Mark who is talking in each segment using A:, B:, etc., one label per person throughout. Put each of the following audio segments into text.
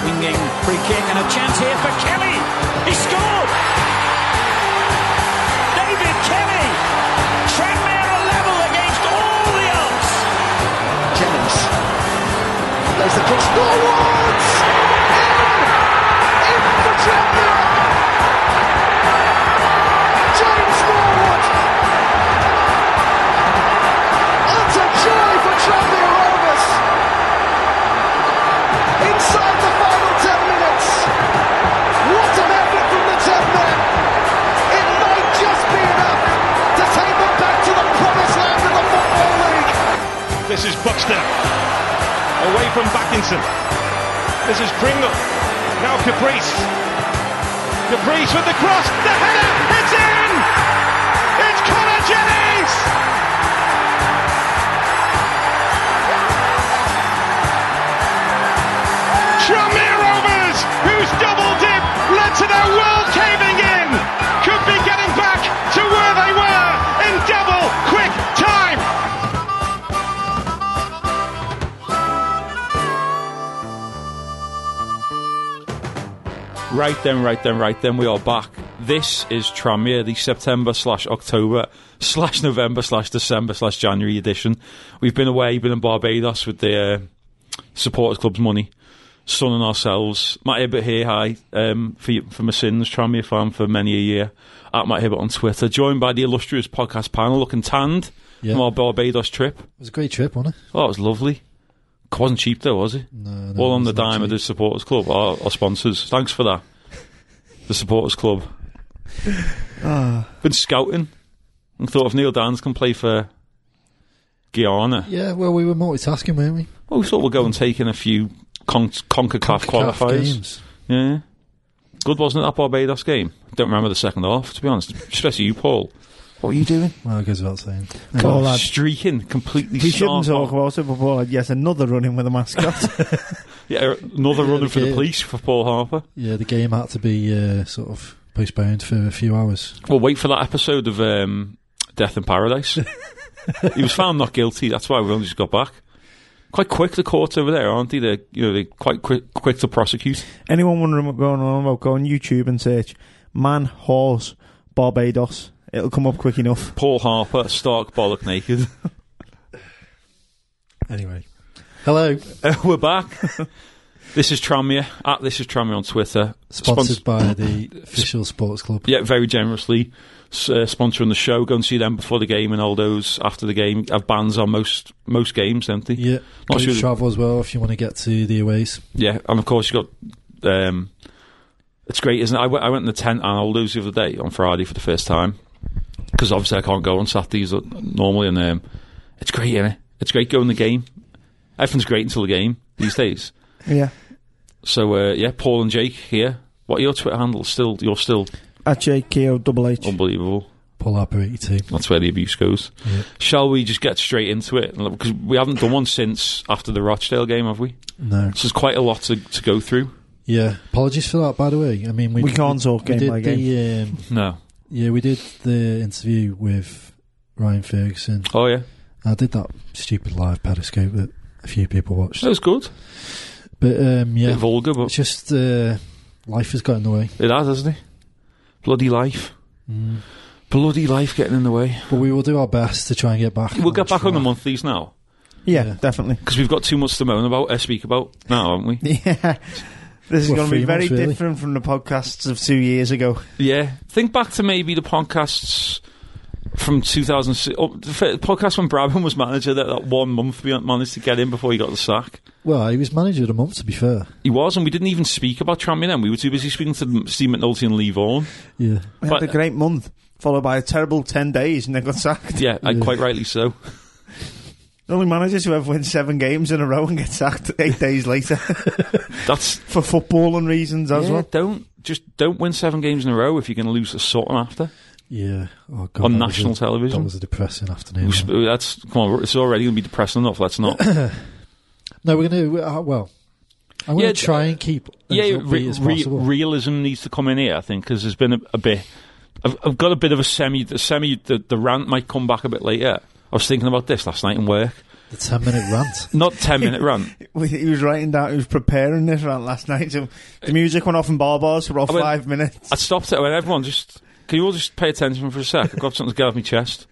A: swinging free kick and a chance here for Kelly. He scored. David Kelly. Tranmere are level against all the odds.
B: Jennings. Plays the cross forwards. In for Tranmere. James Norwood. It's a joy for Tranmere Rovers. Inside the final 10 minutes. What an effort from the 10 men. It might just be enough to take them back to the promised land of the Football League.
C: This is Buxton. Away from Backinson. This is Pringle. Now Caprice. Caprice with the cross. The header. It's in. It's Connor Jennings. Tranmere Rovers, whose double dip led to their world caving in, could be getting back to where they were in double quick time.
D: Right then, right then, right then, we are back. This is Tramia, the September slash October slash November slash December slash January edition. We've been away, been in Barbados with the uh, supporters club's money, sunning ourselves. Matt Hibbert here, hi, um, for, for my sins, Tramia fan for many a year, at Matt Hibbert on Twitter, joined by the illustrious podcast panel, looking tanned
E: Yeah.
D: from our Barbados trip.
E: It was a great trip, wasn't it?
D: Oh, it was lovely. It wasn't cheap though, was it?
E: No, no,
D: All on
E: it
D: the
E: wasn't
D: dime of the
E: cheap.
D: supporters club, our, our sponsors. Thanks for that. The supporters club. Been scouting and thought if Neil Dans can play for Guyana,
E: Yeah, well, we were multitasking, weren't we?
D: well, we thought we'll go and take in a few con- CONCACAF
E: Calf
D: qualifiers.
E: games.
D: Yeah. Good, wasn't it, that Barbados game? Don't remember the second half, to be honest. Especially you, Paul. What were you doing?
E: Well, it goes without saying.
F: Paul had-
D: Streaking, completely
F: We shouldn't
D: snarled.
F: talk about it, but Paul had yet another run in with a mascot.
D: Yeah, another running for the
E: game.
D: police for Paul Harper.
E: Yeah, the game had to be uh, sort of postponed for a few hours.
D: Well, wait for that episode of um, Death in Paradise. he was found not guilty. That's why we only just got back. Quite quick, the courts over there, aren't they? They're you know they're quite quick, quick to prosecute.
F: Anyone wondering what's going on about, go on YouTube and search Man Horse Barbados. It'll come up quick enough.
D: Paul Harper, stark bollock naked.
E: Anyway. Hello.
D: Uh, We're back. this is Tramia at this is Tramia on Twitter.
E: Sponsored
D: Spons-
E: by the official sports club.
D: yeah, very generously s- uh, sponsoring the show. Go and see them before the game and all those after the game. Have bans on most most games, don't they?
E: Yeah.
D: Not
E: Group
D: sure-
E: travel as well if you want to get to the aways.
D: Yeah, and of course you got. Um, it's great, isn't it? I, w- I went in the tent and I'll lose the other day on Friday for the first time because obviously I can't go on Saturdays uh, normally, and um, it's great, isn't it? It's great going the game. Everything's great until the game these days.
F: Yeah.
D: So uh, yeah, Paul and Jake here. What are your Twitter handles? Still, you're still
F: At JKO double H.
D: unbelievable.
E: Paul Harper 82.
D: That's where the abuse goes.
E: Yeah.
D: Shall we just get straight into it? Because we haven't done one since after the Rochdale game, have we?
E: No.
D: So there's quite a lot to, to go through.
E: Yeah. Apologies for that, by the way. I mean, we,
F: We can't talk
E: we
F: game
E: did
F: by
E: the,
F: game.
E: Um,
D: No.
E: yeah, we did the interview with Ryan Ferguson.
D: Oh yeah,
E: I did that stupid live periscope that a few people watched.
D: that was good.
E: But um,
D: Yeah.
E: yeah,
D: Bit vulgar, but
E: it's just uh, life has got in the way.
D: It has, hasn't it? Bloody life.
E: Mm.
D: Bloody life getting in the way.
E: But we will do our best to try and get back.
D: We'll get back on the
E: track.
D: monthlies now
F: Yeah,
E: Yeah.
F: definitely.
D: because we've got too much to moan about, uh, speak about now, haven't we?
F: Yeah. This is
E: Well,
F: going to be
E: three
F: very
E: months, really.
F: different from the podcasts of two years ago.
D: Yeah. Think back to maybe the podcasts from 2006. Oh, the fir- podcast when Brabham was manager, that, that one month we managed to get in before he got the sack.
E: Well, he was manager of the month, to be fair.
D: He was, and we didn't even speak about Trammy then. We were too busy speaking to Steve McNulty and Lee Vaughan.
E: Yeah,
F: We
D: But-
F: had a great month, followed by a terrible 10 days, and they got sacked.
D: Yeah, and
E: Yeah.
D: quite rightly so.
F: The only managers who ever win seven games in a row and get sacked eight days later
D: That's.
F: for footballing reasons as
D: yeah,
F: well.
D: Don't just don't win seven games in a row if you're going to lose a sort after
E: yeah. Oh, God,
D: on
E: that was
D: national
E: a-
D: television.
E: That was a depressing afternoon.
D: We
E: man.
D: sp- uh, that's come on. It's already going to be depressing enough. Let's not.
E: no, we're going to. Uh, well, I'm going
D: Yeah, uh,
E: to try and keep as
D: yeah,
E: upbeat
D: re-
E: as
D: re-
E: possible.
D: realism needs to come in here. I think because there's been a, a bit. I've, I've got a bit of a semi. The semi. The, the rant might come back a bit later. I was thinking about this last night in work.
E: The 10 minute rant.
D: Not 10 minute rant.
F: He was writing down. He was preparing this rant last night. So the music went off in Barbados for about
D: I went-
F: five minutes.
D: I stopped it. I went, everyone, just can you all just pay attention for a sec? I've got something to get off my chest.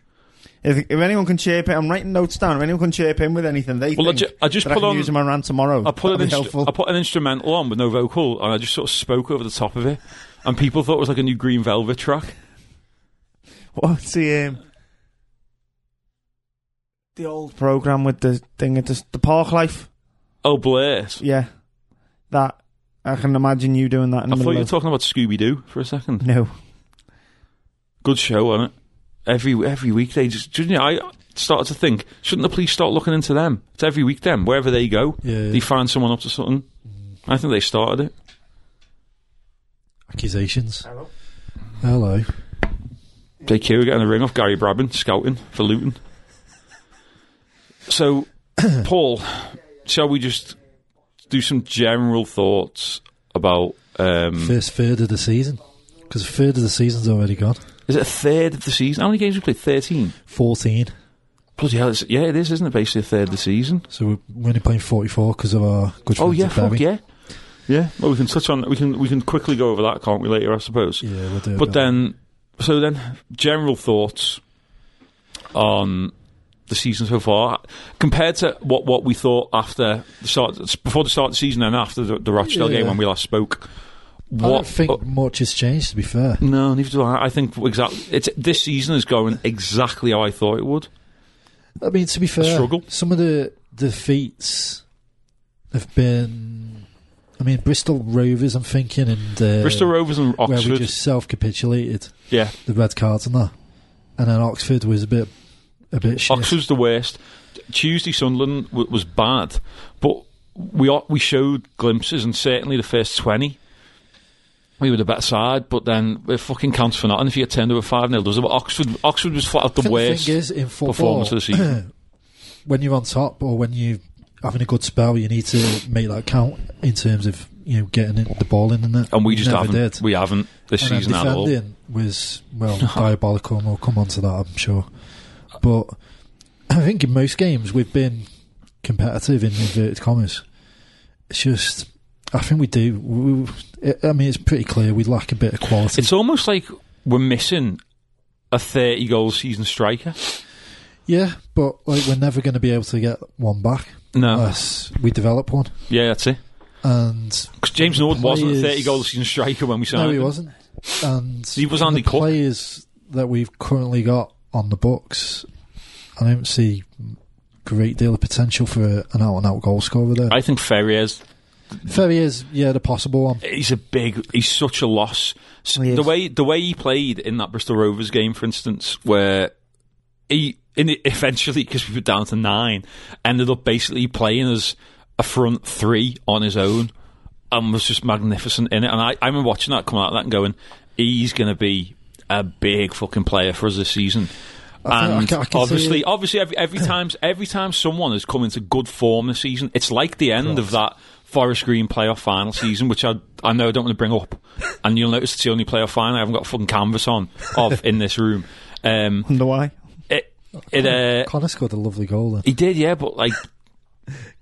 F: If, if anyone can chirp in, I'm writing notes down. If anyone can chirp in with anything, they
D: Well, I
F: think
D: ju- I just
F: that I
D: put
F: can
D: on-
F: use in my rant tomorrow.
D: I put, an
F: That'd be
D: instru-
F: helpful.
D: I put an instrumental on with no vocal, and I just sort of spoke over the top of it. And people thought it was like a new Green Velvet track.
F: What's the um, the old program with the thing at the, s- the park life?
D: Oh, bless.
F: Yeah, that I can imagine you doing that in
D: I
F: the
D: thought you
F: middle.
D: were
F: of-
D: talking about Scooby Doo for a second.
F: no,
D: Good show, on it? Every every weekday, just you know, I started to think, shouldn't the police start looking into them? It's every week, them wherever they go,
E: Yeah.
D: they find someone up to something. I think they started it.
E: Accusations. Hello. Hello.
D: JQ were getting a ring off Gary Brabham, scouting for Luton. So, Paul, shall we just do some general thoughts about? Um,
E: First third of the season. Because third of the season's already gone.
D: is it a third of the season? How many games we played? Thirteen.
E: 14.
D: Bloody hell! It's, yeah, it is, isn't it? Basically, a third of the season.
E: So we're we're only playing 44 because of our good friends
D: Oh yeah,
E: at Bury.
D: fuck yeah, yeah. Well, we can touch on. We can we can quickly go over that, can't we? Later, I suppose.
E: Yeah, we'll do it.
D: But then, so then, general thoughts on the season so far compared to what, what we thought after the start, before the start of the season and after the, the Rochdale
E: Yeah.
D: game when we last spoke.
E: I
D: What?
E: don't think
D: uh,
E: much has changed, to be fair.
D: no, neither do I. I think exactly. It's this season is going exactly how I thought it would.
E: I mean, to be fair,
D: struggle.
E: some of the defeats have been. I mean, Bristol Rovers, I'm thinking, and uh,
D: Bristol Rovers and
E: where we
D: Oxford.
E: just self-capitulated
D: yeah,
E: the red cards and that, and then Oxford was a bit, a bit shit.
D: Oxford's the worst. Tuesday Sunderland w- was bad, but we o- we showed glimpses, and certainly the first twenty, we were the better side. But then it fucking counts for nothing if you get turned over five 0 does it? But Oxford Oxford was flat out
E: I
D: the
E: think
D: worst
E: thing is, in football,
D: performance of the season.
E: when you're on top or when you're having a good spell, you need to make that count in terms of you know getting it- the ball in the net.
D: and we just
E: Never
D: haven't
E: did.
D: we haven't this
E: and then
D: season at all.
E: defending was well diabolical, and we'll come on to that, I'm sure. But I think in most games we've been competitive in inverted commas. It's just, I think we do. We, it, I mean, it's pretty clear we lack a bit of quality.
D: It's almost like we're missing a thirty goal season striker.
E: yeah, but like we're never going to be able to get one back
D: No,
E: unless we develop one.
D: yeah, that's it.
E: And
D: Because James Nord wasn't a
E: Players-
D: thirty goal season striker when we signed.
E: no, he
D: him.
E: wasn't. And
D: He was Andy
E: the
D: Cook.
E: players that we've currently got on the books. I don't see great deal of potential for an out and out goal scorer there.
D: I think Ferrier's
E: Ferry is, yeah, the possible one.
D: he's a big he's such a loss S-
F: He is.
D: the way the way he played in that Bristol Rovers game for instance where he in it, eventually because we were down to 9 ended up basically playing as a front 3 on his own and was just magnificent in it and I, I remember watching that coming out of that and going he's going to be a big fucking player for us this season
E: I
D: and
E: can- I can see
D: obviously
E: it.
D: obviously every, every time every time someone has come into good form this season, it's like the end of that Forest Green playoff final season, which I I know I don't want to bring up, and you'll notice it's the only playoff final I haven't got a fucking canvas on of in this room. Um,
F: wonder why.
D: it it uh,
E: Connor scored a lovely goal then.
D: he did yeah, but like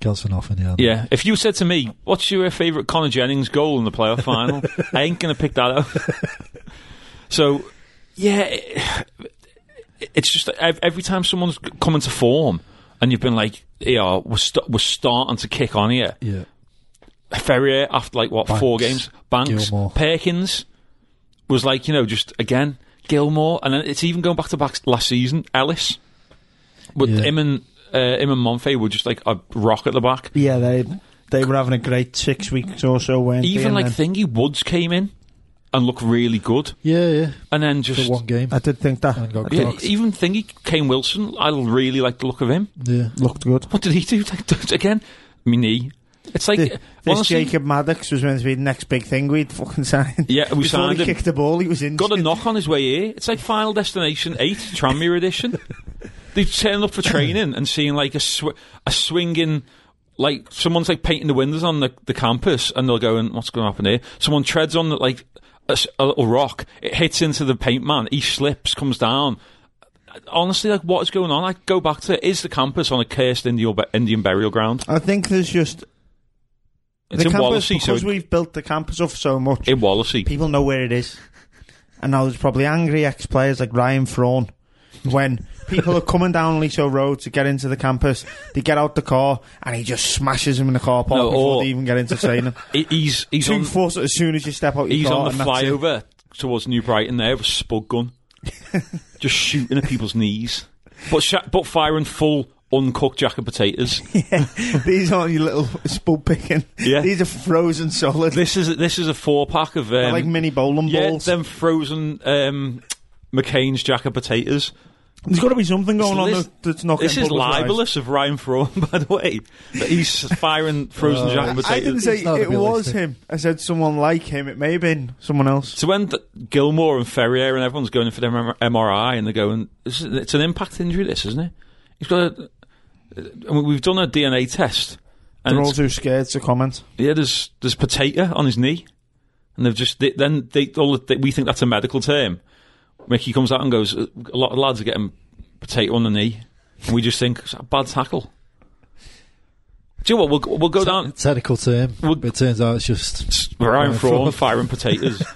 E: Girls for nothing, yeah.
D: yeah, if you said to me, "What's your favourite Connor Jennings goal in the playoff final?" I ain't gonna pick that up. so, yeah, it, it's just that ev- every time someone's come into form, and you've been like, "Yeah, we're, st- we're starting to kick on here."
E: Yeah.
D: Ferrier after like what four
E: Banks,
D: games? Banks,
E: Gilmore.
D: Perkins was like you know just again Gilmore, and then it's even going back to back last season. Ellis, with
E: Yeah.
D: him and uh, him and Monfey were just like a rock at the back.
F: Yeah, they they were having a great six weeks or so. Weren't they?
D: Even
F: And
D: like
F: then
D: Thingy Woods came in and looked really good,
E: Yeah, yeah.
D: and then
E: For
D: just
E: one game.
F: I did think
D: Oh,
F: that
E: and got
D: yeah,
E: clocked.
D: even Thingy Kane Wilson. I really like the look of him.
E: Yeah.
F: looked good.
D: What did he do Like, again? My knee. It's like
F: Th- This
D: honestly,
F: Jacob Maddox was meant to be the next big thing we'd fucking signed.
D: yeah, we
F: Before
D: signed
F: he
D: him.
F: kicked the ball, he was injured.
D: Got a knock on his way here. It's like Final Destination Eight Tranmere Edition. They've turned up for training and seeing like a sw- a swinging. Like someone's like painting the windows on the, the campus, and they're going, "What's going to happen here?" Someone treads on like a, s- a little rock. It hits into the paint man. He slips, comes down. honestly, like what is going on? I go back to is the campus on a cursed Indian, Indian burial ground?
F: I think there's just
D: It's
F: the
D: in
F: campus
D: Wallasey, so
F: because we've built the campus up so much.
D: in Wallasey.
F: people know where it is. And now there's probably angry ex players like Ryan Thrawn. When people are coming down Leto Road to get into the campus, they get out the car and he just smashes them in the car park
D: No,
F: before
D: or-
F: they even get into training.
D: He- He's he's
F: Two
D: on
F: foot as soon as you step out your
D: he's
F: car.
D: on
F: and
D: the
F: that's it.
D: flyover towards New Brighton there with a spud gun, just shooting at people's knees, but sha but firing full uncooked jack and potatoes.
F: These aren't your little spud picking.
D: Yeah.
F: These are frozen solid.
D: This is this is a four pack of um,
F: They're like mini bowling
D: yeah,
F: balls.
D: them frozen um, McCain's jack and potatoes.
F: There's got to be something going on
D: This-
F: that- that's not
D: This
F: getting
D: is
F: publicised.
D: libelous of Ryan Thrawn, by the way. That he's firing frozen
E: Uh,
D: jack and potatoes.
F: I didn't say
E: It's not
F: it was
E: realistic.
F: him. I said someone like him. It may have been someone else.
D: So when the, Gilmore and Ferrier and everyone's going in for their M- MRI and they're going, "This is- it's an impact injury, this isn't it? He's got. A, I mean, we've done a DNA test, and
F: They're all
D: it's-
F: too scared to comment.
D: yeah, there's there's potato on his knee, and they've just they, then they all they, we think that's a medical term. Mickey comes out and goes, a lot of lads are getting potato on the knee, and we just think it's a bad tackle. Do you know what? We'll we'll go down.
E: Technical term.
D: Well-
E: but it turns out it's just.
D: Ryan
E: Ryan
D: Thrawn
E: Thrawn.
D: firing potatoes. Do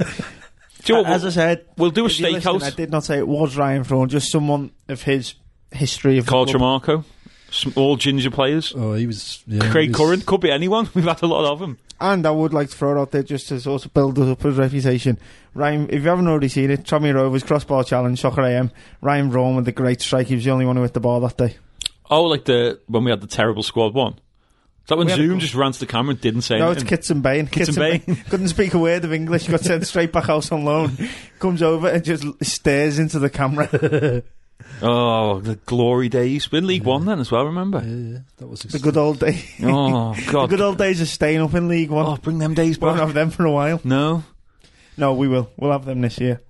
D: you know what?
F: As I said,
D: we'll do a
F: If you're listening, I
D: steakhouse.
F: did not say it was Ryan Thrawn, just someone of his history of the
D: Carl
F: club.
D: Tremarco, some all ginger players.
E: Oh, he was. Yeah, he
D: Craig
E: was-
D: Curran could be anyone. We've had a lot of them.
F: And I would like to throw it out there just to sort of build up his reputation. Ryan, if you haven't already seen it, Tommy Rovers crossbar challenge, soccer AM. Ryan Thrawn with the great strike. He was the only one who hit the bar that day.
D: Oh, like the when we had the terrible squad one. Is that when
F: We had a
D: Zoom
F: couple.
D: just ran to the camera and didn't say
F: No, it's
D: anything?
F: Kitson Bain.
D: Kitson Bain.
F: couldn't speak a word of English. Got sent straight back out on loan. Comes over and just stares into the camera.
D: oh, the glory days. We're in League One then as well. Remember?
E: Yeah, yeah, that was.
F: The good old day.
D: Oh
F: The
D: God.
F: good old days of staying up in League One.
D: oh, bring them days
F: Won't
D: back.
F: have them for a while.
D: No,
F: No, we will. We'll have them this year.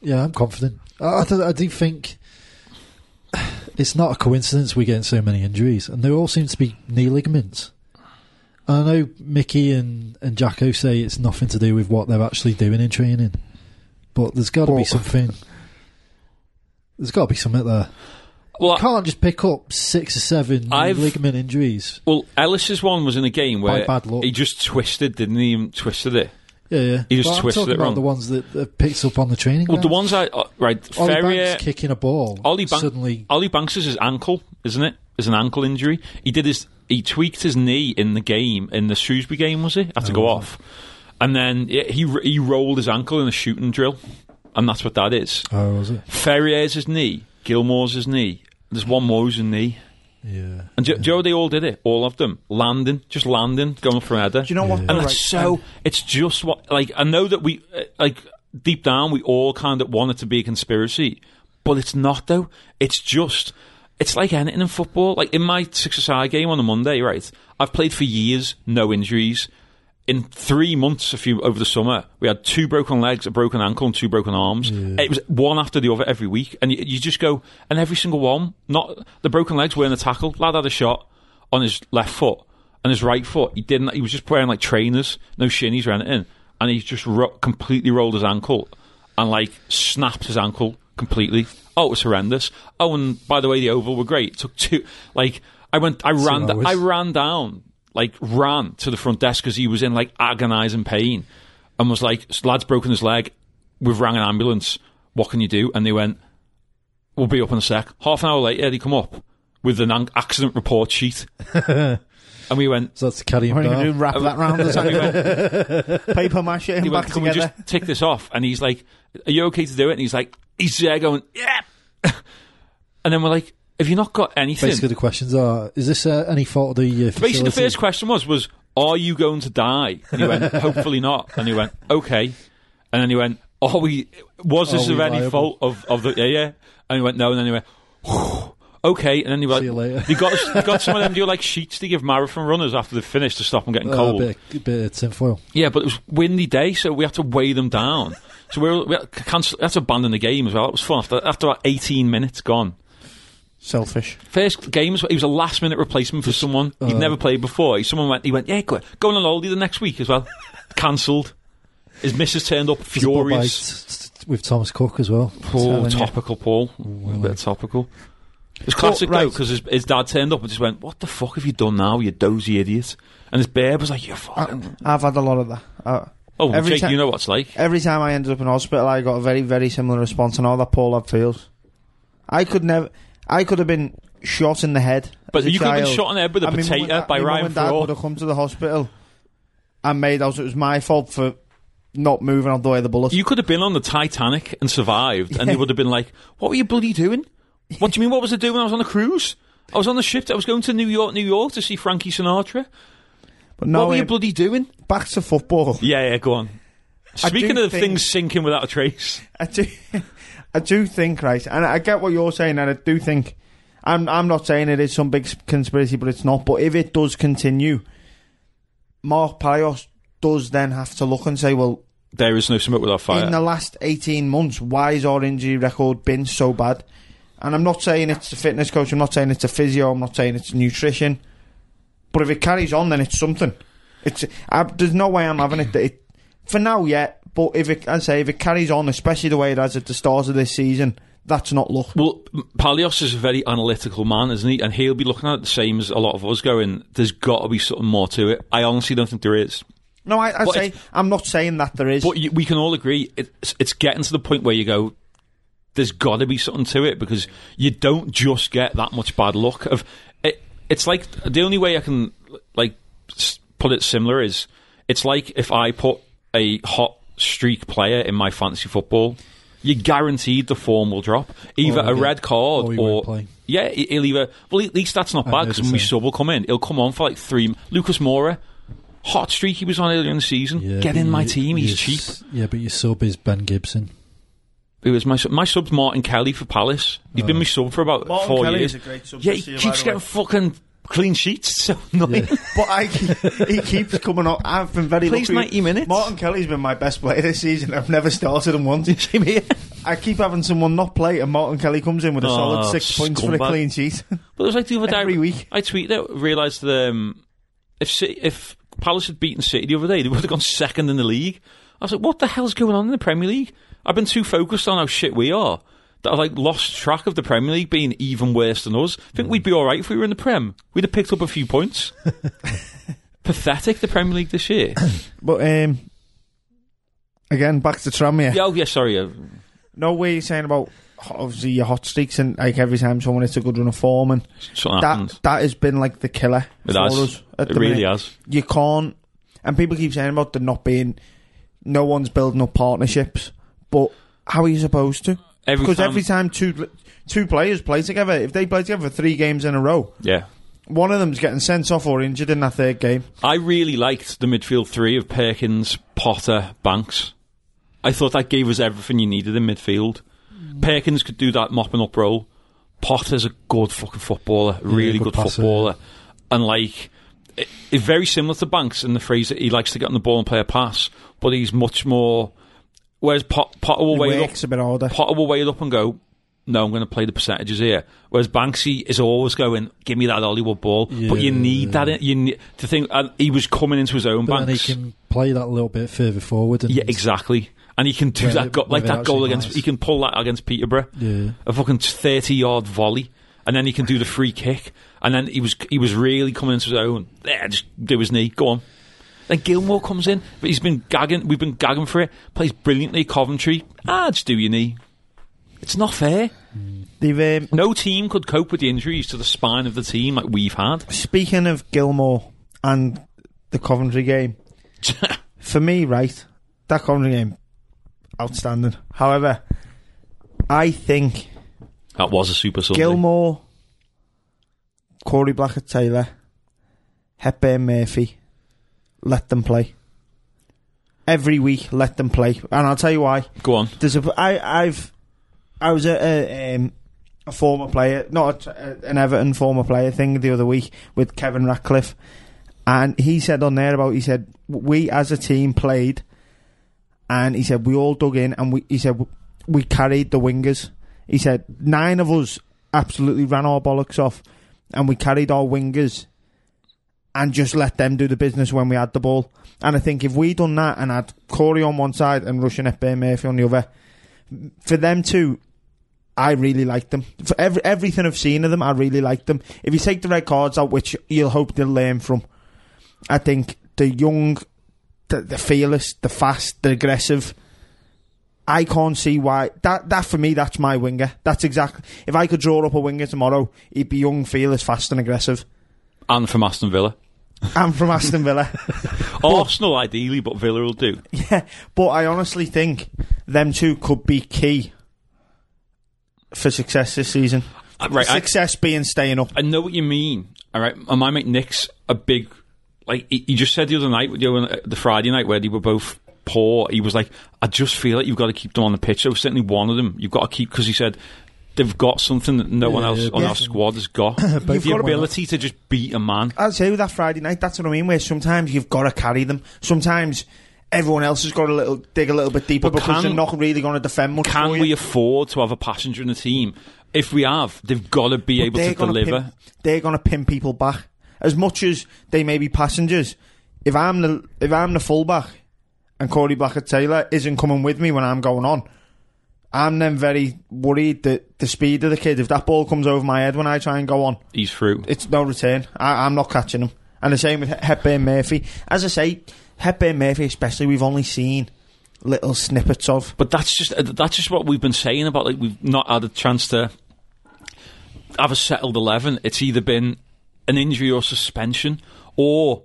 E: Yeah, I'm confident. I, I, do, I do think it's not a coincidence we're getting so many injuries, and they all seem to be knee ligaments. And I know Mickey and, and Jacko say it's nothing to do with what they're actually doing in training, but there's got to be
F: Well-
E: something. There's got to be something there.
D: well, I-
E: Can't just pick up six or seven knee
D: Uh, I've-
E: ligament injuries.
D: well, Ellis's one was in a game
E: By
D: where
E: bad luck.
D: he just twisted, didn't he? Even twisted it.
E: Yeah, yeah.
D: He just
E: But I'm
D: twisted
E: talking
D: it
E: about
D: wrong.
E: The ones that are picked up on the training.
D: Well, the
E: ground.
D: ones I uh, right
E: Ollie
D: Ferrier,
E: Banks kicking a ball.
D: Ollie, Ban-
E: suddenly.
D: Ollie Banks is his ankle, isn't it? Is an ankle injury. He did his. He tweaked his knee in the game in the Shrewsbury game, was it? Had to go
F: Oh.
D: off, and then yeah, he he rolled his ankle in a shooting drill, and that's what that is.
E: Oh, was it?
D: Ferrier's his knee, Gilmore's his knee. There's one more's his knee,
E: Yeah.
D: and Joe, they all did it, all of them. Landing, just landing, going for an header.
F: Do you know what?
D: And
F: Right,
D: that's so. It's just what like I know that we uh, like deep down we all kind of want it to be a conspiracy, but it's not though. It's just it's like anything in football. Like in my six aside game on a Monday, right? I've played for years, no injuries. In three months, a few over the summer, we had two broken legs, a broken ankle, and two broken arms. It was one after the other every week, and you, you just go, and every single one. Not the broken legs weren't a tackle. Lad had a shot on his left foot and his right foot. He didn't. He was just wearing like trainers, no shinies or anything, and he just ro- completely rolled his ankle and like snapped his ankle completely. Oh, it was horrendous. Oh, and by the way, the Oval were great. It took two. Like I went, I ran,
E: hours.
D: I ran down, like ran to the front desk because he was in like agonising pain, and was like, "This "Lad's broken his leg. We've rang an ambulance. What can you do?" And they went, "We'll be up in a sec." Half an hour later, they come up with an an accident report sheet. And we went,
E: So that's the caddy.
F: We're going to
E: bar.
F: do wrap that round as
D: we went,
F: paper mache and
D: he
F: back
D: went, can we
F: together.
D: just tick this off? And he's like, are you okay to do it? And he's like, he's there going, yeah. and then we're like, have you not got anything?
E: Basically, the questions are: Is this uh, any fault of the uh,
D: Basically, the
E: facility?
D: first question was, was, are you going to die? And he went, hopefully not. And he went, okay. And then he went, are we, was this
E: Are
D: of
E: we
D: any
E: liable?
D: fault of, of the, yeah, yeah. And he went, no. And then he went, "Whew, okay. And then he went,
E: See you later.
D: They got, they got some of them do like sheets to give marathon runners after they've finished to stop them getting
E: Uh,
D: cold.
E: bit, of, bit of tinfoil.
D: Yeah, but it was windy day, so we had to weigh them down. So we, were, we had, to cancel, we had to abandon the game as well. It was fun after, after about 18 minutes gone.
F: Selfish.
D: First game, was- he was a last minute replacement for someone
F: uh,
D: he'd never played before. He, someone went, he went, yeah, go, go on holiday the next week as well. Cancelled. His missus turned up
E: Is it bought by
D: furious.
E: t- t- with with Thomas Cook as well.
D: Paul,
F: telling you.
D: topical Paul. A bit topical. It was
F: Cool,
D: classic though,
F: right.
D: because his, his dad turned up and just went, What the fuck have you done now, you dozy idiot? And his bear was like, You fucking.
F: I've had a lot of that. Uh,
D: oh, well,
F: every
D: Jake,
F: ti-
D: you know what it's like.
F: every time I ended up in hospital, I got a very, very similar response, and all that Paul had feels. I could never. I could have been shot in the head.
D: But
F: as a
D: you could have been
F: child.
D: shot in the head with a
F: And my mum
D: potato
F: and dad-
D: by
F: my mum
D: Ryan
F: and Dad
D: Fraud.
F: would have come to the hospital and made out it was my fault for not moving out the way of the bullet.
D: You could have been on the Titanic and survived, and they would have been like, What were you bloody doing? What do you mean, what was I doing when I was on the cruise? I was on the ship, I was going to New York, New York to see Frankie Sinatra.
F: but no,
D: what were you
F: um,
D: bloody doing?
F: back to football.
D: Yeah, yeah, go on.
F: I
D: Speaking
F: do
D: of
F: think-
D: things sinking without a trace,
F: I do, I do think, right, and I get what you're saying, and I do think, I'm, I'm not saying it is some big s- conspiracy, but it's not. But if it does continue, Mark Palacios does then have to look and say, well,
D: there is no summit without fire.
F: in the last 18 months, why has our injury record been so bad? And I'm not saying it's the fitness coach, I'm not saying it's a physio, I'm not saying it's nutrition. But if it carries on, then it's something. It's I, There's no way I'm having it, that it. For now, yet. But if it, I say, if it carries on, especially the way it has at the start of this season, that's not luck.
D: Well, M- Palios is a very analytical man, isn't he? And he'll be looking at it the same as a lot of us, going, "There's got to be something more to it." I honestly don't think there is.
F: No, I, I
D: But
F: say,
D: it's-
F: I'm not saying that there is.
D: But you, we can all agree it's, it's getting to the point where you go, "There's got to be something to it," because you don't just get that much bad luck. Of it, it's like the only way I can like s- put it similar is it's like if I put a hot streak player in my fantasy football. You're guaranteed the form will drop, either
E: Or
D: a
E: he-
D: red card
E: Oh, or
D: or,
E: he won't play.
D: Yeah, he- he'll either. Well, at least that's not bad
E: know
D: because
E: the
D: when we
E: same.
D: sub will come in, he'll come on for like three. Lucas Mora, hot streak he was on earlier in the season.
E: Yeah,
D: Get
E: but
D: in my
E: you-
D: team,
E: you
D: he's cheap.
E: s- Yeah, but your sub is Ben Gibson.
D: It was my sub- my sub's Martin Kelly for Palace. He's
F: Oh.
D: been my sub for about
F: Martin
D: four
F: Kelly
D: years.
F: is a great sub
D: Yeah,
F: this
D: he
F: year, by
D: keeps
F: the way.
D: getting fucking clean sheets. So annoying.
F: But I, he keeps coming up. I've been very
D: Plays
F: lucky.
D: 90 minutes.
F: Martin Kelly's been my best player this season. I've never started him once. I keep having someone not play, and Martin Kelly comes in with a
D: Oh,
F: solid six points for a
D: scumbag.
F: clean sheet.
D: But it was like the other day.
F: Every week.
D: I tweeted out, realised that um, if City, if Palace had beaten City the other day, they would have gone second in the league. I was like, what the hell's going on in the Premier League? I've been too focused on how shit we are that I like lost track of the Premier League being even worse than us. Think
F: Mm.
D: we'd be all right if we were in the Prem? We'd have picked up a few points. Pathetic, the Premier League this year.
F: but um, again, back to Tranmere.
D: yeah, oh yeah, sorry. uh,
F: No way you're saying about ho- obviously your hot streaks and like every time someone hits a good run of form, and
D: Something happened.
F: that that has been like the killer
D: It
F: for
D: has.
F: us. At
D: It
F: the
D: really
F: minute.
D: has.
F: you can't. And people keep saying about there not being, no one's building up partnerships, but how are you supposed to?
D: Every
F: Because
D: time-
F: every time two two players play together, if they play together for three games in a row,
D: Yeah.
F: one of them's getting sent off or injured in that third game.
D: I really liked the midfield three of Perkins, Potter, Banks. I thought that gave us everything you needed in midfield.
F: Mm.
D: Perkins could do that mopping up role. Potter's a good fucking footballer, really
E: good
D: good,
E: passer.
D: footballer, and like it, it's very similar to Banks in the phrase that he likes to get on the ball and play a pass, but he's much more. Whereas Pot, Potter will
F: It
D: weigh it up
F: works a bit harder.
D: Potter will weigh it up and go, no, I'm going to play the percentages here. Whereas Banksy is always going, give me that Hollywood ball. But you
E: Yeah.
D: need that. in- You need, to think and he was coming into his own
E: But then he
D: Banks.
E: can play that little bit further forward. And
D: yeah, exactly. And he can do
E: Where
D: that,
E: it-
D: go- like
E: where it
D: that goal
E: actually
D: against.
E: matters.
D: He can pull that against Peterborough.
E: Yeah.
D: A fucking thirty-yard volley, and then he can do the free kick. And then he was he was really coming into his own. Yeah, just do his knee. Go on. Then Gilmore comes in, but he's been gagging. We've been gagging for it. Plays brilliantly. Coventry. Ah, just do your knee. It's not fair.
F: They've, um,
D: No team could cope with the injuries to the spine of the team like we've had.
F: speaking of Gilmore and the Coventry game, for me, right, that Coventry game, outstanding. However, I think
D: that was a super Sunday.
F: Gilmore, Corey Blackett Taylor, Hepburn Murphy, let them play. Every week, let them play. And I'll tell you why.
D: Go on.
F: There's a I I've I was at a, um, a former player, not a, an Everton former player thing the other week with Kevin Ratcliffe, and he said on there about he said we as a team played, and he said we all dug in and we he said we carried the wingers. He said nine of us absolutely ran our bollocks off, and we carried our wingers. And just let them do the business when we had the ball. And I think if we done that and had Corey on one side and Russian FB Murphy on the other, for them to, I really like them. For every everything I've seen of them, I really like them. If you take the red cards out, which you'll hope they'll learn from, I think the young, the, the fearless, the fast, the aggressive. I can't see why that that for me that's my winger. That's exactly if I could draw up a winger tomorrow, he'd be young, fearless, fast, and aggressive.
D: and from Aston Villa.
F: I'm from Aston Villa.
D: Arsenal, ideally, but Villa will do.
F: Yeah, but I honestly think them two could be key for success this season.
D: Right, I-
F: success being staying up.
D: I know what you mean. All right, and my mate Nick's a big like. He, he just said the other night, you know, on the Friday night where they were both poor. He was like, I just feel like you've got to keep them on the pitch. So certainly one of them you've got to keep because he said they've got something that no one
E: Yeah,
D: else
E: yeah,
D: on
E: yeah.
D: our squad has got the
E: Both of them.
D: ability to just beat a man.
F: I'd say with that Friday night, that's what I mean. Where sometimes you've got to carry them. Sometimes everyone else has got to little dig a little bit deeper
D: But
F: because
D: can-
F: they're not really going to defend much.
D: Can
F: for
D: we
F: you.
D: afford to have a passenger in the team? If we have, they've got to be able to
F: They're gonna
D: deliver.
F: Pin, they're going to pin people back as much as they may be passengers. If I'm the if I'm the fullback and Corey Blackett Taylor isn't coming with me when I'm going on, I'm then very worried that the speed of the kid. If that ball comes over my head when I try and go on,
D: He's through.
F: it's no return. I, I'm not catching him. And the same with Hepburn Murphy. As I say, Hepburn Murphy, especially, we've only seen little snippets of.
D: But that's just uh, that's just what we've been saying about like we've not had a chance to have a settled eleven. It's either been an injury or suspension, or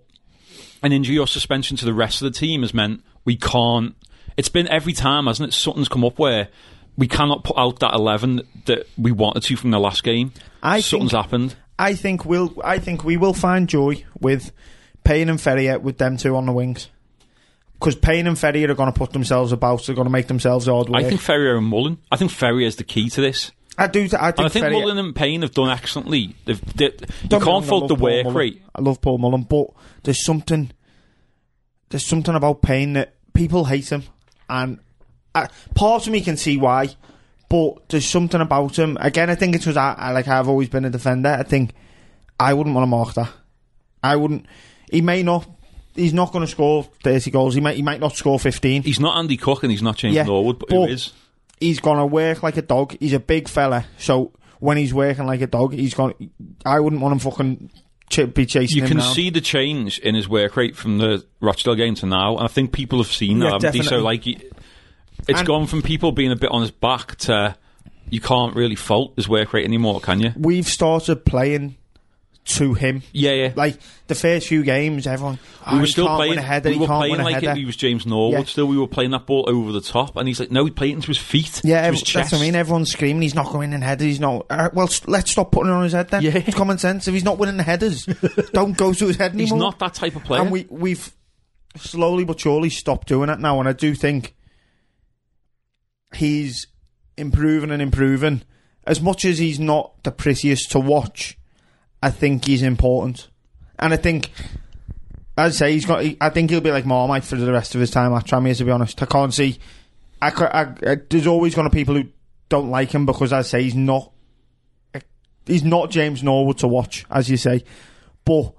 D: an injury or suspension to the rest of the team has meant we can't. It's been every time, hasn't it? Something's come up where we cannot put out that eleven that we wanted to from the last game.
F: I
D: Something's
F: think-
D: happened.
F: I think we'll. I think we will find joy with Payne and Ferrier with them two on the wings. Because Payne and Ferrier are going to put themselves about. They're going to make themselves hard
D: I
F: work.
D: think Ferrier and Mullen. I think Ferrier is the key to this.
F: I do. I think,
D: And I think
F: Ferrier,
D: Mullen and Payne have done excellently. They've, they, you
F: Don't get me
D: can't
F: wrong, I
D: fault
F: love
D: the
F: Paul
D: work
F: Mullen.
D: rate.
F: I love Paul Mullen, but there's something. There's something about Payne that people hate him, and I, part of me can see why. But there's something about him. Again, I think it's because I, I like I've always been a defender. I think I wouldn't want to mark that. I wouldn't. He may not. He's not going to score 30 goals. He might. He might not score 15.
D: He's not Andy Cook and he's not James
F: Yeah,
D: Norwood, but,
F: but-
D: who is?
F: he's gonna work like a dog. He's a big fella, so when he's working like a dog, he's gonna. I wouldn't want him fucking ch- be chasing
D: You
F: him
D: can
F: down.
D: see the change in his work rate from the Rochdale game to now, and I think people have seen
F: Yeah,
D: that, haven't they? So,
F: definitely.
D: like, y- it's
F: And-
D: gone from people being a bit on his back to you can't really fault his work rate anymore, can you?
F: We've started playing to him.
D: Yeah, yeah.
F: Like the first few games, everyone "Oh,
D: we were
F: he
D: still
F: can't
D: playing.
F: Win a header,
D: we
F: he
D: were
F: can't
D: playing
F: win a
D: like
F: header.
D: it, he was James Norwood.
F: Yeah.
D: Still, we were playing that ball over the top, and he's like, "No, he played into his feet.
F: yeah,
D: to
F: ev-
D: his chest.
F: that's what I mean. Everyone's screaming. He's not going in headers. He's not. Uh, well, s- let's stop putting it on his head then.
D: Yeah.
F: It's common sense. If he's not winning the headers, don't go to his head anymore.
D: He's not that type of player.
F: And we we've slowly but surely stopped doing it now, and I do think he's improving and improving. As much as he's not the prettiest to watch, I think he's important, and I think. As I say, he's got. I think he'll be like Marmite for the rest of his time at Tramier. To be honest, I can't see. I, ca- I, I there's always going to be people who don't like him because, as I say, he's not. He's not James Norwood to watch, as you say, but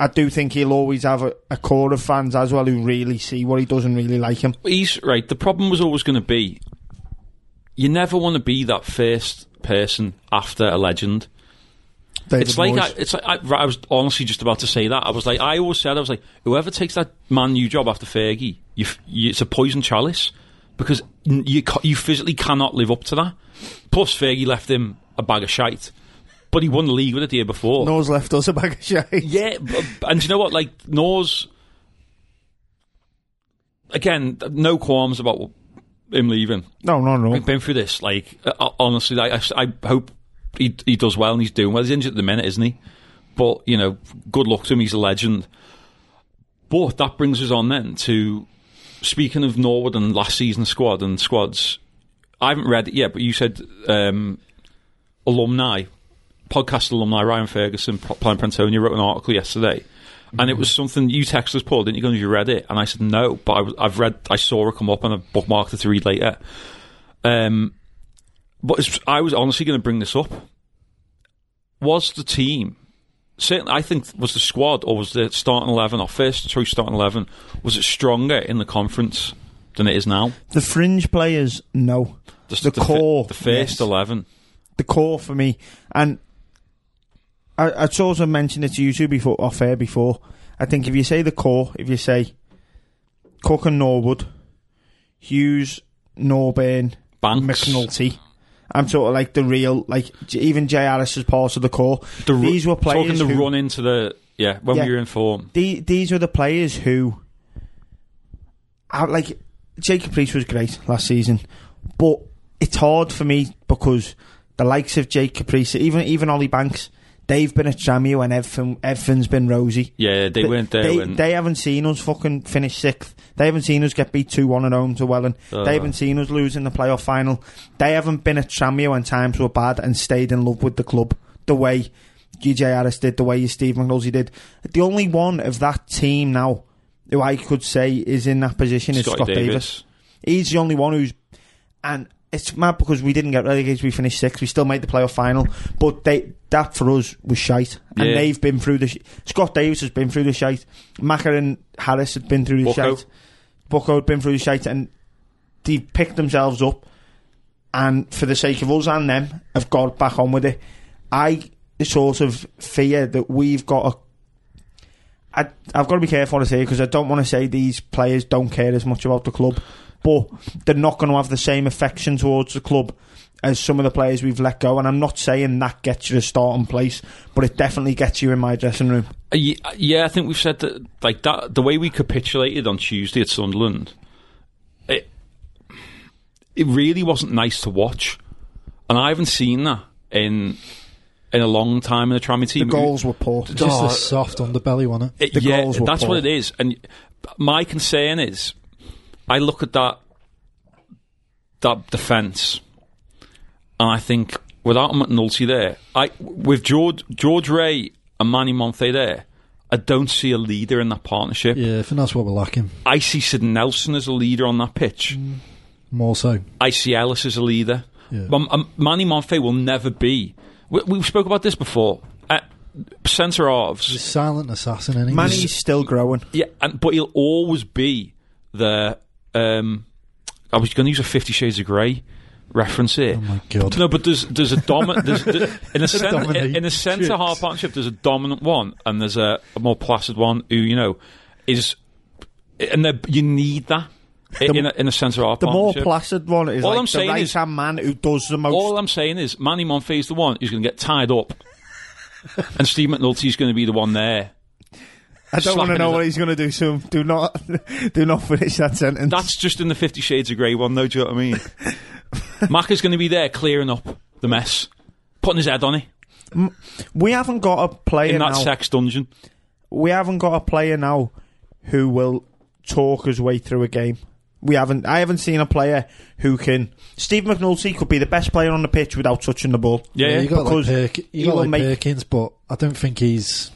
F: I do think he'll always have a, a core of fans as well who really see what he does and really like him.
D: he's right. The problem was always going to be you never want to be that first person after a legend.
F: David
D: It's like I,
F: Moyes.
D: it's like I, right, I was honestly just about to say that. I was like, I always said, I was like, whoever takes that man new job after Fergie, you, f- you, it's a poison chalice because n- you ca- you physically cannot live up to that. Plus, Fergie left him a bag of shite, but he won the league with it the year before.
F: Noah's left us a bag of shit.
D: Yeah, b- and do you know what? Like Nor's again, th- no qualms about him leaving.
F: No, no, no.
D: We've been through this. Like uh, honestly, like, I, s- I hope he he does well and he's doing well. He's injured at the minute, isn't he? But you know, good luck to him. He's a legend. But that brings us on then to speaking of Norwood and last season's squad and squads. I haven't read it yet, but you said um, alumni, podcast alumni Ryan Ferguson, P- Plan Pantonia wrote an article yesterday, and it was something you texted us, Paul, didn't you? Because you read it, and I said no, but I, was- I've read, I saw it come up, and I bookmarked it to read later. Um, but it's, I was honestly going to bring this up. Was the team certainly? I think was the squad or was the starting eleven, our first choice starting eleven, was it stronger in the conference than it is now.
F: The fringe players, no.
D: Just
F: The
D: fi-
F: core,
D: the first
F: yes.
D: eleven.
F: The core for me, and I, I sort of mentioned it to you two before off air before. I think if you say the core, if you say Cook and Norwood, Hughes, Norburn,
D: Banks,
F: McNulty. I'm sort of like the real, like j- even JRS is part of the core.
D: the ru-
F: These were
D: talking
F: players
D: the
F: who-
D: run into the yeah when
F: Yeah.
D: we were in form.
F: The, these were the players who, I, like Jacob Priest was great last season, but it's hard for me because the likes of Jake Caprice, even even Ollie Banks, they've been at Jamio and everything, everything's been rosy.
D: Yeah, they weren't there.
F: They,
D: when,
F: they haven't seen us fucking finish sixth. They haven't seen us get beat 2 1 at home to Welland.
D: Uh.
F: they haven't seen us lose in the playoff final. They haven't been at Tramio when times were bad and stayed in love with the club the way DJ Harris did, the way your Steve McNulty did. The only one of that team now who I could say is in that position is
D: Scotty
F: Scott Davis.
D: Davis.
F: He's the only one who's. And it's mad because we didn't get relegated. We finished sixth. We still made the playoff final. But they that for us was shite. And
D: Yeah.
F: they've been through the. Sh- Scott Davis has been through the shite. Macker and Harris had been through the
D: Bucko.
F: shite. Bucko had been through the shite. And they picked themselves up. And for the sake of us and them, have got back on with it. I sort of fear that we've got a I, I've got to be careful what I say because I don't want to say these players don't care as much about the club, but they're not going to have the same affection towards the club as some of the players we've let go. And I'm not saying that gets you a starting place, but it definitely gets you in my dressing room.
D: Uh, ye- uh, Yeah, I think we've said that. Like that, the way we capitulated on Tuesday at Sunderland, it it really wasn't nice to watch, and I haven't seen that in in a long time in the Trammy
F: The
D: team.
F: goals were poor.
E: Just
D: Oh,
E: a soft underbelly, wasn't it?
D: It-
F: the
D: yeah,
F: goals were
D: that's
F: poor.
D: what it is. And my concern is, I look at that that defence, and I think without McNulty there, I with George George Ray and Manny Monte there, I don't see a leader in that partnership.
E: Yeah, I think that's what we're lacking.
D: I see Sid Nelson as a leader on that pitch.
F: Mm.
E: More so.
D: I see Ellis as a leader.
E: Yeah.
D: But um, Manny Monte will never be. We, we spoke about this before. Uh, Centre halves.
E: Silent assassin, anyway.
F: Manny's still growing.
D: Yeah, and, but he'll always be the. Um, I was going to use a Fifty Shades of Grey reference here.
E: Oh my god.
D: No, but there's there's a dominant there's, there's, in a cen-
E: dominate
D: in, in a centre
E: tricks.
D: half partnership. There's a dominant one, and there's a, a more placid one who you know is, and they're- you need that i- in a, in a centre half
F: The more
D: partnership.
F: placid one is
D: All
F: like
D: I'm
F: the
D: saying
F: right
D: is-
F: hand man who does the most.
D: All I'm saying is Manny Monfey is the one who's going to get tied up, and Steve McNulty is going to be the one there.
F: I don't want to
D: slapping
F: know
D: his-
F: what he's going to do soon. Do not, do not finish that sentence.
D: That's just in the Fifty Shades of Grey one, though. Do you know what I mean? Mac is going to be there clearing up the mess, putting his head on it
F: we haven't got a player
D: in that
F: now.
D: sex dungeon.
F: we haven't got a player now who will talk his way through a game. We haven't. I haven't seen a player who can. Steve McNulty could be the best player on the pitch without touching the ball.
D: Yeah,
E: Yeah,
D: yeah.
E: you got like,
F: because
E: Perk-
F: he
E: you got
F: will
E: like
F: make-
E: Perkins, but I don't think he's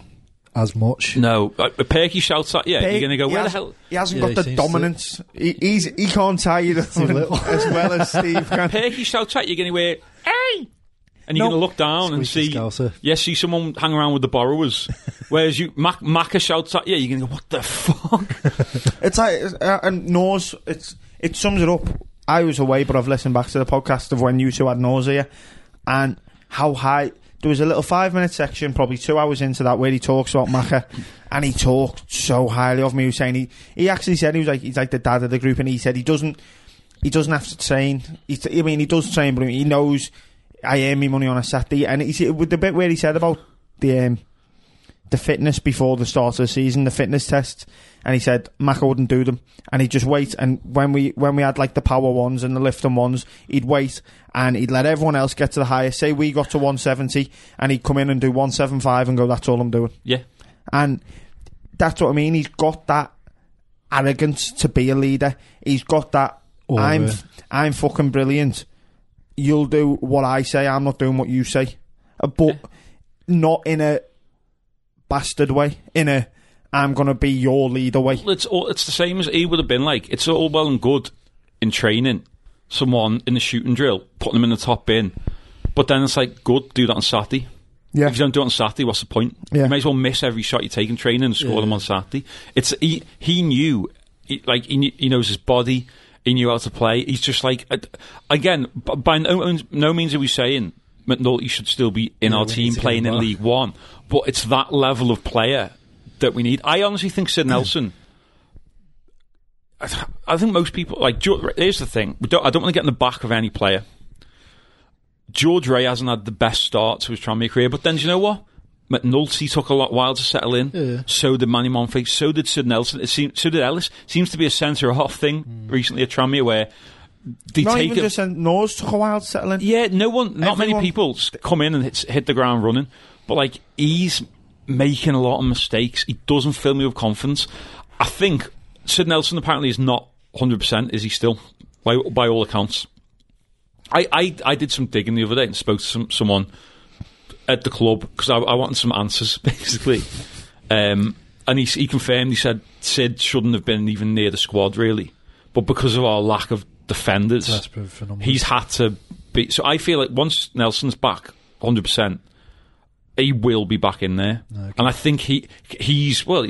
E: as much.
D: no, like, the Perky shouts at you.
F: He-
D: you're going to go,
F: he
D: where the
F: has-
D: hell?
F: He hasn't
E: Yeah, he
F: got the
E: seems to-
F: dominance. He, he's he can't tie you down
E: little.
F: as well as Steve can.
D: Perky shouts at you. You're going to go, hey! And you're
F: No.
D: going to look down and
E: Squeaky
D: see,
E: Scouser.
D: yeah, see someone hang around with the borrowers. Whereas you, Mac, Macca shouts at you. You're going to go, what the fuck?
F: It's like uh, and Nors. It's it sums it up. I was away, but I've listened back to the podcast of when you two had Nors here, and how high. There was a little five minute section, probably two hours into that, where he talks about Maka, and he talked so highly of me. He was saying he, he actually said he was like he's like the dad of the group, and he said he doesn't he doesn't have to train. He t- I mean, he does train, but he knows I earn me money on a Saturday. And he said- with the bit where he said about the um, the fitness before the start of the season, the fitness tests, and he said Maka wouldn't do them, and he'd just wait. And when we when we had like the power ones and the lifting ones, he'd wait and he'd let everyone else get to the highest. Say we got to 170, and he'd come in and do 175 and go, "That's all I'm doing."
D: yeah.
F: And that's what I mean. He's got that arrogance to be a leader. He's got that
D: Oh,
E: Or,
F: I'm
E: uh,
F: f- I'm fucking brilliant. You'll do what I say. I'm not doing what you say, Uh, but not in a bastard way. In a I'm gonna be your leader way.
D: Well, it's all, it's the same as he would have been like. It's all well and good in training someone in the shooting drill, putting them in the top bin, but then it's like, good, do that on Saturday.
F: Yeah,
D: If you don't do it on Saturday, what's the point?
F: Yeah.
D: You may as well miss every shot you take in training and score them on Saturday. It's he, he knew, he, like he, knew, he knows his body. He knew how to play. He's just like uh, again. b- By no, no means are we saying McNulty should still be in our
G: we
D: team
G: need to
D: playing
G: get him
D: in
G: back.
D: League One, but it's that level of player that we need. I honestly think Sid Nelson. I th- I think most people like. Geor- Here's the thing: we don't, I don't want to get in the back of any player. George Ray hasn't had the best start to his Tranmere career, but then do you know what? McNulty took a lot while to settle in.
E: Yeah.
D: So did Manny Monfrey. So did Sid Nelson. It seems, so did Ellis. Seems to be a centre half thing recently at Tranmere where they
F: Mm. Not
D: take
F: even
D: it.
F: just a nose took a while to settle in.
D: yeah, no one, not many
F: Everyone-
D: people s- come in and hit, hit the ground running. But like he's making a lot of mistakes. He doesn't fill me with confidence. I think Sid Nelson apparently is not 100. percent Is he still? By by all accounts. I, I, I did some digging the other day and spoke to some, someone at the club because I, I wanted some answers basically, um, and he, s- he confirmed he said Sid shouldn't have been even near the squad really, but because of our lack of defenders,
E: Desperate for numbers.
D: he's had to be. So I feel like once Nelson's back, hundred percent, he will be back in there, and I think he he's well.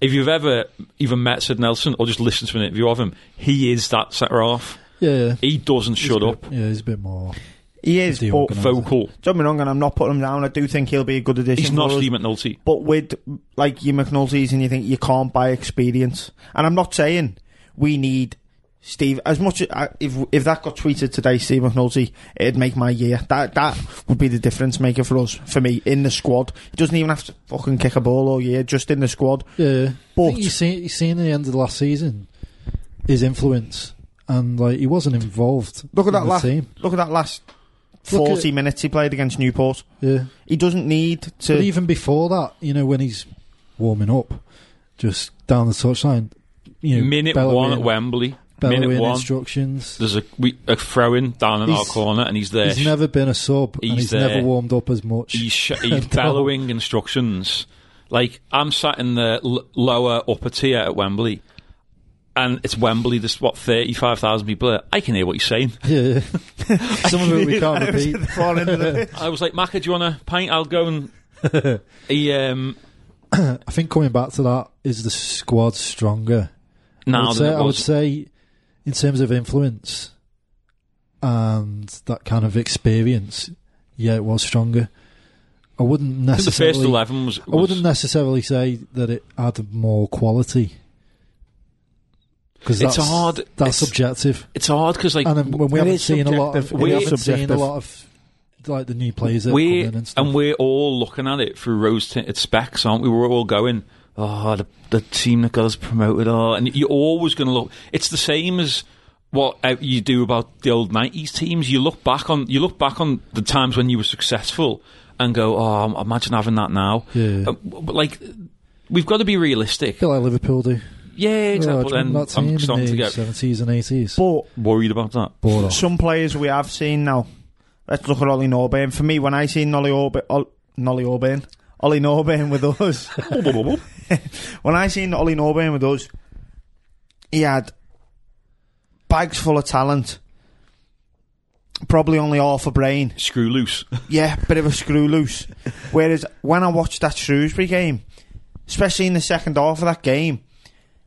D: If you've ever even met Sid Nelson or just listened to an interview of him, he is that centre half.
E: yeah.
D: He doesn't shut up.
E: Yeah, he's a bit more.
F: He is,
E: The
F: but
E: organi-
D: Vocal.
F: don't get me wrong, and I'm not putting him down. I do think he'll be a good addition.
D: He's not
F: for us.
D: Steve McNulty.
F: But with like your McNulty's and you think you can't buy experience. And I'm not saying we need Steve as much. As, I- if if that got tweeted today, Steve McNulty, it'd make my year. That that would be the difference maker for us. For me, in the squad, he doesn't even have to fucking kick a ball all year. Just in the squad,
E: Yeah.
F: But-
E: I think you see, you seen at the end of the last season his influence, and like he wasn't involved.
F: Look at
E: in
F: that
E: the
F: last-
E: team.
F: look at that last
E: Look at-
F: forty minutes he played against Newport.
E: Yeah,
F: He doesn't need
E: but
F: to.
E: even before that, you know, when he's warming up, just down the touchline, you know,
D: minute
E: bellowing-
D: one at Wembley.
E: bellowing
D: Minute one.
E: instructions.
D: There's a, we, a throw in down in our
E: He's-
D: corner, and he's there.
E: He's never been a sub, and
D: He's
E: he's
D: there.
E: never warmed up as much.
D: he's, sh- he's bellowing instructions. Like I'm sat in the l- lower upper tier at Wembley, and it's Wembley. There's what thirty five thousand people. There. I can hear what he's saying.
E: yeah, some of it we can't repeat.
F: Far into the pitch.
D: I was like, Macca, do you want a pint? I'll go and. he um
E: I think coming back to that is the squad stronger. I
D: now
E: would, say,
D: than it
E: I would
D: was.
E: say, in terms of influence and that kind of experience, yeah, it was stronger. I wouldn't
D: I think the first
E: necessarily.
D: eleven was.
E: I
D: was
E: wouldn't necessarily say that it had more quality because
D: It's hard-
E: That's
D: it's-
E: subjective,
D: it's hard because like
E: and then when we
F: it
E: haven't
F: is
E: seen a lot of,
F: subjective.
E: we
D: It is
E: haven't seen a
F: subjective.
E: lot of like the new players that
D: we
E: come in and stuff.
D: and we're all looking at it through rose tinted specs, aren't we? We're all going, oh, the, the team that got us promoted, oh, and you're always going to look. It's the same as what uh, you do about the old '90s teams. You look back on you look back on the times when you were successful and go, oh, imagine having that now.
E: Yeah.
D: Uh, but like, we've got to be realistic.
E: a bit like Liverpool do.
D: Yeah,
E: Oh,
D: exactly.
E: do you remember
D: then
E: that team
D: I'm starting to
E: in the
D: get
E: seventies and eighties.
F: But
D: worried about that.
F: some players we have seen now. Let's look at Ollie Norburn. For me, when I seen Ollie Orb, Ol- Ollie Norburn, Ollie Norburn with us, when I seen Ollie Norburn with us, he had bags full of talent. Probably only half a brain.
D: Screw loose.
F: Yeah, bit of a screw loose. Whereas when I watched that Shrewsbury game, especially in the second half of that game,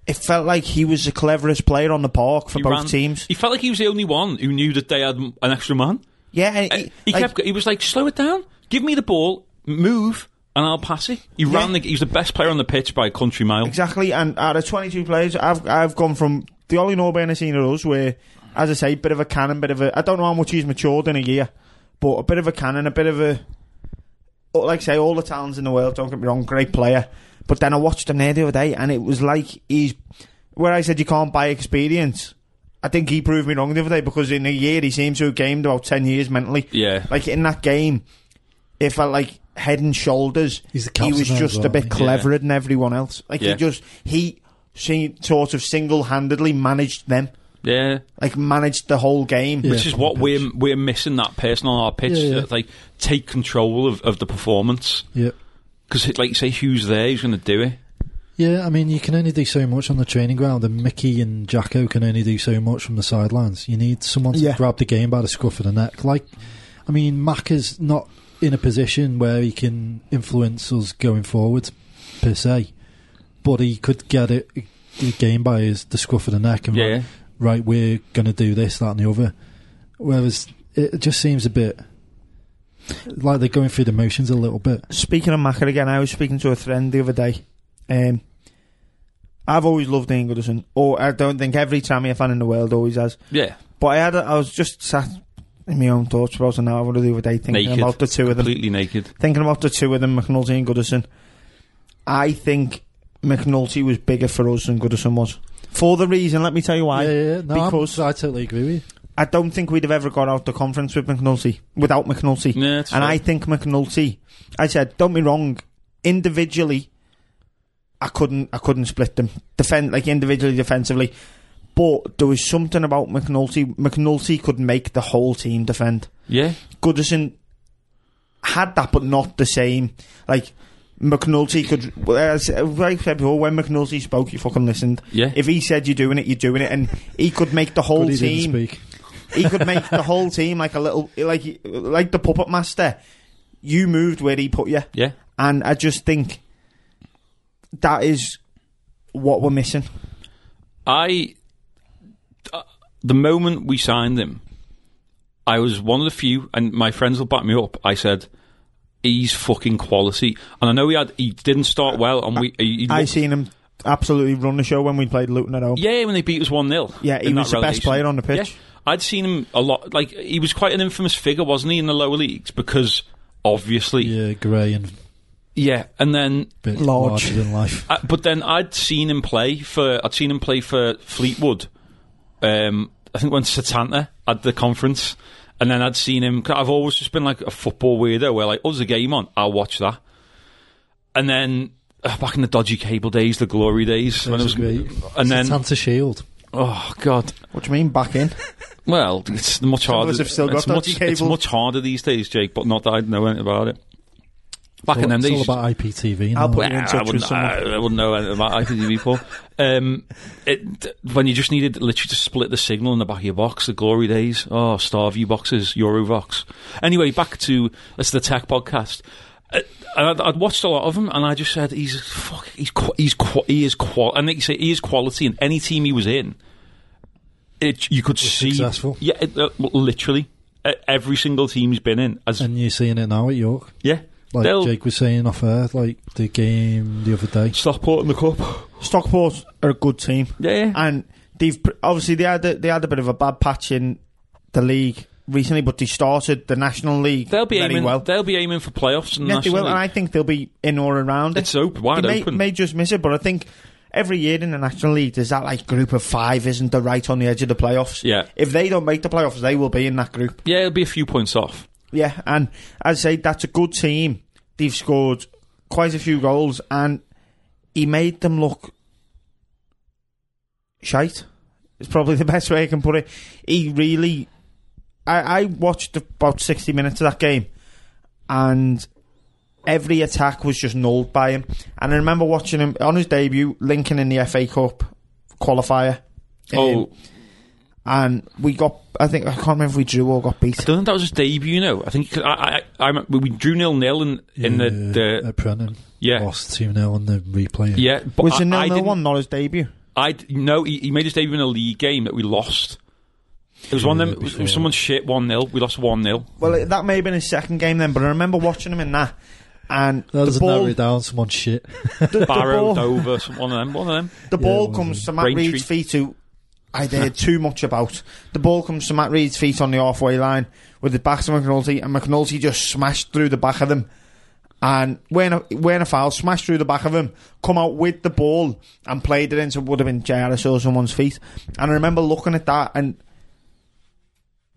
F: it felt like he was the cleverest player on the park for
D: He
F: both
D: ran-
F: teams.
D: He felt like he was the only one who knew that they had m- an extra man.
F: Yeah, and
E: Uh,
D: he, he
F: like-
D: kept. go- He was like, "Slow it down. Give me the ball. Move, and I'll pass it." He ran. The, he was the best player on the pitch by a country mile.
F: Exactly, and out of 22 players, I've I've gone from the Ollie Norburn I've seen at us, where, as I say, bit of a cannon, bit of a. I don't know how much he's matured in a year, but a bit of a cannon, a bit of a. oh, Like I say, all the talents in the world, don't get me wrong, great player. But then I watched him there the other day, and it was like he's. Where I said you can't buy experience, I think he proved me wrong the other day because in a year he seems to have gained about 10 years mentally.
D: Yeah.
F: Like in that game, it felt like head and shoulders.
E: He's the
F: he
E: captain
F: was
E: now as
F: just
E: well,
F: a bit
E: isn't
D: he? Yeah.
F: cleverer than everyone else. Like
D: Yeah.
F: he just he she sort of single handedly managed them.
D: Yeah,
F: Like managed the whole game.
E: Yeah.
D: which is what
E: on the
D: we're
E: pitch.
D: we're missing that person on our pitch
E: Yeah, yeah.
D: to like take control of, of the performance
E: Yeah.
D: because like you say, Hugh's there. He's going to do it.
E: Yeah, I mean, you can only do so much on the training ground, and Mickey and Jacko can only do so much from the sidelines. You need someone to
F: Yeah.
E: grab the game by the scruff of the neck. Like, I mean, Mac is not in a position where he can influence us going forward, per se, but he could get it the game by his, the scruff of the neck and
D: Yeah.
E: right, we're going to do this, that, and the other. Whereas it just seems a bit like they're going through the motions a little bit.
F: Speaking of Macker again, I was speaking to a friend the other day. Um, I've always loved Ian Goodison, or I don't think every Tammy fan in the world always has.
D: Yeah,
F: But I had, a, I was just sat in my own thoughts about an hour the other day thinking
D: Naked.
F: about the two of them.
D: completely naked.
F: Thinking about the two of them, McNulty and Goodison. I think McNulty was bigger for us than Goodison was. For the reason, let me tell you why.
E: yeah, yeah, yeah. no, I'm-
F: because-
E: I totally agree with you.
F: I don't think we'd have ever got out the conference with McNulty without McNulty.
D: Yeah, that's
F: and
D: fair.
F: I think McNulty. I said, don't be wrong. Individually, I couldn't. I couldn't split them. Defend like individually, defensively, but there was something about McNulty. McNulty could make the whole team defend.
D: yeah,
F: Goodison had that, but not the same. Like McNulty could. Whereas, like I said before, when McNulty spoke, you fucking listened.
D: yeah.
F: If he said you're doing it, you're doing it, and he could make the whole
E: Good he didn't
F: team
E: speak.
F: he could make the whole team like a little like like the puppet master. You moved where he put you,
D: yeah,
F: and I just think that is what we're missing.
D: I, uh, the moment we signed him, I was one of the few, and my friends will back me up. I said, "He's fucking quality," and I know he had. He didn't start well, and we. He, he
F: I
D: looked-
F: seen him absolutely run the show when we played Luton at home.
D: Yeah, when they beat us one 0
F: Yeah, he was the best player on the pitch.
D: I'd seen him a lot. Like he was quite an infamous figure, wasn't he, in the lower leagues? Because obviously, yeah.
E: Yeah, grey and a
D: and then
E: bit
F: Large.
E: larger than life.
D: Uh, but then I'd seen him play for I'd seen him play for Fleetwood. Um, I think when Satanta had the conference, and then I'd seen him. i I've always just been like a football weirdo, where like, oh, there's a game on, I'll watch that. And then uh, back in the dodgy cable days, the glory days, when it was,
E: Those are great.
D: and then
E: Santa Shield.
D: oh god,
F: What do you mean back in?
D: well, it's much
F: of
D: harder.
F: us have still got
D: it's, much,
F: dodgy
D: it's
F: cable.
D: much harder these days, Jake. But not that I know anything about it. Back in
E: Well,
D: them
E: it's
D: days,
E: all
D: you
E: about IPTV.
F: I'll
E: now.
F: put- in
D: Well,
F: touch
D: I
F: with
D: wouldn't,
F: someone.
D: I, I wouldn't know anything about IPTV Paul. Um, it, when you just needed literally to split the signal in the back of your box, the glory days. Oh, Starview boxes, Eurovox. Anyway, back to it's the tech podcast. Uh, and I'd, I'd watched a lot of him, and I just said he's fuck, he's qu- he's qu- he is qual. And they say he is quality, and any team he was in, it you could see
E: successful.
D: Yeah, it, uh, literally uh, every single team he's been in. As
E: and you're seeing it now at York.
D: yeah,
E: Like
D: they'll
E: Jake was saying off air, like the game the other day.
D: Stockport in the cup.
F: Stockport are a good team,
D: Yeah,
F: and they've pr- obviously they had a, they had a bit of a bad patch in the league recently, but they started the National League
D: They'll be
F: very
D: aiming.
F: well.
D: They'll be aiming for playoffs. And
F: Yeah, they will, and I think they'll be in or around. it.
D: it's open, wide
F: He may,
D: open.
F: may just miss it, but I think every year in the National League, there's that like group of five, isn't the right on the edge of the playoffs?
D: Yeah.
F: If they don't make the playoffs, they will be in that group.
D: yeah, it'll be a few points off.
F: Yeah, and as I say, that's a good team. They've scored quite a few goals, and he made them look shite. It's probably the best way I can put it. He really, I, I watched about sixty minutes of that game, and every attack was just nulled by him. And I remember watching him on his debut, Lincoln in the FA Cup qualifier. Um,
D: oh,
F: and we got. I think I can't remember if we drew or got
D: I
F: beat.
D: don't think that was his debut. You know, I think 'cause I, I, I, remember we drew nil nil in in the,
E: Yeah,
D: the
E: at Brennan.
D: yeah
E: Lost 2 0 on the replay.
D: yeah. But
F: Was
D: I,
F: it
D: I
F: nil nil
D: didn't-
F: one? Not his debut.
D: I d- no, he, he made his debut in a league game that we lost. It was one of them. It was, it was someone's shit one 0 We lost one 0
F: Well, it- that may have been his second game then, but I remember watching him in that. And
E: That
F: the
E: doesn't
F: ball,
E: narrow it down someone's shit.
F: the, the
D: Barrow,
F: ball,
D: Dover, some- one of them. One of them.
F: the ball
E: well,
F: comes to Matt
D: Braintree.
F: Reed's feet, who I did too much about. The ball comes to Matt Reed's feet on the halfway line with the back to McNulty, and McNulty just smashed through the back of them. And when a, when a foul, smashed through the back of him, come out with the ball and played it into what would have been Jairus or someone's feet. And I remember looking at that, and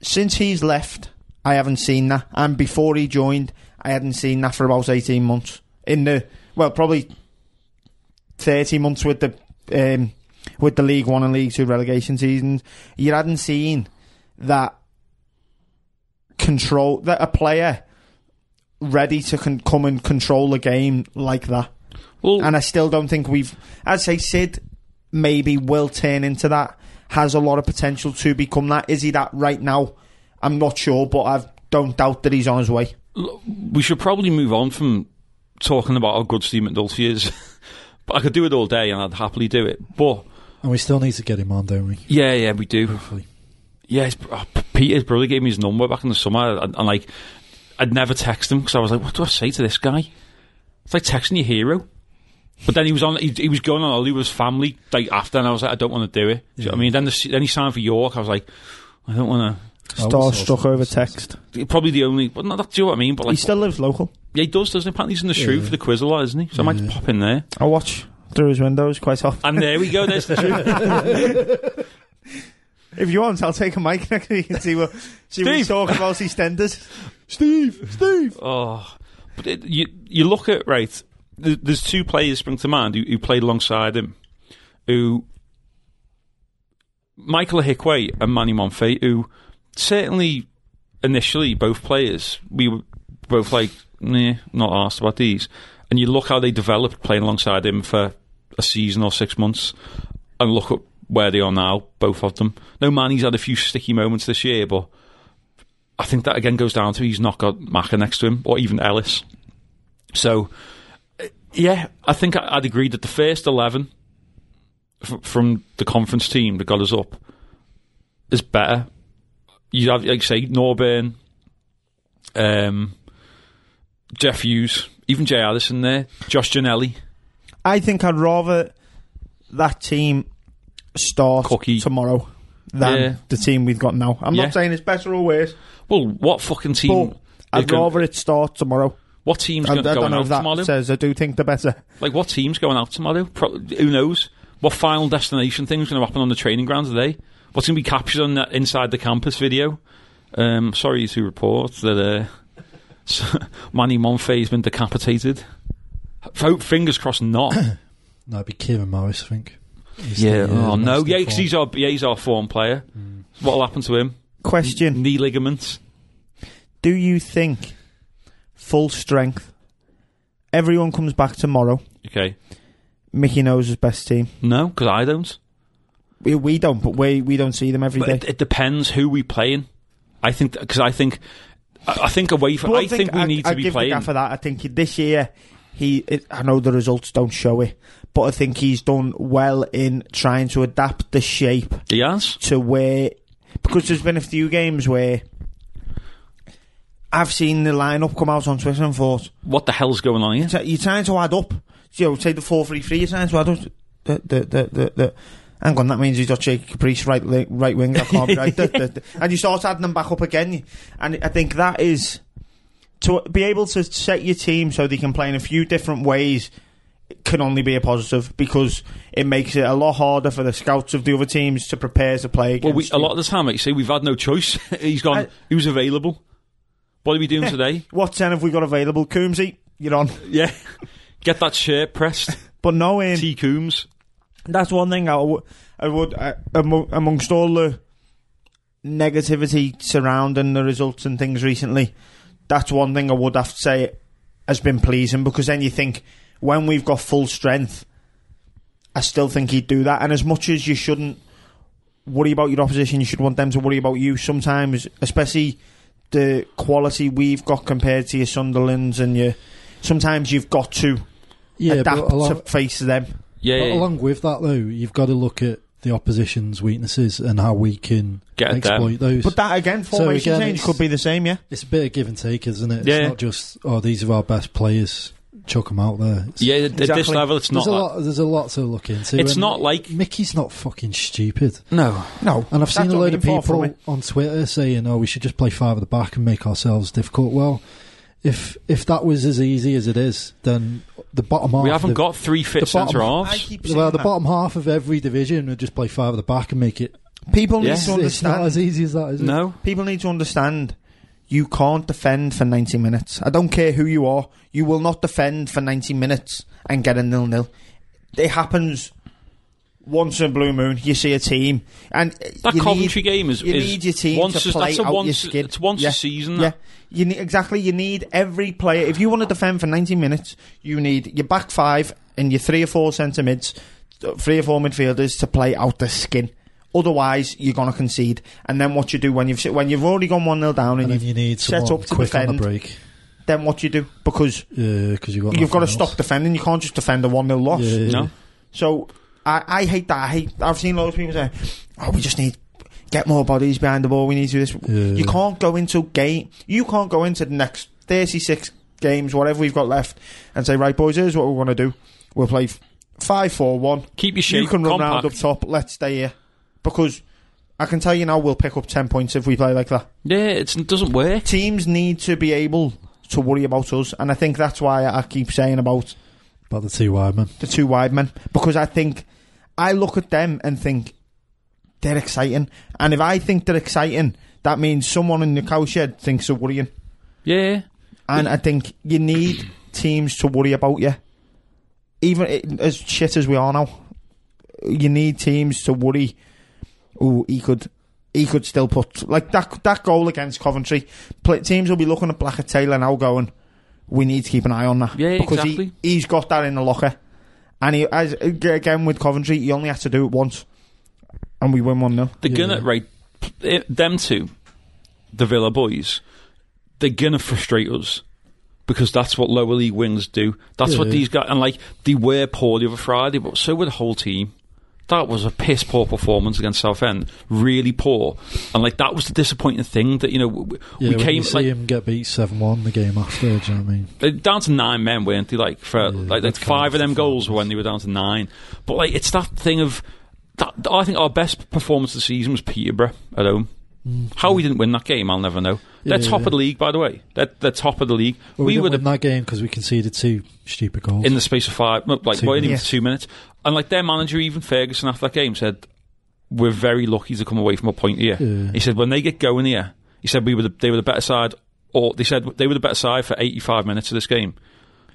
F: since he's left, I haven't seen that. And before he joined, I hadn't seen that for about 18 months. In the, well, probably 30 months with the, um, with the League One and League Two relegation seasons. You hadn't seen that control, that a player ready to con- come and control a game like that.
D: Well,
F: And I still don't think we've. I'd say Sid maybe will turn into that. Has a lot of potential to become that. Is he that right now? I'm not sure, but I don't doubt that he's on his way.
D: we should probably move on from talking about how good Steve McNulty is. but I could do it all day, and I'd happily do it. But
E: And we still need to get him on, don't we?
D: Yeah, yeah, we do.
E: Hopefully.
D: Yeah, his, oh, P- Peter's brother gave me his number back in the summer, and, and like, I'd never text him because I was like, what do I say to this guy? It's like texting your hero. But then he was on. He, he was going on holiday with his family like after, and I was like, I don't want to do it. Do you know what I mean? Then the, se- then he signed for York. I was like, I don't want
F: Starstruck over text.
D: to. Probably the only. Well, not that. Do you know what I mean? But
F: He
D: like,
F: still lives local.
D: yeah, he does, doesn't he? Apparently, he's in the shrew
E: Yeah.
D: for the quiz a lot, isn't he? So I might just pop in there.
F: I watch through his windows quite often.
D: And there we go. There's the truth.
F: If you want, I'll take a mic next so you can see what see what he's
D: Steve.
F: talking about EastEnders.
E: Steve! Steve!
D: Oh, but it, you you look at right. th- There's two players spring to mind who, who played alongside him, who Michael Hickway and Manny Monfey, who certainly initially both players we were both like, nah, not asked about these. And you look how they developed playing alongside him for a season or six months, and look at where they are now, both of them. No, Manny's had a few sticky moments this year, but I think that again goes down to he's not got Maka next to him or even Ellis. So, uh, yeah, I think I- I'd agree that the first 11 f- from the conference team that got us up is better. You have, like you say, Norburn, um, Jeff Hughes, even Jay Addison there, Josh Janelli.
F: I think I'd rather that team start
D: Cookie.
F: tomorrow than
D: Yeah.
F: the team we've got now. I'm
D: Yeah.
F: not saying it's better or worse,
D: Well, what fucking team?
F: but I'd
D: is gonna-
F: rather it start tomorrow.
D: what team's
F: I, I
D: going
F: don't know
D: out
F: if that
D: tomorrow?
F: says I do think the better.
D: Like, what team's going out tomorrow? Pro- who knows? What final destination thing's going to happen on the training ground today? What's going to be captured on that inside the campus video? Um, sorry to report that uh, Manny Monfey has been decapitated. Hope, fingers crossed, not.
E: That'd be Kieran Morris, I think. He's
D: yeah.
E: still-
D: Oh
E: he's
D: no.
E: still
D: Yeah, because
E: form.
D: he's our yeah, he's our form player. What'll happen to him?
F: Question:
D: Knee ligaments.
F: Do you think full strength? Everyone comes back tomorrow.
D: Okay.
F: Mickey knows his best team.
D: No, because I don't.
F: We, we don't, but we we don't see them every
D: But
F: day.
D: it, it depends who we playing. I think because I think I, I think away from
F: Well,
D: I, think, we
F: I-
D: need
F: I
D: to be
F: give
D: playing.
F: The gaffer that. I think this year, he. It, I know the results don't show it, but I think he's done well in trying to adapt the shape
D: He has.
F: to where because there's been a few games where I've seen the lineup come out on Twitter and thought
D: What the hell's going on here?
F: "So you're trying to add up. You know, say the four three three. You're trying to add up. The, the, the, the, the, hang on, that means he's got Jake Caprice right li- right wing. That can't be right. The- the- the- and you start adding them back up again. And I think that is to be able to set your team so they can play in a few different ways can only be a positive because it makes it a lot harder for the scouts of the other teams to prepare to play against.
D: Well, we, a
F: you.
D: lot of the time, like you say, we've had no choice. He's gone.
F: I-
D: who's available? What are we doing today?
F: What ten have we got available? Coombsy, you're on.
D: Yeah, get that shirt pressed.
F: But no, um,
D: T Coombs.
F: that's one thing I would, I would uh, amo- amongst all the negativity surrounding the results and things recently, that's one thing I would have to say has been pleasing because then you think when we've got full strength, I still think he'd do that. And as much as you shouldn't worry about your opposition, you should want them to worry about you sometimes, especially the quality we've got compared to your Sunderlands and your. Sometimes you've got to
E: yeah, but
F: adapt
E: a lot-
F: to face them.
D: Yeah,
E: But
D: yeah,
E: along with that, though, you've got to look at the opposition's weaknesses and how we can
D: Get at them.
E: exploit those.
F: But that again, formation
E: again,
F: change
E: it's-
F: could be the same, yeah.
E: it's a bit of give and take, isn't it?
D: Yeah.
E: It's not just oh, these are our best players, chuck them out there. It's-
D: yeah. At this
F: Exactly.
D: level, it's not.
E: there's a
D: That.
E: lot. There's a lot to look into.
D: It's
E: and
D: not like-
E: Mickey's not fucking stupid.
D: No,
F: No,
E: And I've seen
F: that's
E: a
F: what
E: load
F: I
E: of
F: mean, far from
E: people
F: it.
E: on Twitter saying, "Oh, we should just play five at the back and make ourselves difficult." Well, if if that was as easy as it is, then the bottom half.
D: we haven't
E: of-
D: got three fit
E: the bottom-
D: centre
F: I
D: halves.
F: keep
E: Well, the
F: that.
E: bottom half of every division would just play five at the back and make it.
F: People
D: Yeah.
F: need
D: It's
F: to
E: It's, it's not
F: understand.
E: as easy as that, is it?
D: No,
F: People need to understand. You can't defend for ninety minutes. I don't care who you are. You will not defend for ninety minutes and get a nil nil. It happens once in a blue moon. You see a team, and uh,
D: that
F: you
D: Coventry
F: need,
D: game is.
F: you
D: is
F: need your team
D: once
F: to
D: a,
F: play
D: that's a
F: out
D: once,
F: your skin.
D: It's once
F: Yeah.
D: a season.
F: Yeah,
D: that.
F: you need exactly. You need every player. If you want to defend for ninety minutes, you need your back five and your three or four centre mids, uh, three or four midfielders to play out the skin. Otherwise, you're gonna concede. And then what you do when you've when you've already gone one 0 down and,
E: And then
F: you've
E: you need
F: set
E: someone
F: up to
E: quick on
F: defend.
E: the break.
F: then what you do because
E: Yeah, because you've got
F: you've got to
E: nothing else.
F: stop defending. You can't just defend a one 0 loss.
E: Yeah, yeah, yeah.
D: No.
F: So I, I hate that. I hate. I've seen loads of people say, "Oh, we just need get more bodies behind the ball. We need to do this."
E: Yeah.
F: You can't go into game. You can't go into the next thirty-six games, whatever we've got left, and say, "Right, boys, here's what we're going to do. We'll play f- five-four-one.
D: Keep your shape.
F: You can run round up
D: compact.
F: top. Let's stay here because." I can tell you now, we'll pick up 10 points if we play like that
D: Yeah, it's, it doesn't work.
F: teams need to be able to worry about us, and I think that's why I keep saying about
E: About the two wide men.
F: the two wide men because I think I look at them and think they're exciting, and if I think they're exciting, that means someone in the cowshed thinks they're worrying,
D: Yeah,
F: and I think you need teams to worry about you, even i- as shit as we are now. You need teams to worry. Oh, he could. He could still put like that. That goal against Coventry, play, teams will be looking at Blackett Taylor now, going, "We need to keep an eye on that."
D: Yeah,
F: because
D: exactly.
F: he he's got that in the locker, and he as again with Coventry, he only had to do it once, and we win one 0
D: they're
E: Yeah.
D: gonna right it- them two, the Villa boys. They're gonna frustrate us because that's what lower league wins do. That's what
E: Yeah.
D: these guys and like they were poor the other Friday, but so were the whole team. That was a piss poor performance against Southend, really poor, and like that was the disappointing thing that you know we, we
E: Yeah, when
D: came
E: you see
D: like
E: him get beat 7 1 the game after, do you know what I mean?
D: They were down to nine men, weren't they? Like for like, like
E: that's
D: five
E: kind
D: of
E: of
D: them
E: the
D: goals were
E: form.
D: when they were down to nine. But like it's that thing of that, I think our best performance of the season was Peterborough at home. How we didn't win that game, I'll never know. They're
E: Mm. Yeah.
D: top of the league, by the way. They're, they're top of the league.
E: Well,
D: we
E: we, didn't
D: would have
E: win that game because we conceded two stupid goals.
D: in the space of five, like
E: Two
D: well, even
F: minutes.
D: two minutes. And like their manager, even Ferguson, after that game, said, "We're very lucky to come away from a point here."
E: Yeah.
D: He said, "When they get going here, he said we were the, they were the better side, or they said they were the better side for eighty-five minutes of this game."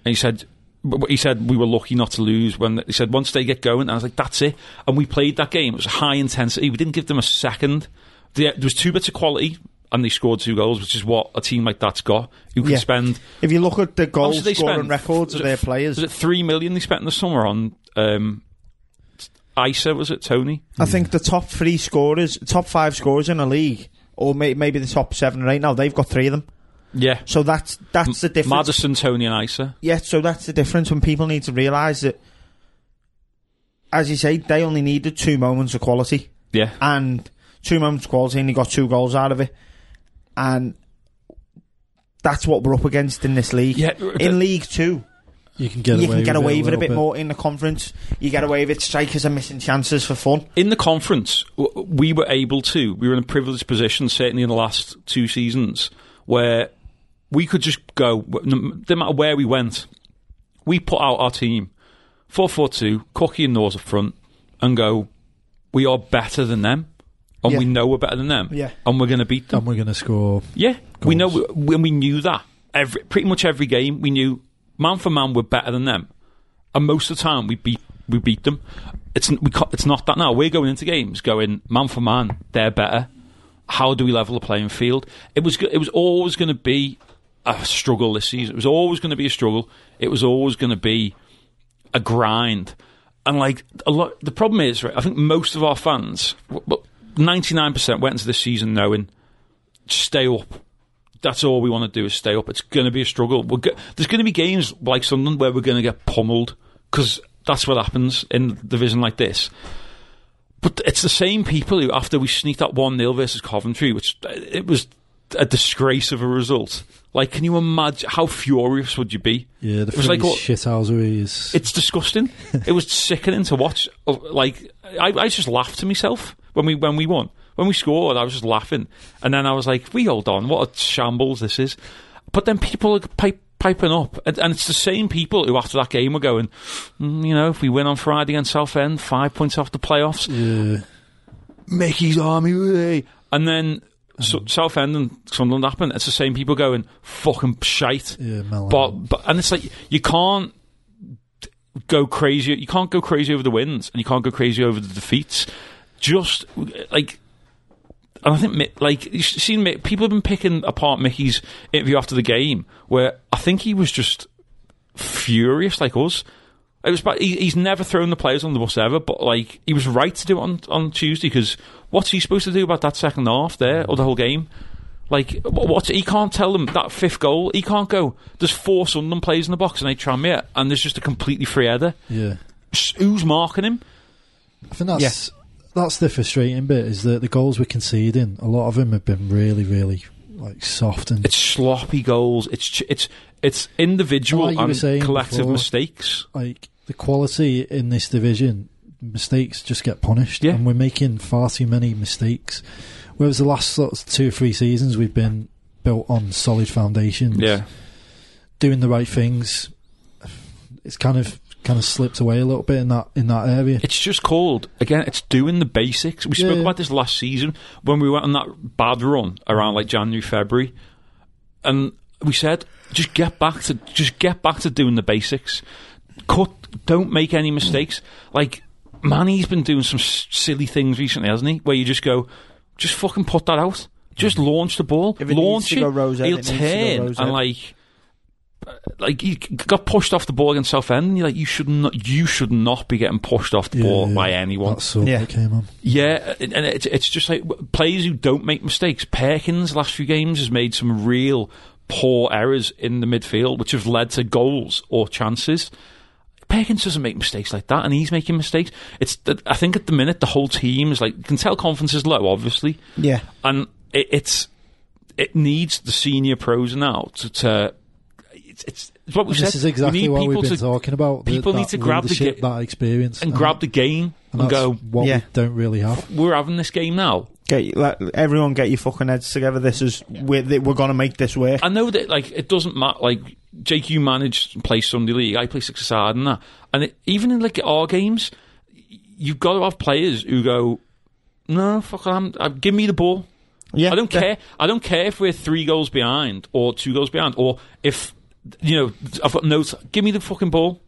D: And he said. w- w- He said we were lucky not to lose when he said once they get going. And I was like, that's it. And we played that game. It was high intensity. We didn't give them a second. There there was two bits of quality, and they scored two goals, which is what a team like that's got. Who can
F: Yeah.
D: spend
F: If you look at the
D: how
F: goal
D: much did Oh, they
F: scoring
D: spend?
F: records
D: Was
F: of
D: it
F: their
D: f-
F: players,
D: Was it three million they spent in the summer on um, Isa? Was it Tony?
F: I think the top three scorers, top five scorers in a league, or may, maybe the top seven or eight now, they've got three of them.
D: Yeah,
F: So that's that's the difference.
D: Madison, Tony, and Isa.
F: yeah, so that's the difference when people need to realise that, as you say, they only needed two moments of quality
D: Yeah,
F: and two moments of quality, and he got two goals out of it, and that's what we're up against in this league.
D: Yeah, th-
F: in League Two,
E: you can get
F: you
E: away
F: can get
E: with
F: away
E: it
F: with it a bit,
E: little
F: more in the conference. You get away with it. Strikers are missing chances for fun.
D: in the conference, w- we were able to. We were in a privileged position, certainly in the last two seasons, where we could just go. w- No no matter where we went, we put out our team four four two, Cookie and Norse up front, and go. We are better than them, and
F: Yeah.
D: we know we're better than them,
F: Yeah.
D: and we're going to beat them.
E: And we're going to score.
D: Yeah, we know
E: Goals.
D: when we knew that every pretty much every game we knew man for man we're better than them, and most of the time we beat we beat them. It's n- we ca it's not that now. We're going into games going man for man they're better. How do we level the playing field? It was go- it was always going to be a struggle this season. It was always going to be a struggle. It was always going to be a grind. And like a lot, the problem is, right, I think most of our fans, ninety nine percent, went into this season knowing stay up. That's all we want to do is stay up. It's going to be a struggle. We're go- There's going to be games like Sunderland where we're going to get pummeled because that's what happens in a division like this. But it's the same people who, after we sneaked that 1 0 versus Coventry, which uh, it was a disgrace of a result. Like, can you imagine how furious would you be?
E: Yeah, the
D: it was like, what-
E: shithousery is.
D: it's disgusting. it was sickening to watch. Uh, Like I, I just laughed to myself when we when we won. When we scored, I was just laughing, and then I was like, "We hold on, what a shambles this is." But then people are pipe, piping up, and, and it's the same people who after that game were going, "Mm, "You know, if we win on Friday against Southend, five points off the playoffs,
E: yeah.
D: Mickey's army, way. and then so, Southend and Sunderland happen. It's the same people going, "Fucking shite."
E: Yeah, Mellon.
D: But, but and it's like you can't go crazy. You can't go crazy over the wins, and you can't go crazy over the defeats. Just like, and I think Mi- like you've seen Mi- people have been picking apart Mickey's interview after the game, where I think he was just furious, like us. It was, about- he, he's never thrown the players on the bus ever, but like he was right to do it on on Tuesday because what's he supposed to do about that second half there or the whole game? Like wh- what he can't tell them that fifth goal, he can't go. There's four Sunderland players in the box and they tram it, and there's just a completely free header.
E: yeah.
D: S- Who's marking him?
E: I think that's that's the frustrating bit is that the goals we're conceding, a lot of them have been really, really like soft and
D: It's sloppy goals. It's ch- it's it's individual
E: Like you were
D: and
E: saying
D: collective
E: before.
D: mistakes.
E: like the quality in this division, mistakes just get punished,
D: Yeah.
E: and we're making far too many mistakes. Whereas the last sort of two or three seasons, we've been built on solid foundations,
D: Yeah,
E: doing the right things. It's kind of kind of slipped away a little bit in that in that area.
D: it's just called again. It's doing the basics. We spoke
E: Yeah.
D: about this last season when we went on that bad run around like January, February, and we said just get back to just get back to doing the basics. Cut. Don't make any mistakes. Like Manny's been doing some s- silly things recently, hasn't he? Where you just go, just fucking put that out. Just launch the ball.
F: Mm-hmm. If it needs
D: launch
F: to go
D: it.
F: Rose Head,
D: He'll
F: it needs to go
D: turn
F: Rose
D: and
F: Head.
D: like like he got pushed off the ball against Southend, and you're like, you should not, you should not be getting pushed off the ball by anyone.
E: That's sort
F: Yeah.
E: that came on.
D: Yeah, and and it's it's just like w- players who don't make mistakes. Perkins last few games has made some real poor errors in the midfield, which have led to goals or chances. Perkins doesn't make mistakes like that, and he's making mistakes. It's that I think at the minute the whole team is like you can tell confidence is low, obviously,
F: Yeah.
D: and it, it's it needs the senior pros now to. to it's, it's, it's what we said.
E: This is
D: We
E: exactly
D: need
E: what we've
D: people
E: been
D: to-
E: talking about. that-
D: people need
E: that
D: to grab the
E: leadership,
D: ge-
E: that experience
D: and grab the game and,
E: and that's
D: go,
E: what
F: Yeah.
E: we don't really have.
D: we're having this game now.
F: Get let, everyone get your fucking heads together. This is we're, th- we're gonna make this work.
D: I know that like it doesn't matter. Like Jake, you manage and play Sunday League. I play six aside and that. And it, even in like our games, you've got to have players who go, "No, fuck, it, I'm, i give me the ball.
F: Yeah,
D: I don't
F: yeah.
D: care. I don't care if we're three goals behind or two goals behind, or if you know I've got notes. Give me the fucking ball.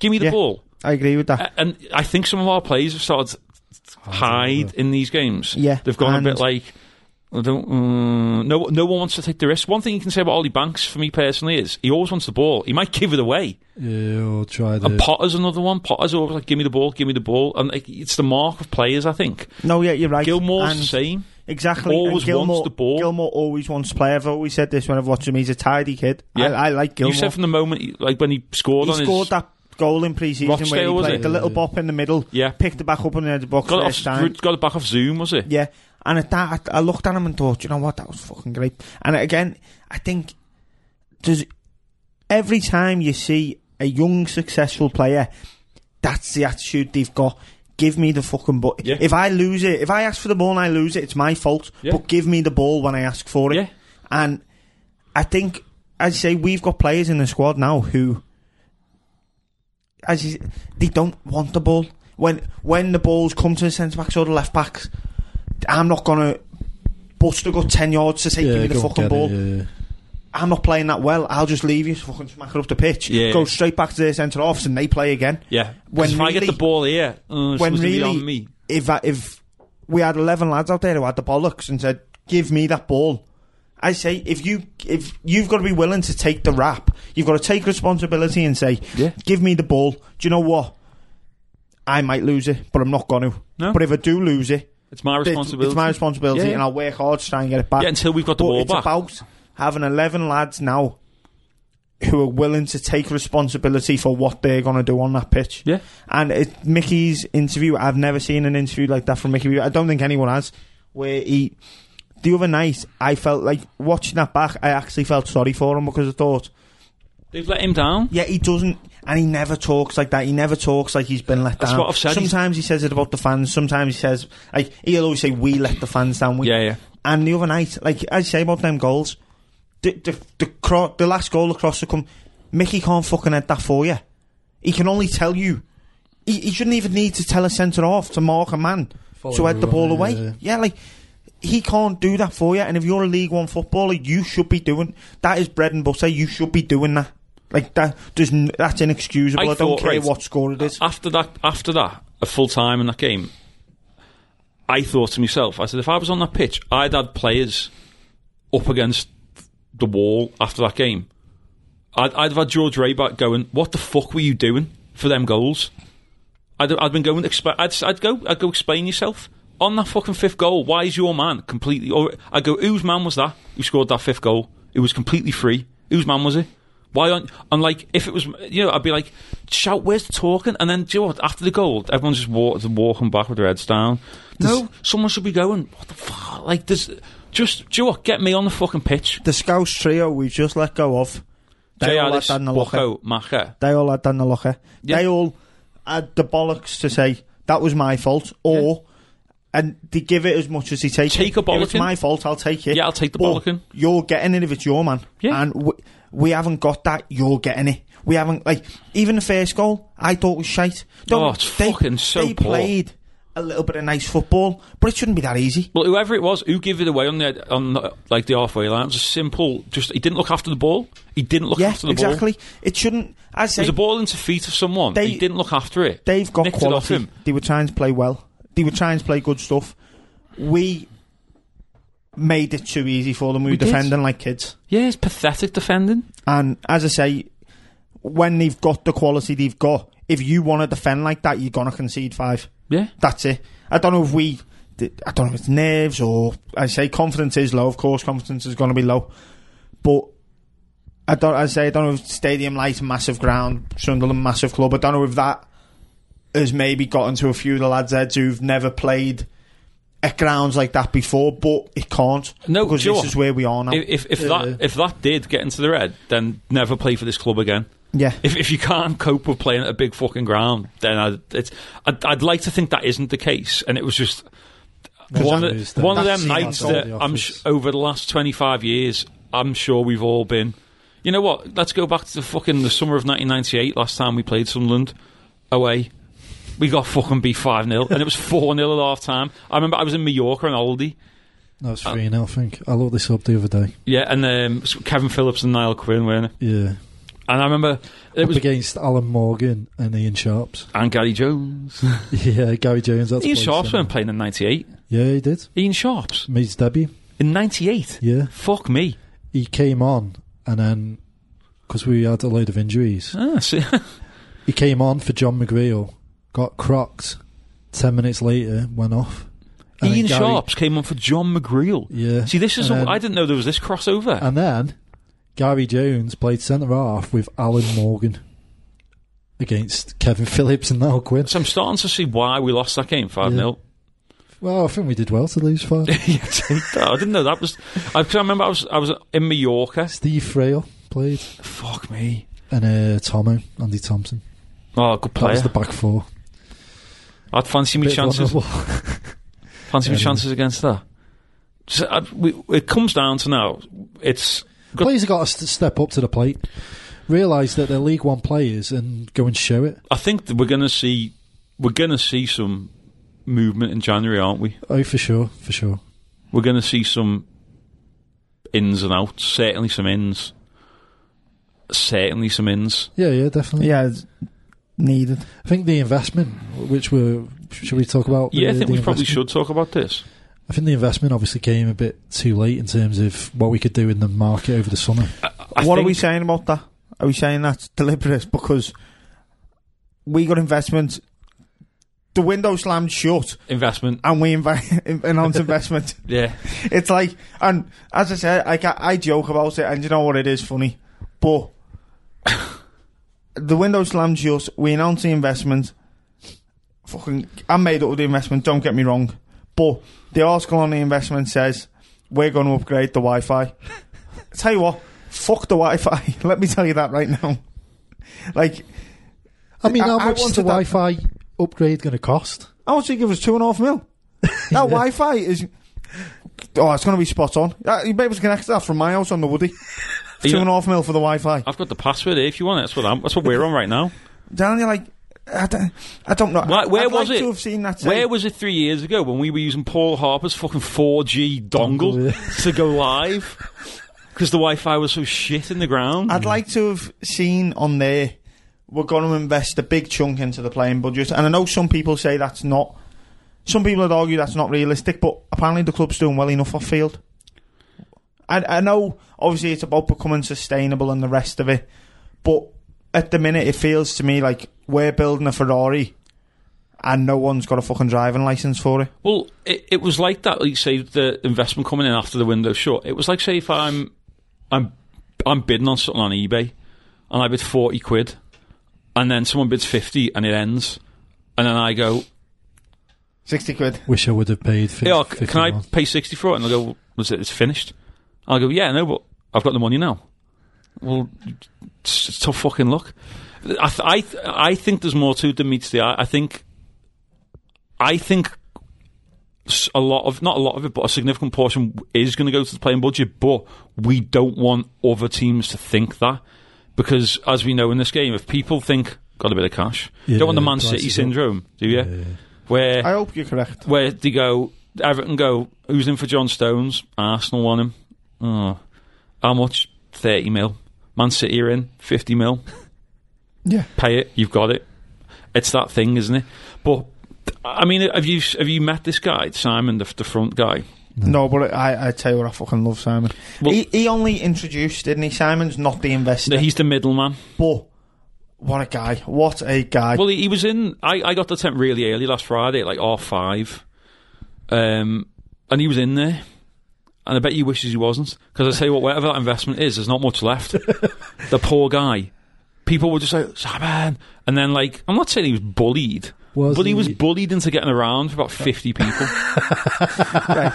D: Give me the
F: Yeah.
D: ball."
F: I agree with that.
D: A- And I think some of our players have started
F: Oh,
D: to hide in these games.
F: Yeah,
D: they've gone a
F: and-
D: bit like I don't. mm, no, no one wants to take the risk. One thing you can say about Ollie Banks for me personally is he always wants the ball. He might give it away.
E: Yeah, or try
D: And
E: to.
D: Potter's another one. Potter's always like, "Give me the ball, give me the ball," and like, it's the mark of players. I think
F: no, yeah, you're right.
D: Gilmore's
F: And-
D: the same.
F: Exactly.
D: Always
F: and
D: wants
F: Gilmore,
D: the ball.
F: Gilmore always wants to play. I've always said this when I've watched him. He's a tidy kid.
D: Yeah.
F: I, I like Gilmore.
D: You said from the moment, he- like when he scored
F: he
D: on
F: scored
D: his,
F: that goal in pre-season where
D: Rochdale,
F: he
D: was
F: played
D: it?
F: the little bop in the middle.
D: Yeah.
F: Picked it back up in the edge of the box
D: got
F: first
D: it,
F: time.
D: off, got it back off Zoom, was it?
F: Yeah, and at that, I, I looked at him and thought, you know what, that was fucking great. And again, I think does every time you see a young successful player, that's the attitude they've got. Give me the fucking ball.
D: Yeah.
F: If I lose it, if I ask for the ball and I lose it, it's my fault.
D: Yeah.
F: But give me the ball when I ask for it.
D: Yeah.
F: And I think, as you say, we've got players in the squad now who, as you, they don't want the ball. When when the balls come to the centre backs or the left backs, I'm not gonna bust a good ten yards to say
E: yeah,
F: give me the
E: go and
F: fucking
E: get
F: ball.
E: It, yeah, yeah.
F: I'm not playing that well. I'll just leave you, fucking smack it up the pitch.
D: Yeah.
F: Go straight back to the centre offs and they play again.
D: Yeah. 'Cause
F: When
D: if I get
F: really-
D: the ball here, uh, it's
F: when
D: supposed to be
F: really-
D: on me.
F: If I, if we had eleven lads out there who had the bollocks and said, "Give me that ball," I say, if you if you've got to be willing to take the rap, you've got to take responsibility and say,
D: Yeah.
F: "Give me the ball." Do you know what? I might lose it, but I'm not going to.
D: No.
F: But if I do lose it,
D: It's my
F: it's-
D: responsibility.
F: It's my responsibility,
D: Yeah, yeah.
F: and I'll work hard to try and get it back.
D: Yeah, until we've got the
F: but
D: ball
F: it's
D: back.
F: about having eleven lads now who are willing to take responsibility for what they're going to do on that pitch.
D: Yeah.
F: And it, Mickey's interview, I've never seen an interview like that from Mickey. I don't think anyone has. Where he, the other night, I felt like watching that back. I actually felt sorry for him because I thought,
D: They've let him down.
F: yeah, he doesn't, and he never talks like that. He never talks like he's been let
D: That's
F: down.
D: what I've said.
F: Sometimes he says it about the fans. Sometimes he says like he'll always say, "We let the fans down." We,
D: Yeah, yeah.
F: and the other night, like I say about them goals, the the the, cro- the last goal across the come, Mickey can't fucking head that for you. He can only tell you. He, he shouldn't even need to tell a centre off to mark a man
E: Follow
F: to head the
E: the
F: ball
E: run,
F: away.
E: yeah.
F: yeah, like he can't do that for you. And if you're a League One footballer, you should be doing that. Is bread and butter. You should be doing that. Like that, there's n- that's inexcusable. I,
D: I
F: don't
D: thought,
F: care
D: right,
F: what score it is.
D: After that, after that, a full time in that game, I thought to myself, I said, if I was on that pitch, I'd had players up against the wall after that game. I'd, I'd have had George Rayback going, "What the fuck were you doing for them goals?" I'd, I'd been going, explain. I'd, s- I'd go, I'd go explain yourself on that fucking fifth goal. Why is your man completely? Or I'd go, whose man was that? Who scored that fifth goal? It was completely free. Whose man was it? Why aren't and like if it was you know I'd be like shout where's the talking and then do you know what after the goal everyone's just walk, walking back with their heads down. no, someone should be going. What the fuck? Like this. Just do you know what? Get me on the fucking pitch.
F: The Scouse trio we've just let go of.
D: Jay
F: They all
D: Alice,
F: had Dan the locker.
D: Bucko, Maka.
F: They all had Dan the locker.
D: Yeah.
F: They all had the bollocks to say that was my fault, or and they give it as much as they take.
D: Take
F: it.
D: a
F: If it's
D: bollocking.
F: my fault. I'll take it.
D: Yeah, I'll take the
F: But
D: bollocking.
F: You're getting it if it's your man.
D: Yeah.
F: And we, we haven't got that. You're getting it. We haven't like even the first goal. I thought was shite. Don't-
D: Oh, it's fucking so
F: They
D: poor.
F: played a little bit of nice football, but it shouldn't be that easy.
D: Well, whoever it was who gave it away on the on the, like the halfway line, it was a simple. Just he didn't look after the ball. He didn't look
F: Yeah,
D: after the ball.
F: exactly. It shouldn't. I
D: It
F: say
D: was a ball into feet of someone.
F: They-
D: he didn't look after it.
F: They've got
D: Nicked it off
F: quality.
D: him.
F: They were trying to play well. They were trying to play good stuff. We made it too easy for them. We, were
D: did.
F: defending like kids.
D: Yeah, it's pathetic defending.
F: And as I say, when they've got the quality they've got, if you want to defend like that, you're gonna concede five.
D: Yeah,
F: That's it. I don't know if we. I don't know if it's nerves or I say confidence is low. Of course, confidence is going to be low, but I don't. I say I don't know if stadium lights, massive ground, Sunderland, massive club. I don't know if that has maybe gotten to a few of the lads' heads who've never played at grounds like that before. But it can't.
D: No,
F: because
D: do you
F: this
D: know
F: is where we are now.
D: If if, if
E: Yeah.
D: that if that did get into the red, then never play for this club again.
F: yeah,
D: If if you can't cope with playing at a big fucking ground, then I'd, it's I'd, I'd like to think that isn't the case, and it was just. One,
E: that
D: of,
E: is-
D: one of
E: that's
D: them
E: seen
D: nights
E: that
D: that
E: in the
D: I'm
E: office.
D: sh- over the last 25 years, I'm sure we've all been. You know what? Let's go back to the fucking the summer of 1998. Last time we played Sunderland away, we got fucking beat five 0 and it was four 0 at half time. I remember I was in Mallorca and Aldi,
E: That
D: Uh,
E: was 3 0, I think. I looked this up the other day.
D: yeah, and um, Kevin Phillips and Niall Quinn weren't it?
E: Yeah.
D: And I remember it
E: It was
D: was
E: against Alan Morgan and Ian Sharps.
D: and Gary Jones.
E: yeah, Gary Jones. That's
D: Ian
E: what he
D: Sharps
E: said.
D: weren't playing in '98.
E: Yeah, he did.
D: Ian Sharps
E: Made his debut.
D: in '98.
E: Yeah.
D: Fuck me.
E: He came on and then, because we had a load of injuries,
D: Ah, see-
E: he came on for John McGreal, got crocked. 10 minutes later, went off. And then
D: Ian
E: Gary-
D: Sharps came on for John McGreal.
E: Yeah.
D: See, this is
E: And
D: all,
E: then-
D: I didn't know there was this crossover.
E: And then Gary Jones played centre half with Alan Morgan against Kevin Phillips and Niall Quinn.
D: so I'm starting to see why we lost that game five 0
E: Well, I think we did well to lose five.
D: I didn't know that was. I, 'cause I remember I was I was in Mallorca.
E: Steve Frail played
D: Fuck me.
E: and uh, Tomo, Andy Thompson.
D: Oh, good
E: That
D: player.
E: was the back four.
D: I'd fancy me
E: Bit
D: chances.
E: vulnerable.
D: Fancy me
E: Yeah.
D: chances against that. So I, we, it comes down to now. It's
E: Players have got to st- step up to the plate, realise that they're League One players and go and show it.
D: I think that we're going to see we're going to see some movement in January, aren't we?
E: Oh, for sure, for sure.
D: We're going to see some ins and outs. Certainly some ins. Certainly some ins.
E: Yeah, yeah, definitely.
F: yeah, it's needed.
E: I think the investment, which we're, should we talk about?
D: Yeah, I
E: the-
D: think
E: the
D: we probably
E: investment?
D: should talk about this.
E: I think the investment obviously came a bit too late in terms of what we could do in the market over the summer.
D: I
F: Uh, what are
D: think-
F: we saying about that? Are we saying that's deliberate? Because we got investment. The window slammed shut,
D: Investment.
F: and we inv- announced investment.
D: Yeah.
F: It's like, and as I said, I, ca- I joke about it, and you know what? It is funny, but the window slammed shut. We announced the investment. Fucking, I made up with the investment. Don't get me wrong, but the article on the investment says we're going to upgrade the Wi-Fi. tell you what, fuck the Wi-Fi. Let me tell you that right now. Like,
E: I mean,
F: I-
E: how
F: I
E: much is the
F: wanted
E: Wi-Fi upgrade going to cost?
F: How much do you give us? Two and a half mil. That Wi-Fi is. Oh, it's going to be spot on. Uh, you may be able to connect that from my house on the Woody.
D: You
F: Two
D: know-
F: and a half mil for the Wi-Fi.
D: I've got the password here if you want it. That's what I'm, that's what we're on right now.
F: Down you're like, I don't, I don't know.
D: Why- where
F: I'd
D: was
F: like
D: it?
F: To have seen that.
D: Where
F: say-
D: was it three years ago when we were using Paul Harper's fucking 4G dongle
E: Dongle,
D: to go live? Because the Wi-Fi was so shit in the ground.
F: I'd like to have seen on there. We're going to invest a big chunk into the playing budget, and I know some people say that's not. Some people would argue that's not realistic, but apparently the club's doing well enough off field. I, I know, obviously, it's about becoming sustainable and the rest of it, but at the minute, it feels to me like we're building a Ferrari, and no one's got a fucking driving license for it.
D: Well, it, it was like that. Like say the investment coming in after the window shut. It was like say if I'm, I'm, I'm bidding on something on eBay, and I bid 40 quid, and then someone bids 50 and it ends. And then I go,
F: 60 quid.
E: Wish I would have paid. 50,
D: yeah, c- can I pay 60 for it? And they'll go, well, was it, it's finished. I'll go, yeah, no, but I've got the money now. Well, it's, it's tough fucking luck. I, th- I, th- I think there's more to it than meets the eye. I think, I think s- a lot of, not a lot of it, but a significant portion is going to go to the playing budget, but we don't want other teams to think that. Because as we know in this game, if people think, got a bit of cash,
E: Yeah,
D: don't want the Man
E: prices
D: City
E: up.
D: syndrome, do you? Where
F: I hope you're correct.
D: where they go, Everton go, who's in for John Stones? Arsenal want him. Oh, how much? 30 mil. Man City are in, 50 mil.
F: Yeah.
D: Pay it, you've got it. It's that thing, isn't it? But, I mean, have you have you met this guy, Simon, the, the front guy?
F: No, but I, I tell you what, I fucking love Simon.
D: Well-
F: he, he only introduced, didn't he? Simon's not the investor.
D: He's the middleman.
F: but what a guy. What a guy.
D: Well, he, he was in. I, I got the tent really early last Friday, like R five, um, and he was in there. And I bet he wishes he wasn't, because I tell you what, whatever that investment is, there's not much left. the poor guy. People were just like Simon, and then like I'm not saying he was bullied,
E: Was
D: but he, was
E: he-
D: bullied into getting around for about 50 people.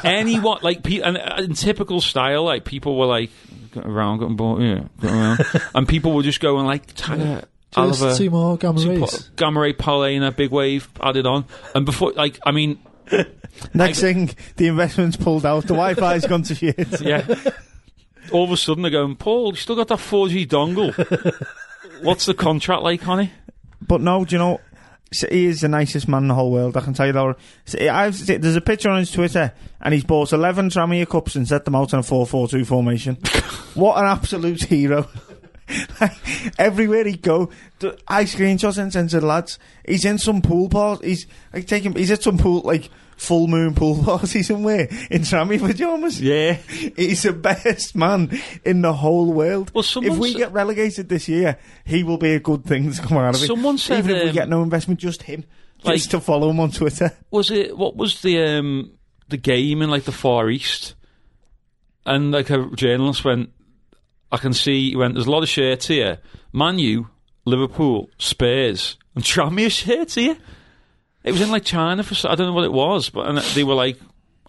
D: Anyone like pe- and uh, in typical style, like people were like got around, got bullied, yeah, got around, and people were just going like, Tyler,
E: Just
D: Oliver,
E: two more gamma
D: Two
E: rays.
D: po- gamma ray Paulina, big wave added on, and before, like, I mean,
F: Next thing, the investment's pulled out. The Wi Fi's gone to shit.
D: yeah. All of a sudden, they're going, Paul, you still got that 4G dongle. What's the contract like, honey?
F: But no, do you know, s- he is the nicest man in the whole world. I can tell you that. S- I've, s- there's a picture on his Twitter, and he's bought 11 Tramier cups and set them out in a 4-4-2 formation. what an absolute hero. Everywhere he go, d- I screenshots and send to the lads. He's in some pool party. He's like taking. He's at some pool like full moon pool party somewhere in Tramier pajamas.
D: Yeah.
F: He's the best man in the whole world.
D: Well,
F: if
D: someone
F: we
D: sa-
F: get relegated this year, he will be a good thing to come out of it.
D: Someone said,
F: even if we
D: um,
F: get no investment, just him,
D: like-
F: just to follow him on Twitter.
D: Was it, what was the, um, the game in, like, the Far East? And, like, a journalist went, I can see, he went, there's a lot of shirts here. Man U, Liverpool, Spurs, and Tramier shirts here. It was in, like, China for, s- I don't know what it was, but and they were like,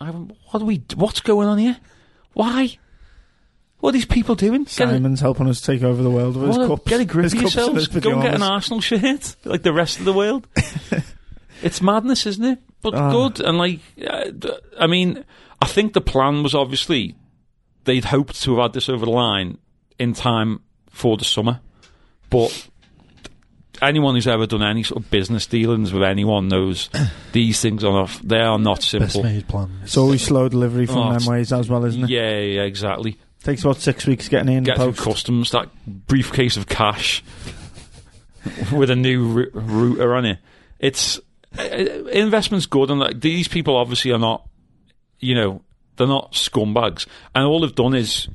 D: I, what do we, what's going on here? Why? What are these people doing? Get a-
F: Simon's helping us take over the world with
D: Well,
F: his cups.
D: Get a grip
F: his
D: of
F: cups and
D: yourselves.
F: his
D: Go and get an
F: pyjamas.
D: Arsenal shirt like the rest of the world. it's madness, isn't it? But
F: Ah.
D: good. And like, uh, d- I mean, I think the plan was obviously they'd hoped to have had this over the line in time for the summer. But anyone who's ever done any sort of business dealings with anyone knows these things are not, they are not
E: Best
D: simple.
E: made plan.
F: It's always slow delivery from
D: Oh,
F: them
D: it's-
F: ways as well, isn't it?
D: Yeah, yeah, exactly.
F: Takes about six weeks getting in
D: get through
F: post.
D: customs that briefcase of cash with a new ru- router on it. It's uh, investment's good, and like these people obviously are not, you know, they're not scumbags, and all they've done is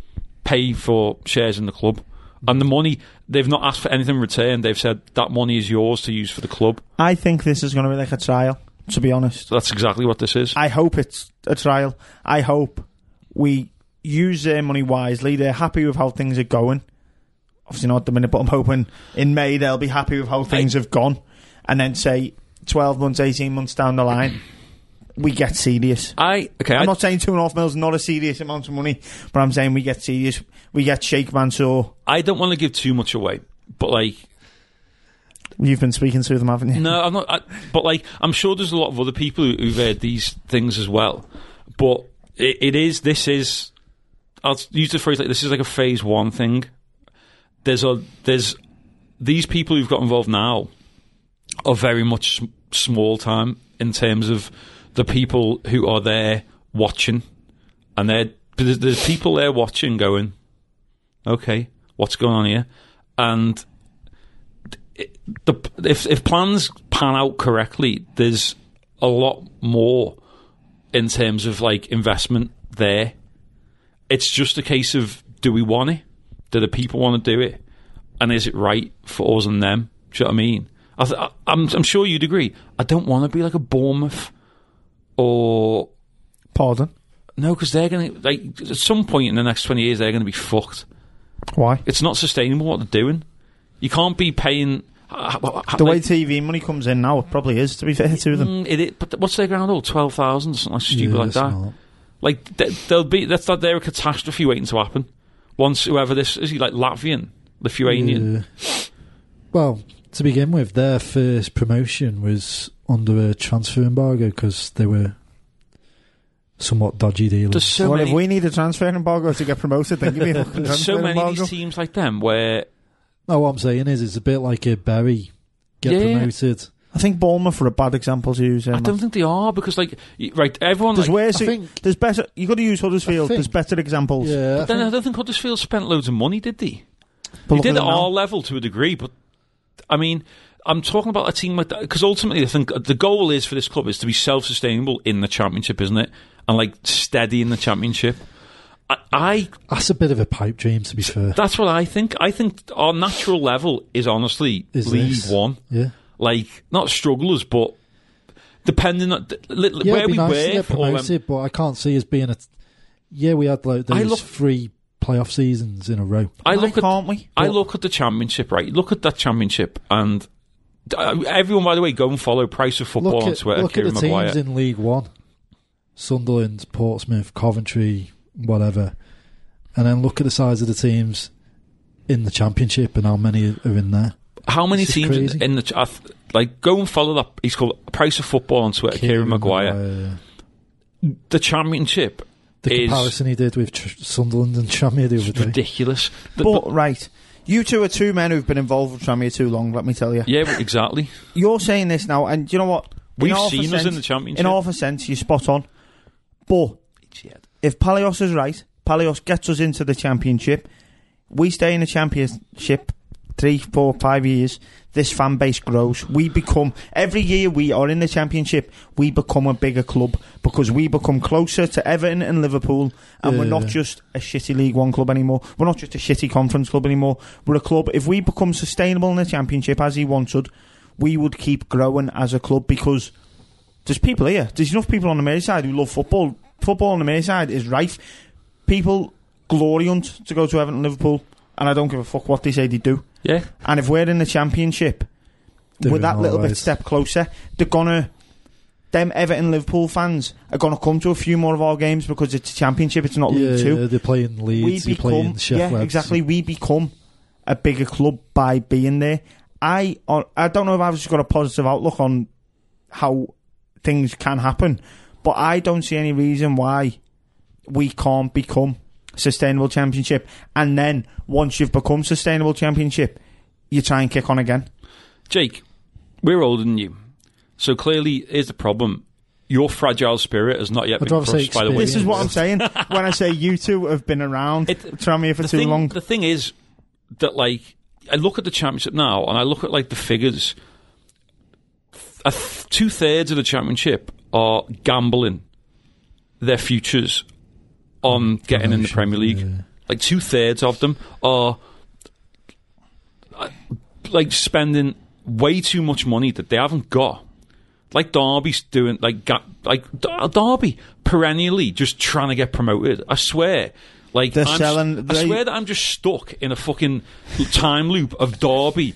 D: pay for shares in the club, and the money they've not asked for anything in return. They've said that money is yours to use for the club.
F: I think this is going to be like a trial. To be honest,
D: So that's exactly what this is.
F: I hope it's a trial. I hope we use their money wisely. They're happy with how things are going. Obviously not at the minute, but I'm hoping in May they'll be happy with how things have gone, and then say twelve months, eighteen months down the line, we get serious.
D: I okay. I,
F: I'm not saying two and a half mils is not a serious amount of money, but I'm saying we get serious. We get Sheikh Mansour.
D: I don't want to give too much away, but like
F: You've been speaking to them, haven't you?
D: No, I'm not. I, but like, I'm sure there's a lot of other people who, who've heard these things as well. But it, it is. This is. I'll use the phrase like this is like a phase one thing. There's a there's these people who've got involved now are very much sm- small time in terms of the people who are there watching, and they're there's, there's people there watching going, okay, what's going on here, and the if if plans pan out correctly, there's a lot more in terms of like investment there. It's just a case of do we want it? Do the people want to do it? And is it right for us and them? Do you know what I mean? I th- I, I'm I'm sure you'd agree. I don't want to be like a Bournemouth or
F: Pardon.
D: no, because they're gonna like at some point in the next twenty years they're gonna be fucked
F: Why?
D: it's not sustainable what they're doing. You can't be paying.
F: The way TV money comes in now, it probably is, to be fair to them.
D: Mm, it, is- but what's their ground all twelve thousand something like stupid
E: Yeah,
D: like
E: it's
D: that.
E: not-
D: Like th- there'll be that's that they're a catastrophe waiting to happen. Once whoever this is, he like Latvian, Lithuanian.
E: Yeah. Uh, Well, to begin with, their first promotion was under a transfer embargo because they were somewhat dodgy dealers.
D: There's so
F: well,
D: many.
F: if we need a transfer embargo to get promoted, then give me a fucking
D: there's
F: transfer
D: so many of
F: embargo.
D: these teams like them where
E: no, what I'm saying is, it's a bit like a Barry get
D: Yeah.
E: promoted.
F: I think Bournemouth are a bad example to use.
D: I
F: Um,
D: don't think they are because like y- right everyone
F: there's
D: like,
F: worse.
E: I think-
F: there's better. You got to use Huddersfield.
E: I think-
F: There's better examples.
E: Yeah, I
D: then I
E: think-
D: don't think Huddersfield spent loads of money, did they? He
F: But look at
D: did at
F: them now.
D: our level to a degree, but I mean, I'm talking about a team like that because ultimately, I think the goal is for this club is to be self-sustainable in the championship, isn't it? And like steady in the championship. I, I
E: that's a bit of a pipe dream, to be fair.
D: that's what I think. I think our natural level is honestly
E: Is
D: League
E: this?
D: One,
E: yeah,
D: like not strugglers, but depending on th- li- li-
E: yeah,
D: where
E: it'd be
D: we
E: nice
D: were.
E: to get
D: for um, all them-
E: promoted, but I can't see us being a. T- yeah, we had like
D: I
E: those
D: look-
E: three playoff seasons in a row.
D: I
F: Why
D: look at
F: can't we?
D: I look at the championship, right? Look at that championship, and uh, everyone, by the way, go and follow Price of Football
E: Look
D: on
E: at,
D: Twitter.
E: look at the
D: Kieran Maguire.
E: teams in League One: Sunderland, Portsmouth, Coventry, whatever, and then look at the size of the teams in the Championship and how many are in there.
D: How many
E: This is
D: teams in-
E: crazy.
D: in the ch- I th- like? Go and follow that. He's called Price of Football on Twitter. Kieran, Maguire. The championship
E: The
D: is
E: comparison he did with Tr- Sunderland and Tranmere the other day.
D: ridiculous. The-
F: But right, you two are two men who've been involved with Tranmere too long. Let me tell you.
D: yeah, well, exactly.
F: You're saying this now, and do you know what? In
D: We've
F: half a
D: seen us in the championship.
F: In half a sense, you're spot on. But if Palios is right, Palios gets us into the championship. We stay in the championship three, four, five years. This fan base grows. We become every year we are in the championship. We become a bigger club because we become closer to Everton and Liverpool, and we're not
E: Yeah.
F: just a shitty League One club anymore. We're not just a shitty Conference club anymore. We're a club. If we become sustainable in the championship as he wanted, we would keep growing as a club because there's people here. There's enough people on the Merseyside who love football. Football on the Merseyside is rife. People glory hunt to go to Everton, and Liverpool, and I don't give a fuck what they say they do.
D: Yeah,
F: And if we're in the Championship,
E: They're
F: we're that
E: in
F: little
E: all
F: bit
E: right.
F: step closer. They're gonna, them Everton, Liverpool fans are gonna come to a few more of our games because it's a Championship. It's not
E: Yeah,
F: League Two.
E: yeah, they're playing Leeds.
F: we
E: You're playing
F: become,
E: Sheffield.
F: yeah, exactly. We become a bigger club by being there. I, on- I don't know if I've just got a positive outlook on how things can happen, but I don't see any reason why we can't become sustainable championship. And then once you've become sustainable championship, you try and kick on again.
D: Jake, we're older than you, so clearly is the problem. Your fragile spirit has not yet
E: I'd
D: been
E: rather say
D: crushed by the way.
F: This is what I'm saying when I say you two have been around
D: It-
F: Tranmere for
D: the
F: too
D: thing,
F: long.
D: The thing is that like I look at the championship now and I look at like the figures. A th- two thirds of the championship are gambling their futures on
F: Mm,
D: getting in the
E: Promotion,
D: Premier League.
E: yeah.
D: Like two thirds of them are uh, like spending way too much money that they haven't got. Like Derby's doing, like ga- like Der- Derby perennially just trying to get promoted. I swear, like
F: They're
D: I'm,
F: selling-
D: I
F: they-
D: swear that I'm just stuck in a fucking time loop of Derby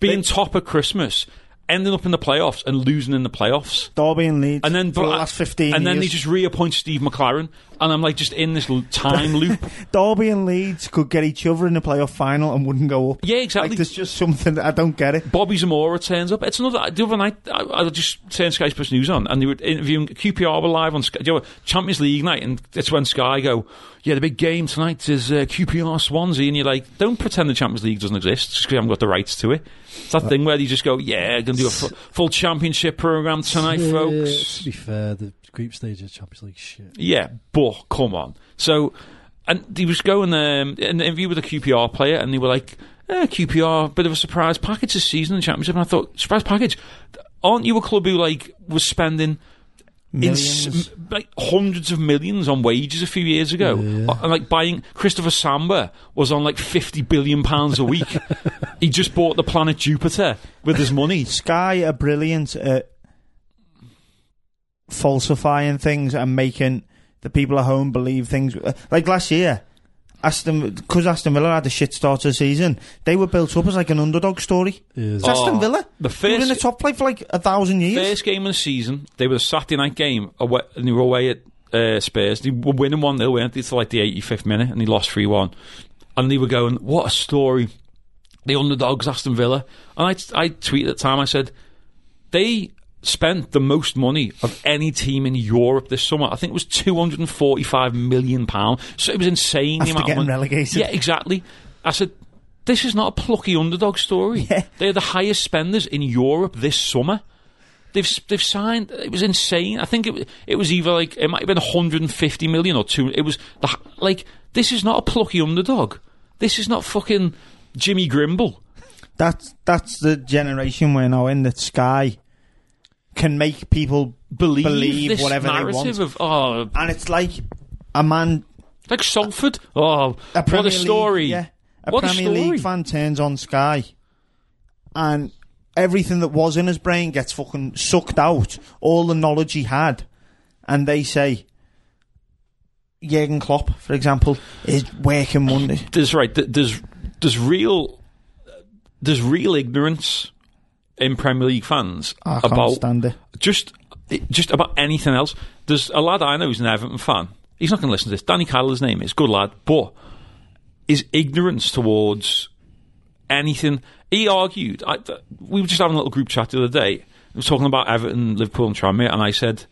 D: being top at Christmas, ending up in the playoffs and losing in the playoffs.
F: Derby and Leeds
D: And then
F: for the
D: but-
F: last 15
D: and then
F: years.
D: they just reappoint Steve McLaren, and I'm like just in this l- time loop.
F: Derby and Leeds could get each other in the playoff final and wouldn't go up.
D: Yeah, exactly.
F: Like, there's just something that I don't get it.
D: Bobby Zamora turns up. It's another. The other night, I, I was just turned Sky Sports News on, and they were interviewing QPR were live on Sky, you know, Champions League night, and it's when Sky go, "Yeah, the big game tonight is uh, QPR Swansea," and you're like, "Don't pretend the Champions League doesn't exist just 'cause you haven't got the rights to it." It's that thing where you just go, "Yeah, gonna do a fu- full championship program tonight,
E: Yeah,
D: folks."
E: To be fair, the group stage of the Champions League shit.
D: Yeah, but come on. So, and he was going um, in the interview with a QPR player, and they were like, eh, "QPR, bit of a surprise package this season in the championship." And I thought, "Surprise package? Aren't you a club who like was spending?"
F: Millions.
D: Ins- m- like hundreds of millions on wages a few years ago,
E: Yeah.
D: Uh, and like buying Christopher Samba was on like fifty billion pounds a week. he just bought the planet Jupiter with his money.
F: Sky are brilliant at falsifying things and making the people at home believe things. Like last year, Aston because Aston Villa had a shit start to the season. They were built up as like an underdog story.
E: Is,
F: It's Aston Villa.
D: Oh, The
F: They were in
D: first-
F: the top flight for like a thousand years.
D: First game of the season, they were a Saturday night game, away, and they were away at uh, Spurs. They were winning 1 0, weren't they, to like the 85th minute, and they lost 3 1. And they were going, what a story. The underdogs, Aston Villa. And I, I tweeted at the time, I said, they spent the most money of any team in Europe this summer. I think it was £245 million. So it was insane.
F: After
D: the amount
F: getting
D: of money.
F: relegated.
D: Yeah, exactly. I said, this is not a plucky underdog story. They're the highest spenders in Europe this summer. They've they've signed. It was insane. I think it wa- it was either like it might have been 150 million or two. It was the, h- like this is not a plucky underdog. This is not fucking Jimmy Grimble.
F: That's that's the generation we're now in that Sky can make people
D: Believe,
F: Believe
D: this
F: whatever they
D: narrative
F: want.
D: of oh
F: and it's like a man
D: like Salford. Oh,
F: a Premier
D: what a story.
F: League, yeah, a
D: What a
F: Premier
D: story.
F: League fan turns on Sky, and everything that was in his brain gets fucking sucked out. All the knowledge he had, and they say. Jurgen Klopp, for example, is working Monday.
D: There's right. th- There's there's real there's real ignorance in Premier League fans
F: I can't
D: about
F: stand it.
D: just just about anything else. There's a lad I know who's an Everton fan. He's not going to listen to this. Danny Kyler's name is good lad, but his ignorance towards anything. He argued. I, th- we were just having a little group chat the other day. We were talking about Everton, Liverpool, and Tranmere, and I said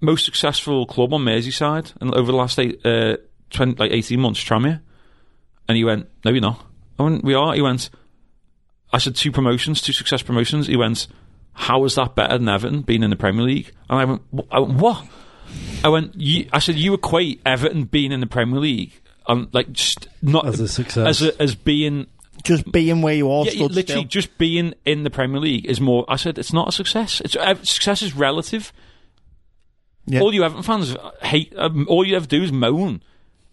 D: most successful club on Merseyside and over the last eight, uh, 20, like eighteen months, Tranmere. And he went, "No, you're not." I went, "We are." He went. I said two promotions, two success promotions. He went, "How is that better than Everton being in the Premier League?" And I went, "Wh- I went "What?" I went. You, I said, "You equate Everton being in the Premier League and like just not
E: As a success.
D: as, a, as being
F: Just being where you are,
D: yeah,
F: stood
D: literally
F: still.
D: just being in the Premier League is more. I said it's not a success. It's uh, success is relative.
F: Yeah.
D: All you Everton fans hate. Um, all you ever do is moan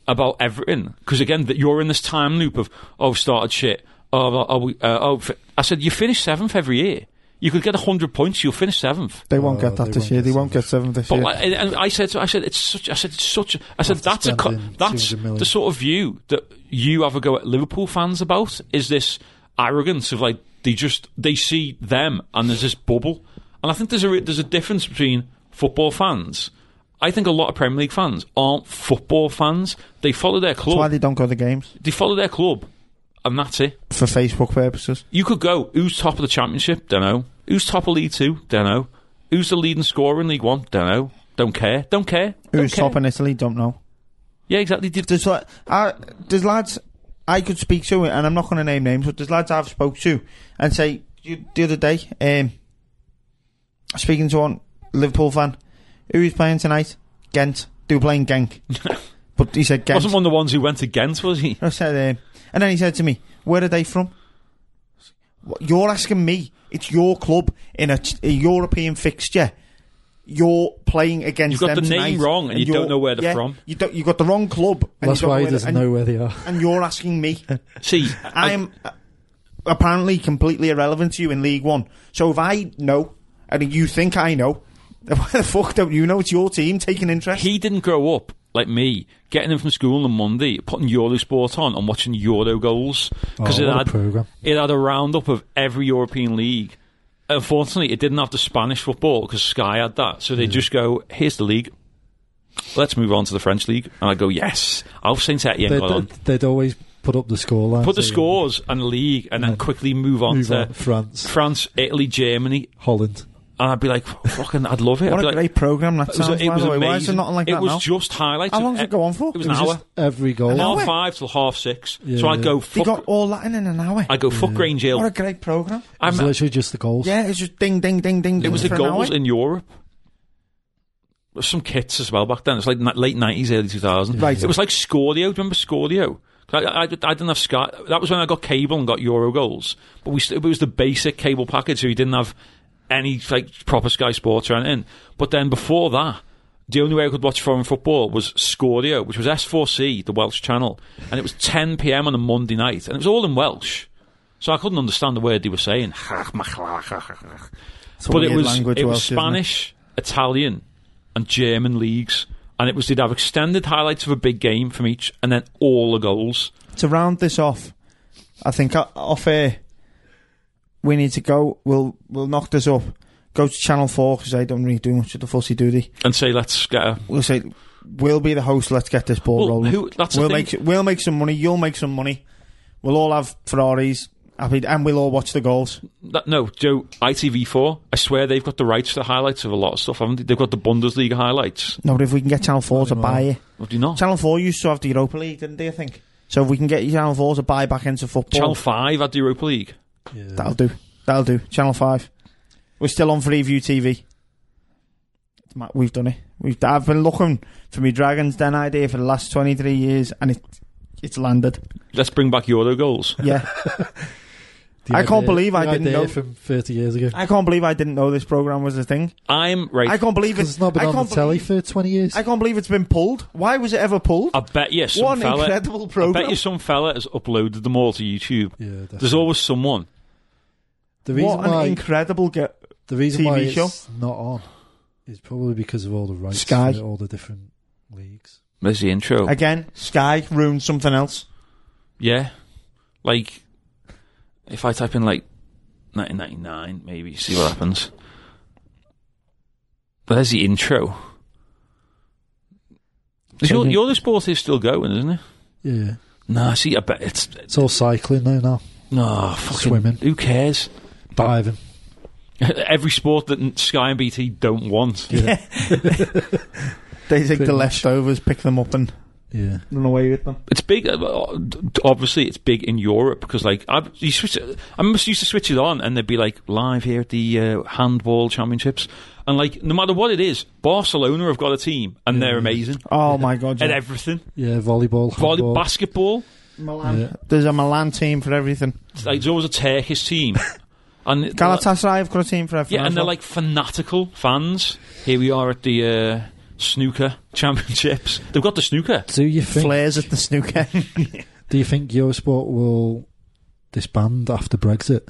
D: about Everton because again that you're in this time loop of oh I've started shit. Oh, oh, we- uh, oh fi-" I said you finish seventh every year. You could get hundred points. You'll finish seventh.
F: They won't
E: Oh,
F: get that
E: they
F: this
E: won't
F: year.
E: get
F: They won't get seventh this
D: But
F: year.
D: like, and, and I said, to- I said, it's such. I said, it's such. a- I said,
E: Have to
D: that's a
E: spend
D: co-
E: in
D: that's
E: 200 million.
D: the sort of view that you have a go at Liverpool fans about. Is this arrogance of like they just they see them and there's this bubble, and I think there's a re- there's a difference between football fans. I think a lot of Premier League fans aren't football fans. They follow their
F: That's why
D: club.
F: they don't go to games
D: they follow their club, and that's it.
F: for Facebook purposes.
D: You could go, who's top of the championship? Don't know. Who's top of League Two? Don't know. Who's the leading scorer in League One? Don't know. Don't care. Don't care. Don't
F: Who's
D: care.
F: top in Italy? Don't know.
D: Yeah, exactly. Did-
F: there's like uh, I, there's lads I could speak to, and I'm not going to name names, but there's lads I've spoke to and say you- the other day, um, speaking to one Liverpool fan, who is playing tonight? Ghent. They were playing Genk, but he said Ghent.
D: wasn't one of the ones who went against, was he?
F: I said, um, and then he said to me, "Where are they from?" What, You're asking me. It's your club in a, t- a European fixture. You're playing against.
D: You've got
F: them
D: the name
F: tonight,
D: wrong and you don't
F: you're-
D: know where they're
F: yeah,
D: from.
F: You don't, you've got the wrong club. and
E: That's
F: you don't
E: why he
F: where they-
E: doesn't
F: and-
E: know where they are.
F: and you're asking me.
D: See, I,
F: I'm uh, apparently completely irrelevant to you in League One. So if I know, and you think I know, then why the fuck don't you know? It's your team taking interest.
D: he didn't grow up like me, getting in from school on Monday, putting Eurosport on and watching Euro goals because
E: Oh,
D: it
E: what a
D: had
E: programme.
D: it had a roundup of every European league. Unfortunately, it didn't have the Spanish football because Sky had that, so they just go, "Here's the league." Let's move on to the French league, and I go, "Yes, Alf Saint Etienne
E: They'd,
D: got on."
E: they'd, they'd always put up the scoreline.
D: Put the
E: so
D: scores and the league, and then quickly move on
E: Move
D: to
E: on. France.
D: France, Italy, Germany,
E: Holland.
D: and I'd be like, "Fucking, I'd love it." I'd
F: what
D: be
F: a
D: like,
F: great program that
D: It was,
F: sounds.
D: it
F: By
D: was
F: the way,
D: amazing.
F: why is it not like
D: it
F: that
D: was
F: now?
D: just highlights.
F: How
D: of
F: long does
D: e-
F: it go on for?
D: It was an
E: It was
D: hour.
E: just every goal.
F: An
D: half
F: hour?
D: five till half six.
E: Yeah,
D: so I
E: yeah.
D: go
F: They
D: fuck.
F: got all that in an hour.
D: I go fuck Grange Hill.
F: What a great program.
E: It was
D: I'm,
E: literally just the goals.
F: Yeah, it's just ding, ding, ding, ding.
D: it was the
F: for an hour.
D: goals in Europe. There's some kits as well back then. It's like ni- late nineties, early 2000s.
F: Right.
D: It was like Scordio. Do you remember Scordio? 'Cause I, I, I didn't have Sky. That was when I got cable and got Euro goals. But we st- it was the basic cable package, so you didn't have any like proper Sky Sports or anything. But then before that, the only way I could watch foreign football was Scordio, which was S4C, the Welsh channel, and it was 10 p.m. on a Monday night, and it was all in Welsh. So I couldn't understand the word they were saying.
F: It's a
D: But it
F: weird
D: was
F: language
D: it was
F: Welsh, isn't
D: Spanish, Italian, and German leagues, and it was they'd have extended highlights of a big game from each, and then all the goals.
F: to round this off, I think o- off air, we need to go. We'll we'll knock this up. Go to Channel Four because they don't really do much of the fussy doody.
D: And say, let's get a.
F: We'll say we'll be the host. Let's get this ball
D: Well,
F: rolling.
D: who, that's the
F: we'll
D: thing.
F: make we'll make some money. You'll make some money. We'll all have Ferraris. Happy, and we'll all watch the goals.
D: That, no, Joe, ITV4, I swear they've got the rights to the highlights of a lot of stuff, haven't they? They've got the Bundesliga highlights.
F: No, but if we can get Channel Four to buy it,
D: Or do you not?
F: Channel Four used to have the Europa League, didn't they? I think. So if we can get Channel Four to buy back into football,
D: Channel 5 had the Europa League.
F: That'll do. That'll do. Channel Five. We're still on Freeview TV. It's ma- We've done it. We've. I've been looking for my Dragons Den idea for the last twenty three years, and it it's landed.
D: Let's bring back Euro goals.
F: Yeah,
E: The
F: I can't believe I
E: the
F: didn't
E: idea
F: know-
E: from 30 years ago.
F: I can't believe I didn't know this program was a thing.
D: I'm right.
F: I can't believe
E: 'Cause
F: it's
E: it's not been
F: I
E: on the
F: can't
E: telly
F: believe-
E: for 20 years.
F: I can't believe it's been pulled. Why was it ever pulled?
D: I bet you some
F: What an
D: fella.
F: incredible
D: I
F: program.
D: bet you some fella has uploaded them all to YouTube.
E: yeah, definitely.
D: There's always someone.
E: the reason
F: what an
E: why
F: incredible ge-
E: the reason why
F: TV show.
E: it's not on is probably because of all the rights
F: Sky.
E: for all the different leagues.
D: There's the intro.
F: again. Sky ruined something else.
D: yeah. Like, if I type in, like, 1999, maybe, see what happens. There's the intro. Is your, your sport is still going, isn't it?
E: Yeah,
D: No, see, I bet it's
E: it's all cycling though now,
D: no fucking.
E: Swimming.
D: Who cares?
E: diving.
D: Every sport that Sky and BT don't want.
F: They take
E: Pretty
F: the
E: much.
F: leftovers, pick them up, and
E: Yeah,
F: run away with them.
D: It's big. uh, Obviously, it's big in Europe because, like, I you switch. it- I must used to switch it on, and they'd be like live here at the uh, handball championships, and like no matter what it is, Barcelona have got a team, and they're amazing
F: Oh my god!
D: at
F: yeah.
D: everything.
E: yeah, volleyball,
D: Volley,
E: handball.
D: basketball.
F: Milan.
E: Yeah.
F: There's a Milan team for everything.
D: it's Like, there's always a Turkish team, and it-
F: Galatasaray have got a team for everything.
D: Yeah, and
F: as
D: they're
F: well.
D: like fanatical fans. Here we are at the uh, snooker championships. They've got the snooker.
E: Do you think?
F: flares at the snooker.
E: Do you think Eurosport will disband after Brexit?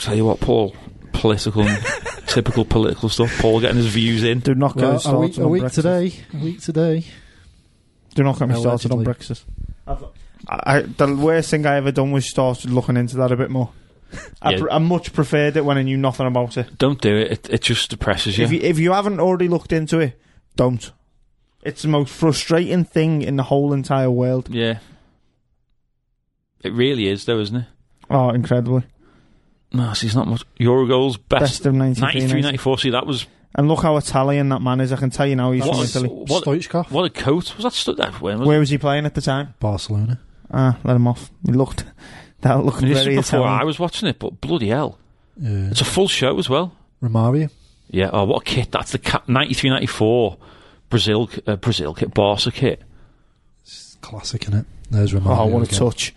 D: Tell you what, Paul. Political, typical political stuff. Paul getting his views in.
F: Do not get me
E: Well, a
F: started
E: week, a
F: on
E: week
F: Brexit.
E: today, a week today.
F: Do not get me started on
E: Allegedly.
F: Brexit. I, I, the worst thing I ever done was started looking into that a bit more. I,
D: Yeah.
F: pr- I much preferred it when I knew nothing about it.
D: Don't do it. It, it just depresses you.
F: If you if you haven't already looked into it, don't. It's the most frustrating thing in the whole entire world.
D: yeah. It really is, though, isn't it?
F: Oh, incredibly.
D: No, see, it's not much. Eurogoals best,
F: Best of
D: 93,
F: 93.
D: 94. See, that was
F: And look how Italian that man is. I can tell you now he's
D: what,
F: from
E: That's-
D: a,
F: Italy.
D: what,
E: Stoichkov,
D: what a coat was that? Stood that when was
F: Where was he playing at the time?
E: Barcelona.
F: Ah, let him off. He looked. That looked
D: I mean, this
F: very
D: was before
F: Italian.
D: I was watching it, but bloody hell,
E: Yeah,
D: it's a full show as well.
E: Romario.
D: Yeah, oh, what a kit. That's the cat 93 94 Brazil, uh, Brazil kit, Barca kit.
E: It's classic, innit? There's Romario.
F: Oh, what a
E: again.
F: touch.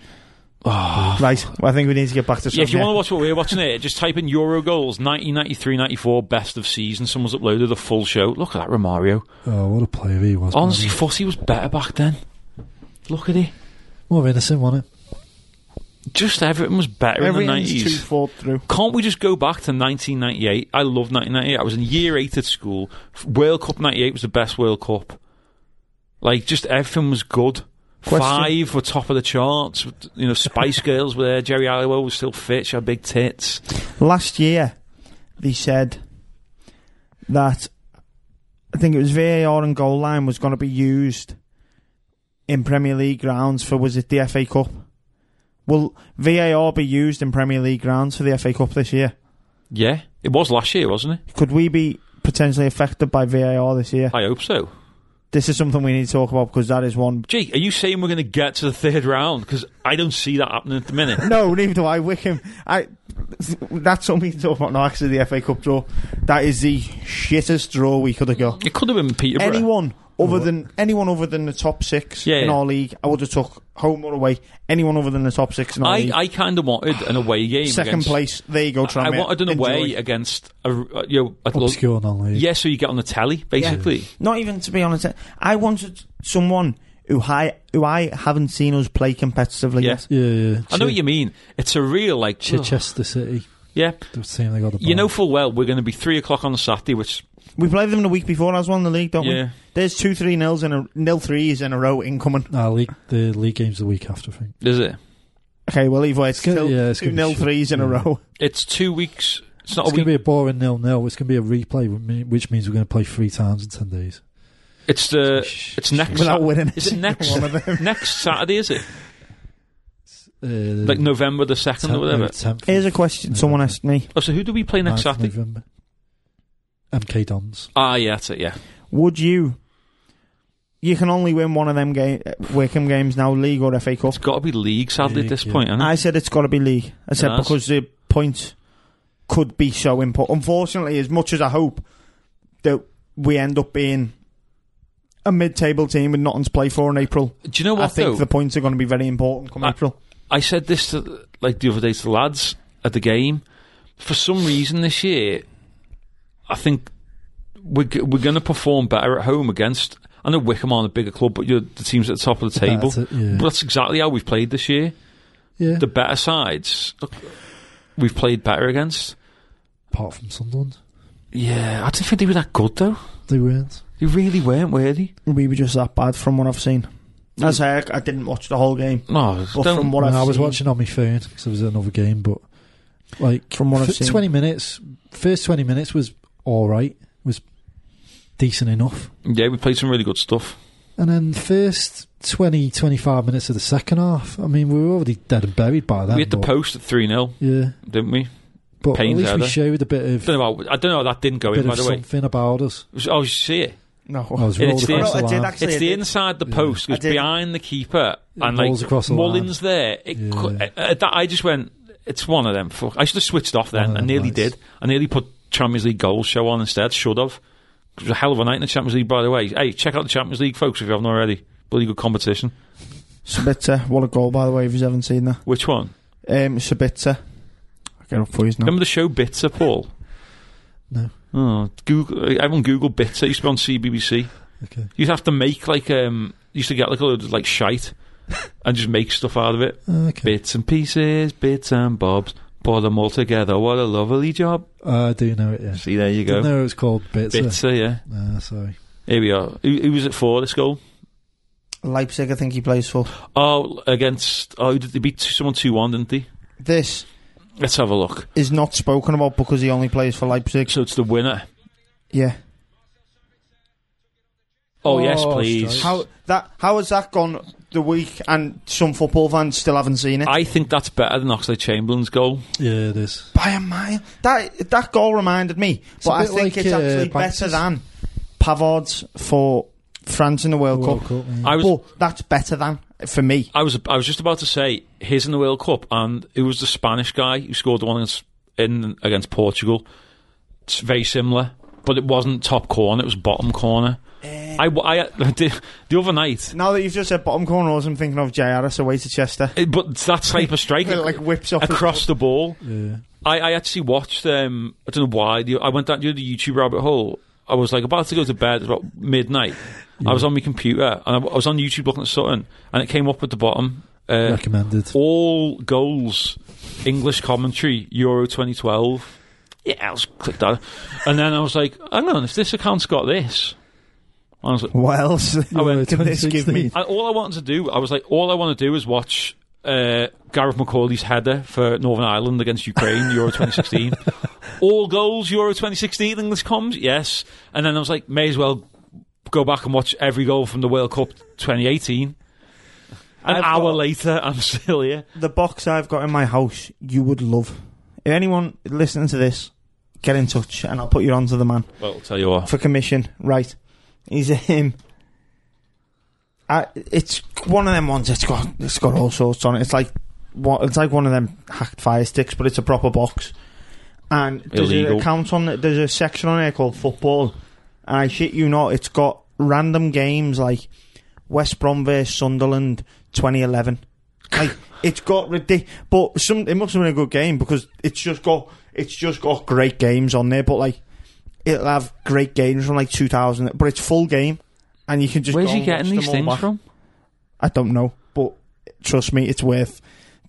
F: Right, well, I think we need to get back to
D: Yeah, if you
F: something.
D: want to watch what we're watching here, just type in Euro goals 1993 94 best of season. Someone's uploaded a full show. Look at that Romario.
E: Oh, what a player he was.
D: Honestly,
E: man.
D: Fussy was better back then. Look at it.
E: more innocent, wasn't it?
D: Just everything was better in
F: Everything's
D: the 90s.
F: too fought through.
D: Can't we just go back to 1998? I love 1998. I was in year eight at school. F- World Cup 98 was the best World Cup. Like, just everything was good.
F: Question.
D: Five were top of the charts. You know, Spice Girls were there. Jerry Halliwell was still fit. She had big tits.
F: Last year, they said that I think it was VAR and goal line was going to be used in Premier League grounds for was it the FA Cup? Will VAR be used in Premier League grounds for the FA Cup this year?
D: Yeah. It was last year, wasn't it?
F: Could we be potentially affected by VAR this year?
D: I hope so.
F: This is something we need to talk about because that is one.
D: Gee, are you saying we're going to get to the third round? Because I don't see that happening at the minute.
F: No, neither do I. Wickham, I. That's something to talk about. No, actually, the FA Cup draw. That is the shittest draw we could have got.
D: It could have been Peterborough.
F: Anyone other than anyone other than the top six
D: Yeah,
F: in
D: yeah.
F: our league, I would have took home or away. Anyone other than the top six in our
D: I,
F: league.
D: I kind of wanted an away game.
F: Second
D: against-
F: place. There you go, Tranmere.
D: I wanted an away
F: Enjoy.
D: against a, a- you know, a,
E: Obscure non-league.
D: Yeah, so you get on the tally, basically.
F: Not even to be honest. I wanted someone who I who I haven't seen us play competitively
D: Yeah.
F: yet.
E: yeah, yeah.
D: I know what you mean. It's a real, like, ugh,
E: Chichester City.
D: yeah.
E: The team they got the
D: You know
E: ball.
D: full well we're going to be three o'clock on a Saturday, which
F: We played them the week before as well in the league, don't we?
D: yeah.
F: There's two three nils in a nil threes in a row incoming.
E: Nah, league, the league game's the week after, I think.
D: Is it?
F: Okay, well either way, it's
E: gonna-
F: still
E: yeah, it's
F: two
E: gonna be
F: nil
E: shit.
F: threes in a
E: Yeah.
F: row.
D: It's two weeks. It's not
E: It's
D: a week.
E: going to be a boring nil nil. It's going to be a replay, which mean- which means we're going to play three times in ten days.
D: it's the. Uh, It's next.
F: Without winning,
D: Is it next?
F: one of them.
D: next Saturday, is it?
E: Uh,
D: Like November the second
E: tenth-
D: or whatever.
E: no, tenth
F: Here's a
E: of
F: question
E: November.
F: someone asked me:
D: Oh, so who do we play next
E: ninth of
D: Saturday?
E: November. MK Dons.
D: Ah, yeah, that's it. Yeah,
F: Would you? You can only win one of them game, Wickham games now, league or FA Cup.
D: it's got to be league. Sadly, at
E: League,
D: this
E: yeah.
D: point, hasn't it?
F: I said it's got to be league. I said
D: has.
F: because the points could be so important. Unfortunately, as much as I hope that we end up being a mid-table team with nothing to play for in April,
D: do you know what
F: I think
D: though?
F: the points are going to be very important come
D: I-
F: April.
D: I said this to, like the other day to the lads at the game. For some reason this year, I think we're g- we're going to perform better at home against. I know Wickham aren't a bigger club, but you're the teams at the top of the table.
E: That's it, yeah.
D: But that's exactly how we've played this year.
E: yeah.
D: The better sides, look, we've played better against.
E: Apart from Sunderland.
D: Yeah, I didn't think they were that good though.
E: They weren't.
D: They really weren't, were they?
F: We were just that bad from what I've seen. As I, I didn't watch the whole game,
D: No,
F: but
D: don't-
F: from what
E: Well,
F: I've
E: I was
F: seen,
E: watching on my phone because it was another game, but like
F: From what I've
E: f-
F: seen.
E: twenty minutes, first twenty minutes was all right, was decent enough,
D: yeah, we played some really good stuff.
E: and then first 20, 25 minutes of the second half. I mean, we were already dead and buried by that.
D: we hit the
E: but,
D: post at three 0
E: yeah,
D: didn't we?
E: but
D: Payne's
E: at least we
D: header.
E: showed a bit of
D: Don't know. How, I don't know. How that didn't go
E: bit
D: in. By
E: of
D: the way,
E: something about us.
D: It was- oh, you see it.
F: no,
E: I was
D: And
E: rolled
D: it's the-
E: across
F: Oh, no, I
E: the
F: did
E: line.
F: actually-
D: It's the
F: it-
D: inside the
E: Yeah.
D: post.
F: I
D: It's
F: did.
D: behind the keeper,
E: It
D: and
E: rolls
D: like
E: across the
D: Mullins there. It
E: Yeah.
D: cou- uh, uh, that, I just went. It's one of them. Fuck. I should have switched off
E: One
D: then.
E: of
D: I
E: them
D: nearly
E: nights.
D: did. I nearly put Champions League goal show on instead. Should have. It was a hell of a night in the Champions League, by the way. Hey, check out the Champions League, folks, if you haven't already. Bloody good competition.
F: Sabitzer, what a goal by the way. If you haven't seen that,
D: Which one?
F: um, Sabitzer, I get up for you now.
D: Remember the show Bitter, Paul?
E: No.
D: Oh, Google. Everyone Google Bitter. It used to be on CBBC.
E: Okay.
D: You'd have to make like um. you Used to get like a load of like shite, and just make stuff out of it.
E: Okay.
D: Bits and pieces, bits and bobs. Put them all together. What a lovely job.
E: I do know it. Yeah.
D: See, there you
E: Didn't
D: go.
E: know it was called Bitzer.
D: Bitter, yeah.
E: Nah, sorry.
D: Here we are. Who, who was it for, this goal?
F: Leipzig, I think he plays for
D: Oh, against. Oh, did they beat someone 2 1, didn't they?
F: this.
D: Let's have a look.
F: is not spoken about because he only plays for Leipzig.
D: So it's the winner.
F: Yeah.
D: Oh, yes,
E: Oh,
D: please.
E: straight.
F: How that how has that gone the week and some football fans still haven't seen it?
D: I think that's better than Oxley Chamberlain's goal.
E: Yeah, it is.
F: By a mile. That that goal reminded me.
E: a
F: but I
E: bit
F: think
E: like,
F: it's
E: uh,
F: actually
E: Banks's.
F: better than Pavard's for France in the World,
E: World
F: Cup.
E: Cup, yeah.
D: I was
F: But that's better than for me.
D: I was I was just about to say his in the World Cup, and it was the Spanish guy who scored the one against, in against Portugal. It's very similar, but it wasn't top corner; it was bottom corner. I, w- I- the, the other night,
F: Now that you've just said bottom corner, I'm thinking of J. Harris away to Chester.
D: it- eh, but it's that type of strike
F: It, like whips off his-
D: across the ball.
E: Yeah.
D: I, I actually watched. Um, I don't know why. the- I went down to the YouTube rabbit hole. I was like about to go to bed at about midnight. I was on my computer and I, I was on YouTube looking at something, and it came up at the bottom. Uh,
E: Recommended.
D: all goals, English commentary, Euro 2012. Yeah, I'll just click that. And then I was like, hang on, if this account's got this, I was like,
F: What else
D: I went,
F: can this give me?
D: I, all I wanted to do, I was like, all I want to do is watch uh, Gareth McCauley's header for Northern Ireland against Ukraine, Euro 2016. all goals, Euro 2016, English comms, yes. And then I was like, may as well go back and watch every goal from the World Cup 2018. An
F: I've
D: hour
F: got-
D: later, I'm still here.
F: the box I've got in my house, you would love. If anyone listening to this, get in touch and I'll put you on to the man
D: Well, I'll tell you what.
F: for commission. Right. He's him. I, it's one of them ones. It's got it's got all sorts on it. It's like what it's like one of them hacked fire sticks, but it's a proper box. And there's an
D: Illegal.
F: account on it. There's a section on there called football, and I shit you not, it's got random games like West Brom versus Sunderland, 2011. Like it's got ridiculous, but some it must have been a good game because it's just got it's just got great games on there. But like it'll have great games from like 2000, but it's full game, and you can just
D: Where's
F: go
D: he
F: and
D: getting
F: watch
D: these
F: them
D: things
F: all back.
D: from?
F: I don't know, but trust me, it's worth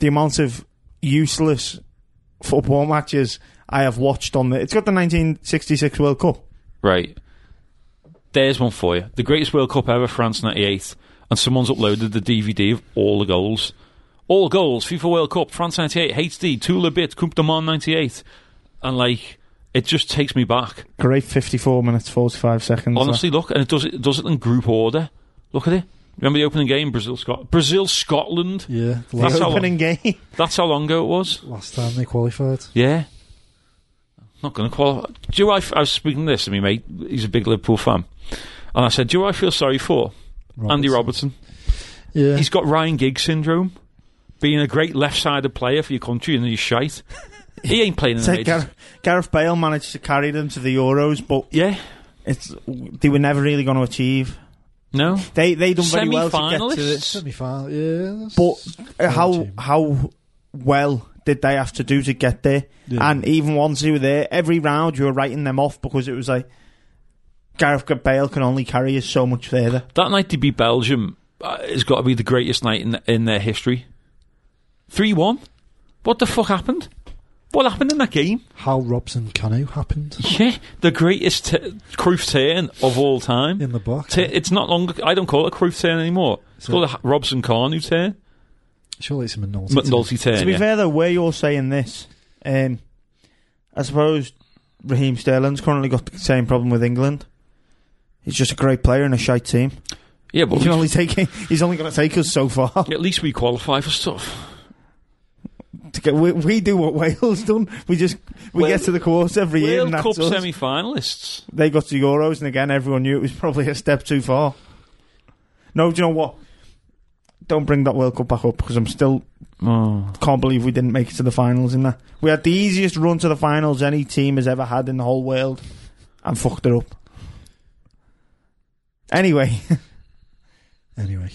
F: the amount of useless football matches I have watched on there. It's got the 1966 World Cup.
D: right? There's one for you. The greatest World Cup ever, France 98. And someone's uploaded the DVD of all the goals. All the goals, FIFA World Cup, France 98, HD, Tula Bit, Coupe de Monde 98. And like, it just takes me back.
F: Great 54 minutes, 45 seconds.
D: Honestly, look, and it does it, it does it in group order. Look at it. Remember the opening game, Brazil Scot Brazil Scotland.
E: Yeah, the
D: That's
E: last,
F: the
D: how long-
F: opening game.
D: That's how long ago it was.
E: last time they qualified.
D: Yeah. Not going to qualify. Do you know, I, f- I was speaking to this to me mate. He's a big Liverpool fan. And I said, Do you know what I feel sorry for? Andy Robertson.
E: Yeah,
D: He's got Ryan Giggs syndrome. Being a great left sided player for your country and then he's shite. he ain't playing in the
F: Said
D: majors.
F: Gareth, Gareth Bale managed to carry them to the Euros, but
D: Yeah.
F: it's they were never really going to achieve.
D: No.
F: They they done very well to get to
D: Semi-finalists.
F: it.
E: semi-final. Yeah, that's-
F: But uh, how
E: team.
F: how well did they have to do to get there?
E: Yeah.
F: And even once you were there, every round you were writing them off because it was like Gareth Bale can only carry us so much further.
D: That night to beat Belgium uh, has got to be the greatest night in in their history. Three one. What the fuck happened? What happened in that game?
E: how Robson Cano happened
D: Yeah, the greatest t- Cruyff turn of all time.
E: in the box.
D: T- it's not long. I don't call it a Cruyff turn anymore. It's
E: So-
D: called a H- Robson Carnu turn,
E: Surely it's a McNulty.
D: McNulty
F: to
D: turn.
F: be
D: yeah.
F: fair, though, where you're saying this, um, I suppose Raheem Sterling's currently got the same problem with England. He's just a great player and a shite team.
D: yeah, but
F: He
D: we-
F: can only take he's only going to take us so far.
D: at least we qualify for stuff.
F: To get- we, we do what Wales done. We just we
D: Well-
F: get to the quarters every year.
D: World
F: And that's
D: Cup
F: us.
D: semi-finalists.
F: they got to the Euros, and again, everyone knew it was probably a step too far. No, do you know what? Don't bring that World Cup back up because I'm still
D: Oh.
F: can't believe we didn't make it to the finals in that. We had the easiest run to the finals any team has ever had in the whole world, and fucked it up. Anyway,
E: Anyway,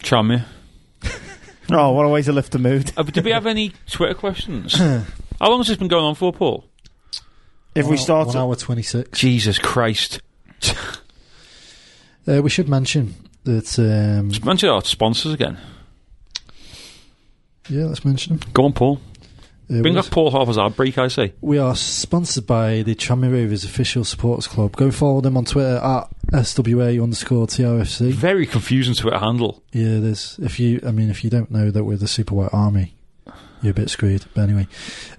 D: Chami.
F: oh, what a way to lift the mood.
D: Uh, but do we have any Twitter questions? How long has this been going on for, Paul?
F: If
E: One
F: we
E: hour-
F: start,
E: one hour twenty six.
D: Jesus Christ!
E: Uh, we should mention that. Um,
D: Mention our sponsors again.
E: yeah, let's mention. them.
D: Go on, Paul.
E: Uh,
D: Bring
E: we-
D: up Paul Harper's ad break, I say.
E: We are sponsored by the Trammy Rovers Official Supporters Club. Go follow them on Twitter at SWA underscore TRFC.
D: Very confusing Twitter handle.
E: Yeah, there's if you I mean if you don't know that we're the Super White Army, you're a bit screwed. But anyway.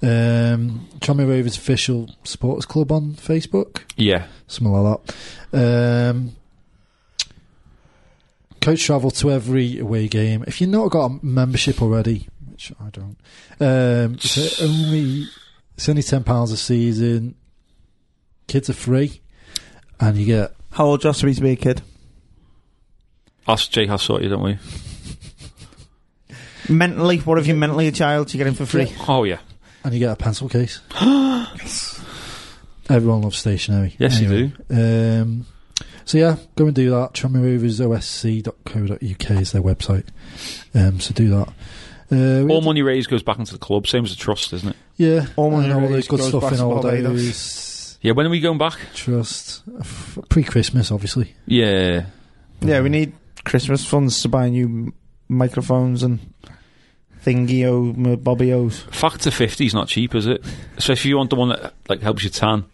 E: Um Trammy Rovers Official Supporters Club on Facebook.
D: Yeah.
E: Something like that. Um Coach travel to every away game. If you've not got a membership already, which I don't, um, it's only it's only ten pounds a season. Kids are free, and you get
F: how old just to be a kid?
D: Ask Jay how sort you, don't we?
F: Mentally, what if you're mentally a child? You get in for free.
D: Oh, yeah.
E: and you get a pencil case. Everyone loves stationery.
D: Yes, you
E: you do. Um, so yeah, go and do that. TrummyRoversOSC.co.uk is their website. Um, so do that. Uh, we
D: All
E: had-
D: money raised goes back into the club, same as the trust, isn't it?
E: Yeah,
F: All money
E: and all the
F: raised
E: good
F: goes
E: stuff
F: back
E: in
F: to
E: all
F: Barbados.
E: those
D: Yeah, when are we going back?
E: trust F- pre-Christmas, obviously.
D: Yeah.
F: Yeah, we need Christmas funds to buy new m- microphones and thingy-o, m- bobby-os.
D: Factor 50 is not cheap, is it? So if you want the one that like helps you tan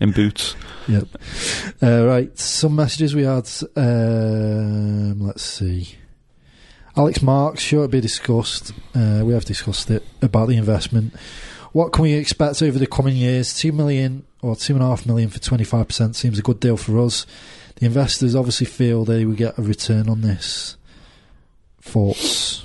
D: in boots.
E: Yep. Uh, right, some messages we had. Um, let's see. Alex Marks, sure it'd be discussed. Uh, we have discussed it about the investment. What can we expect over the coming years? Two million or two and a half million for twenty five percent seems a good deal for us. The investors obviously feel they will get a return on this. Thoughts?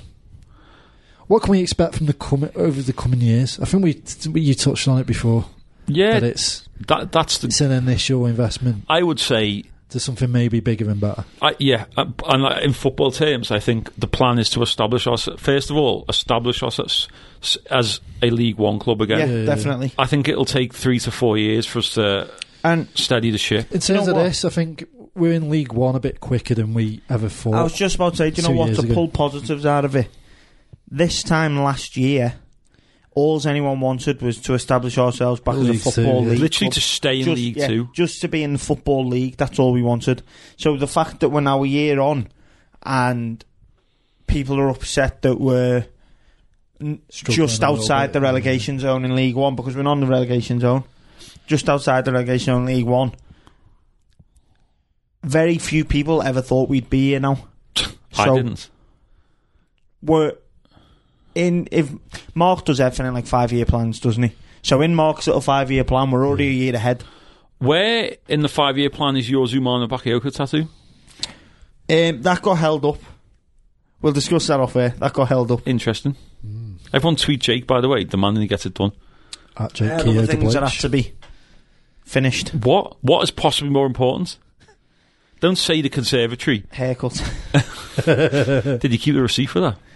E: What can we expect from the coming over the coming years? I think we, we you touched on it before
D: Yeah,
E: that it's
D: that, that's the.
E: it's an initial investment
D: I would say,
E: to something maybe bigger and better.
D: I, yeah, uh, and uh, in football terms, I think the plan is to establish us, first of all, establish us as, as a League One club again.
F: Yeah,
E: yeah, yeah.
F: definitely.
D: I think it'll take three to four years for us to
F: And
D: steady the ship.
E: In terms
F: know
E: of
F: what?
E: this, I think we're in League One a bit quicker than we ever thought.
F: I was just about to say, do you
E: Two
F: know what?
E: years
F: To
E: ago.
F: pull positives out of it, this time last year, all anyone wanted was to establish ourselves back
E: League
F: as a football
E: Two, yeah.
F: league.
D: Literally
F: club.
D: to stay in
F: just,
D: League
F: yeah,
D: Two.
F: just to be in the football league. That's all we wanted. So the fact that we're now a year on, and people are upset that we're n-
E: Struggling a
F: just
E: little
F: outside
E: bit,
F: the
E: yeah.
F: relegation zone in League One because we're not in the relegation zone, just outside the relegation zone in League One. very few people ever thought we'd be here now.
D: I
F: So-
D: didn't.
F: We're in if Mark does everything in like five year plans, doesn't he? So in Mark's little five year plan, we're already a year ahead.
D: Where in the five year plan is your Zumano Bakayoko tattoo?
F: Um, that got held up. We'll discuss that off air. That got held up.
D: Interesting.
F: Mm.
D: Everyone tweet Jake, by the way, the man who gets it done.
E: At Jake
F: Yeah,
E: Keogh
F: other things that
E: Blake.
F: have to be finished.
D: What what is possibly more important? Don't say the conservatory.
F: Haircut. Uh.
D: Did you keep the receipt for that?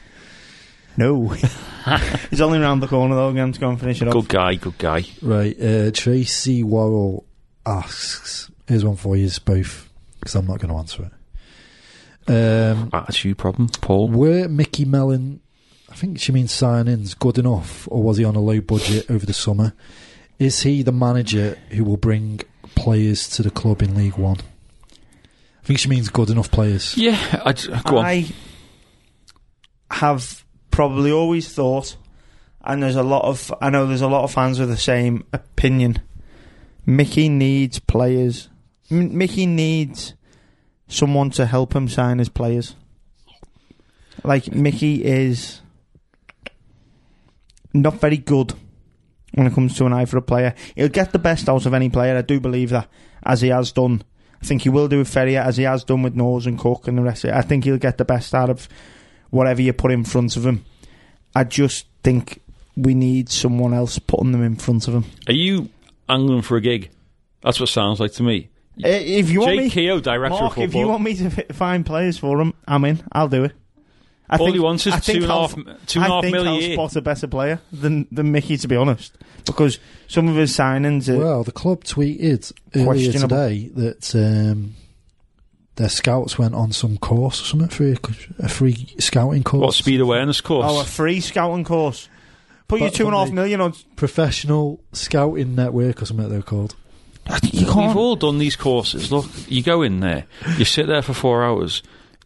F: No. He's only round the corner though, again to go and finish it off.
D: Good guy, good guy.
E: Right, uh, Tracy Worrell asks, here's one for you both, because I'm not going to answer it. Um,
D: Attitude problem, Paul.
E: were Mickey Mellon, I think she means sign-ins, good enough, or was he on a low budget over the summer? Is he the manager who will bring players to the club in League One? I think she means good enough players.
D: Yeah, I, d- go on.
F: I have probably always thought, and there's a lot of I know there's a lot of fans with the same opinion. Mickey needs players. M- Mickey needs someone to help him sign his players. Like Mickey is not very good when it comes to an eye for a player. He'll get the best out of any player. I do believe that, as he has done. I think he will do with Ferrier, as he has done with Knowles and Cook and the rest of it. I think he'll get the best out of whatever you put in front of him. I just think we need someone else putting them in front of him.
D: Are you angling for a gig? That's what it sounds like to me.
F: Uh, If you want
D: Jake
F: me,
D: Keogh, director of
F: Mark,
D: football.
F: if you want me to fi- find players for him, I'm in. I'll do it. I
D: All he wants is
F: I think
D: two and a
F: I'll-
D: half- two and a
F: I
D: half
F: think
D: mil a
F: I'll
D: year.
F: spot a better player than than Mickey, to be honest, because some of his signings. Are,
E: Well, the club tweeted earlier
F: Questionable.
E: today that um, their scouts went on some course or something, free, a free scouting course.
D: what speed awareness course?
F: Oh, a free scouting course. Put your
E: But
F: two and a half
E: they-
F: million on.
E: Professional Scouting Network or something they're called.
F: You
D: We've
F: can't.
D: all done these courses. Look, you go in there, you sit there for four hours,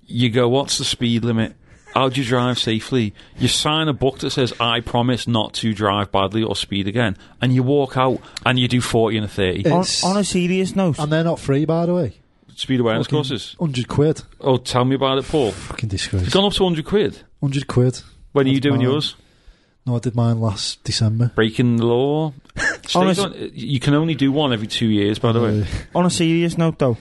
D: you go, what's the speed limit? How do you drive safely? You sign a book that says, I promise not to drive badly or speed again. And you walk out and you do 40 and a 30.
E: Uh,
F: On,
E: It's-
F: on a serious note,
E: And they're not free, by the way.
D: speed awareness courses.
E: 100 quid.
D: Oh, tell me about it, Paul.
E: Fucking
D: It's
E: disgrace.
D: gone up to 100 quid.
E: 100 quid.
D: When are you
E: That's
D: doing
E: mine.
D: yours?
E: No, I did mine last December.
D: Breaking the law? Stay
F: Honest-
D: on- you can only do one every two years, by the way.
F: on a serious note though,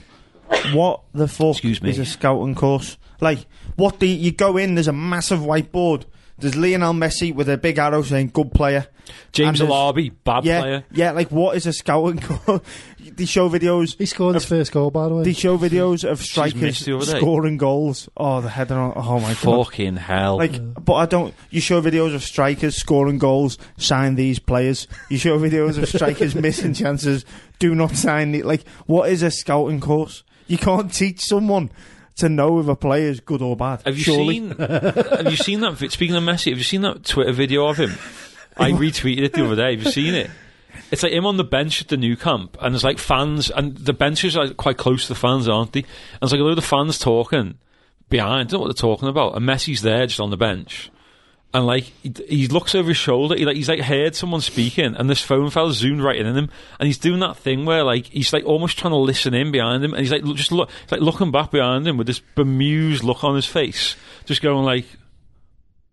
F: what the fuck
D: Excuse me.
F: is a scouting course? Like, what do you go in? There's a massive whiteboard. There's Lionel Messi with a big arrow saying "good player."
D: James
F: And there's-
D: Alabi, bad
F: yeah,
D: player.
F: yeah. Like, what is a scouting course? they show videos.
E: He scored his first goal, by the way.
F: They show videos of strikers
D: missed the other day.
F: scoring goals. Oh, the header! on- Oh my god!
D: Fucking hell.
F: Like, but I don't. You show videos of strikers scoring goals. Sign these players. You show videos of strikers missing chances. Do not sign it. Like, what is a scouting course? You can't teach someone to know if a player is good or bad.
D: Have you
F: surely.
D: seen? have you seen that? vi- Speaking of Messi, have you seen that Twitter video of him? I retweeted it the other day. Have you seen it? It's like him on the bench at the new camp, and there's like fans, and the benches are quite close to the fans, aren't they? And it's like a load of fans talking behind. I don't know what they're talking about. And Messi's there just on the bench. And like he, he looks over his shoulder, he like he's like heard someone speaking, and this phone fella zoomed right in on him, and he's doing that thing where like he's like almost trying to listen in behind him, and he's like look, just look, he's, like looking back behind him with this bemused look on his face, just going like,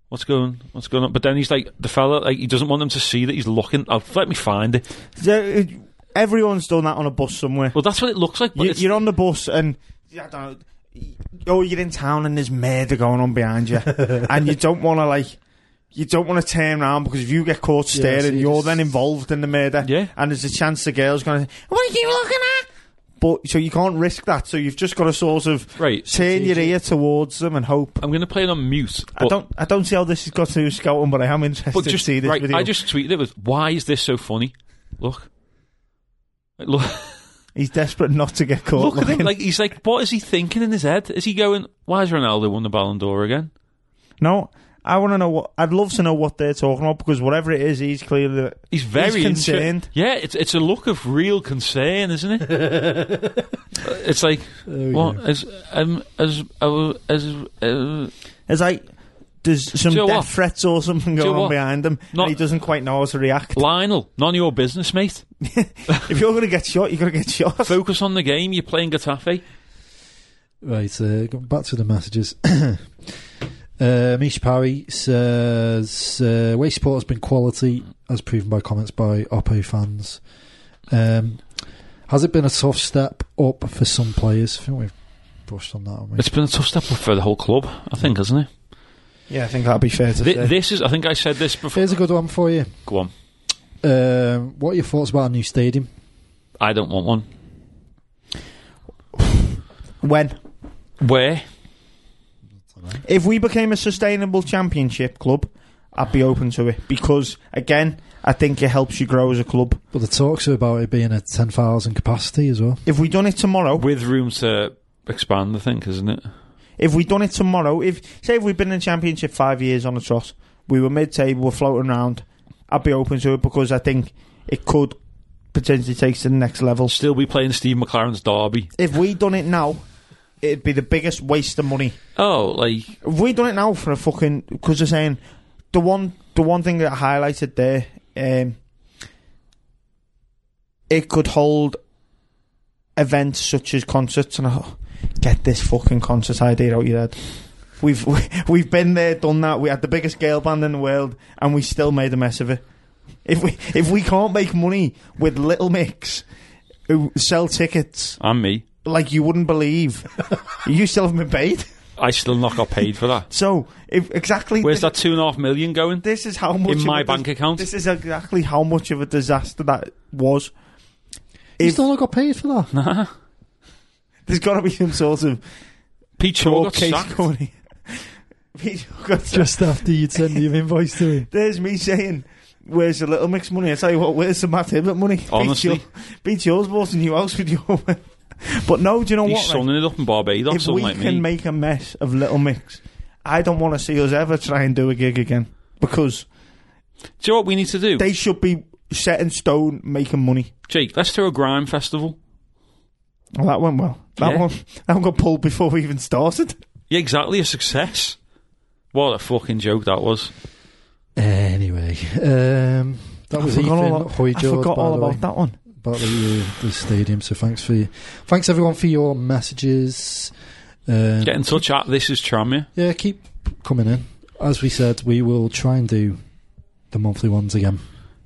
D: "What's going? What's going on?" But then he's like the fella, like he doesn't want them to see that he's looking. Oh, let me find it.
F: There- Everyone's done that on a bus somewhere.
D: Well, that's what it looks like. But
F: you,
D: it's,
F: you're on the bus and I don't know. Oh, you're in town and there's murder going on behind you, and you don't want to like, you don't want to turn around because if you get caught
E: Yeah,
F: staring,
E: so you
F: you're
E: just-
F: then involved in the murder.
D: Yeah.
F: and there's a chance the girl's going to. What are you looking at? But so you can't risk that. So you've just got to sort of
D: Right.
F: turn your ear towards them and hope.
D: I'm going to play it on mute.
F: I
D: but-
F: don't, I don't see how this has got to do with scouting, but I am interested
D: But
F: to
D: just
F: see this
D: right,
F: video.
D: I just tweeted it with, "Why is this so funny?" Look, Like, look.
F: He's desperate not to get caught.
D: Look at him.
F: looking.
D: Like he's like, what is he thinking in his head? Is he going, why has Ronaldo won the Ballon d'Or again?
F: No, I want to know what. I'd love to know what they're talking about because whatever it is, he's clearly
D: He's very
F: He's
D: inter-
F: concerned.
D: yeah, it's it's a look of real concern, isn't it? Uh, it's like
E: we
D: what
E: go.
D: as um as uh, as uh,
F: It's like there's some
D: you know
F: death
D: what?
F: threats or something
D: you
F: going
D: know
F: on
D: what?
F: behind him,
D: Not-
F: and he doesn't quite know how to react.
D: Lionel, none of your business, mate.
F: if you're going to get shot, you're going to get shot.
D: Focus on the game. You're playing Getafe.
E: Right, uh, going back to the messages. uh, Mish Parry says, uh, Way support has been quality, as proven by comments by Oppo fans. Um, has it been a tough step up for some players? I think we've brushed on that. haven't we?
D: It's been a tough step for the whole club, I think, hasn't it?
F: Yeah, I think that'd be fair to
D: Thi-
F: say.
D: this is, I think I said this before.
E: Here's a good one for you.
D: Go on.
E: Um, what are your thoughts about a new stadium?
D: I don't want one.
F: when
D: Where?
F: if we became a sustainable championship club, I'd be open to it because again, I think it helps you grow as a club.
E: But the talks are about it being at 10,000 capacity as well.
F: If we done it tomorrow,
D: With room to expand, I think, isn't it?
F: if we done it tomorrow, if say if we've been in championship five years on a trot, we were mid table, we're floating around, I'd be open to it because I think it could potentially take us to the next level.
D: Still be playing Steve McLaren's derby.
F: If we done it now, it'd be the biggest waste of money.
D: Oh, like
F: If we done it now for a fucking because they're saying the one the one thing that I highlighted there, um, it could hold events such as concerts and oh, get this fucking concert idea out your head. We've we, we've been there, done that. We had the biggest girl band in the world, and we still made a mess of it. If we if we can't make money with Little Mix, who sell tickets
D: and me,
F: like you wouldn't believe, you still haven't been paid.
D: I still not got paid for that.
F: So if exactly
D: Where's
F: thi-
D: that two and a half million going?
F: This is how much
D: In
F: of
D: my
F: a dis-
D: bank account?
F: This is exactly how much of a disaster that was.
E: You
F: If-
E: still not got paid for that?
D: Nah.
F: There's got to be some sort of
D: Pete Shaw
F: court
D: got
F: case
D: sacked.
F: going. Pete Shaw got sacked.
E: Just after you'd send the invoice to him.
F: There's me saying, "Where's the little mix money?" I tell you what, where's the Matt Hibbert money?
D: Honestly.
F: Pete Shaw- Pete Shaw's bought a new house with you. but no, do you know
D: He's
F: what? like,
D: sunning it up in Barbados,
F: if we
D: something like
F: can
D: me.
F: make a mess of Little Mix, I don't want to see us ever try and do a gig again because
D: do you know what we need to do?
F: they should be set in stone making money.
D: Jake, let's do a grime festival.
F: Well, that went well. That
D: Yeah.
F: one, that one got pulled before we even started.
D: Yeah, exactly, a success. What a fucking joke that was.
E: Anyway, um, that was Ethan Hoy
F: I forgot all about that one.
E: about the, uh, the stadium. So thanks for thanks everyone for your messages. Um,
D: Get in touch at this is Tramia.
E: yeah, keep coming in. As we said, we will try and do the monthly ones again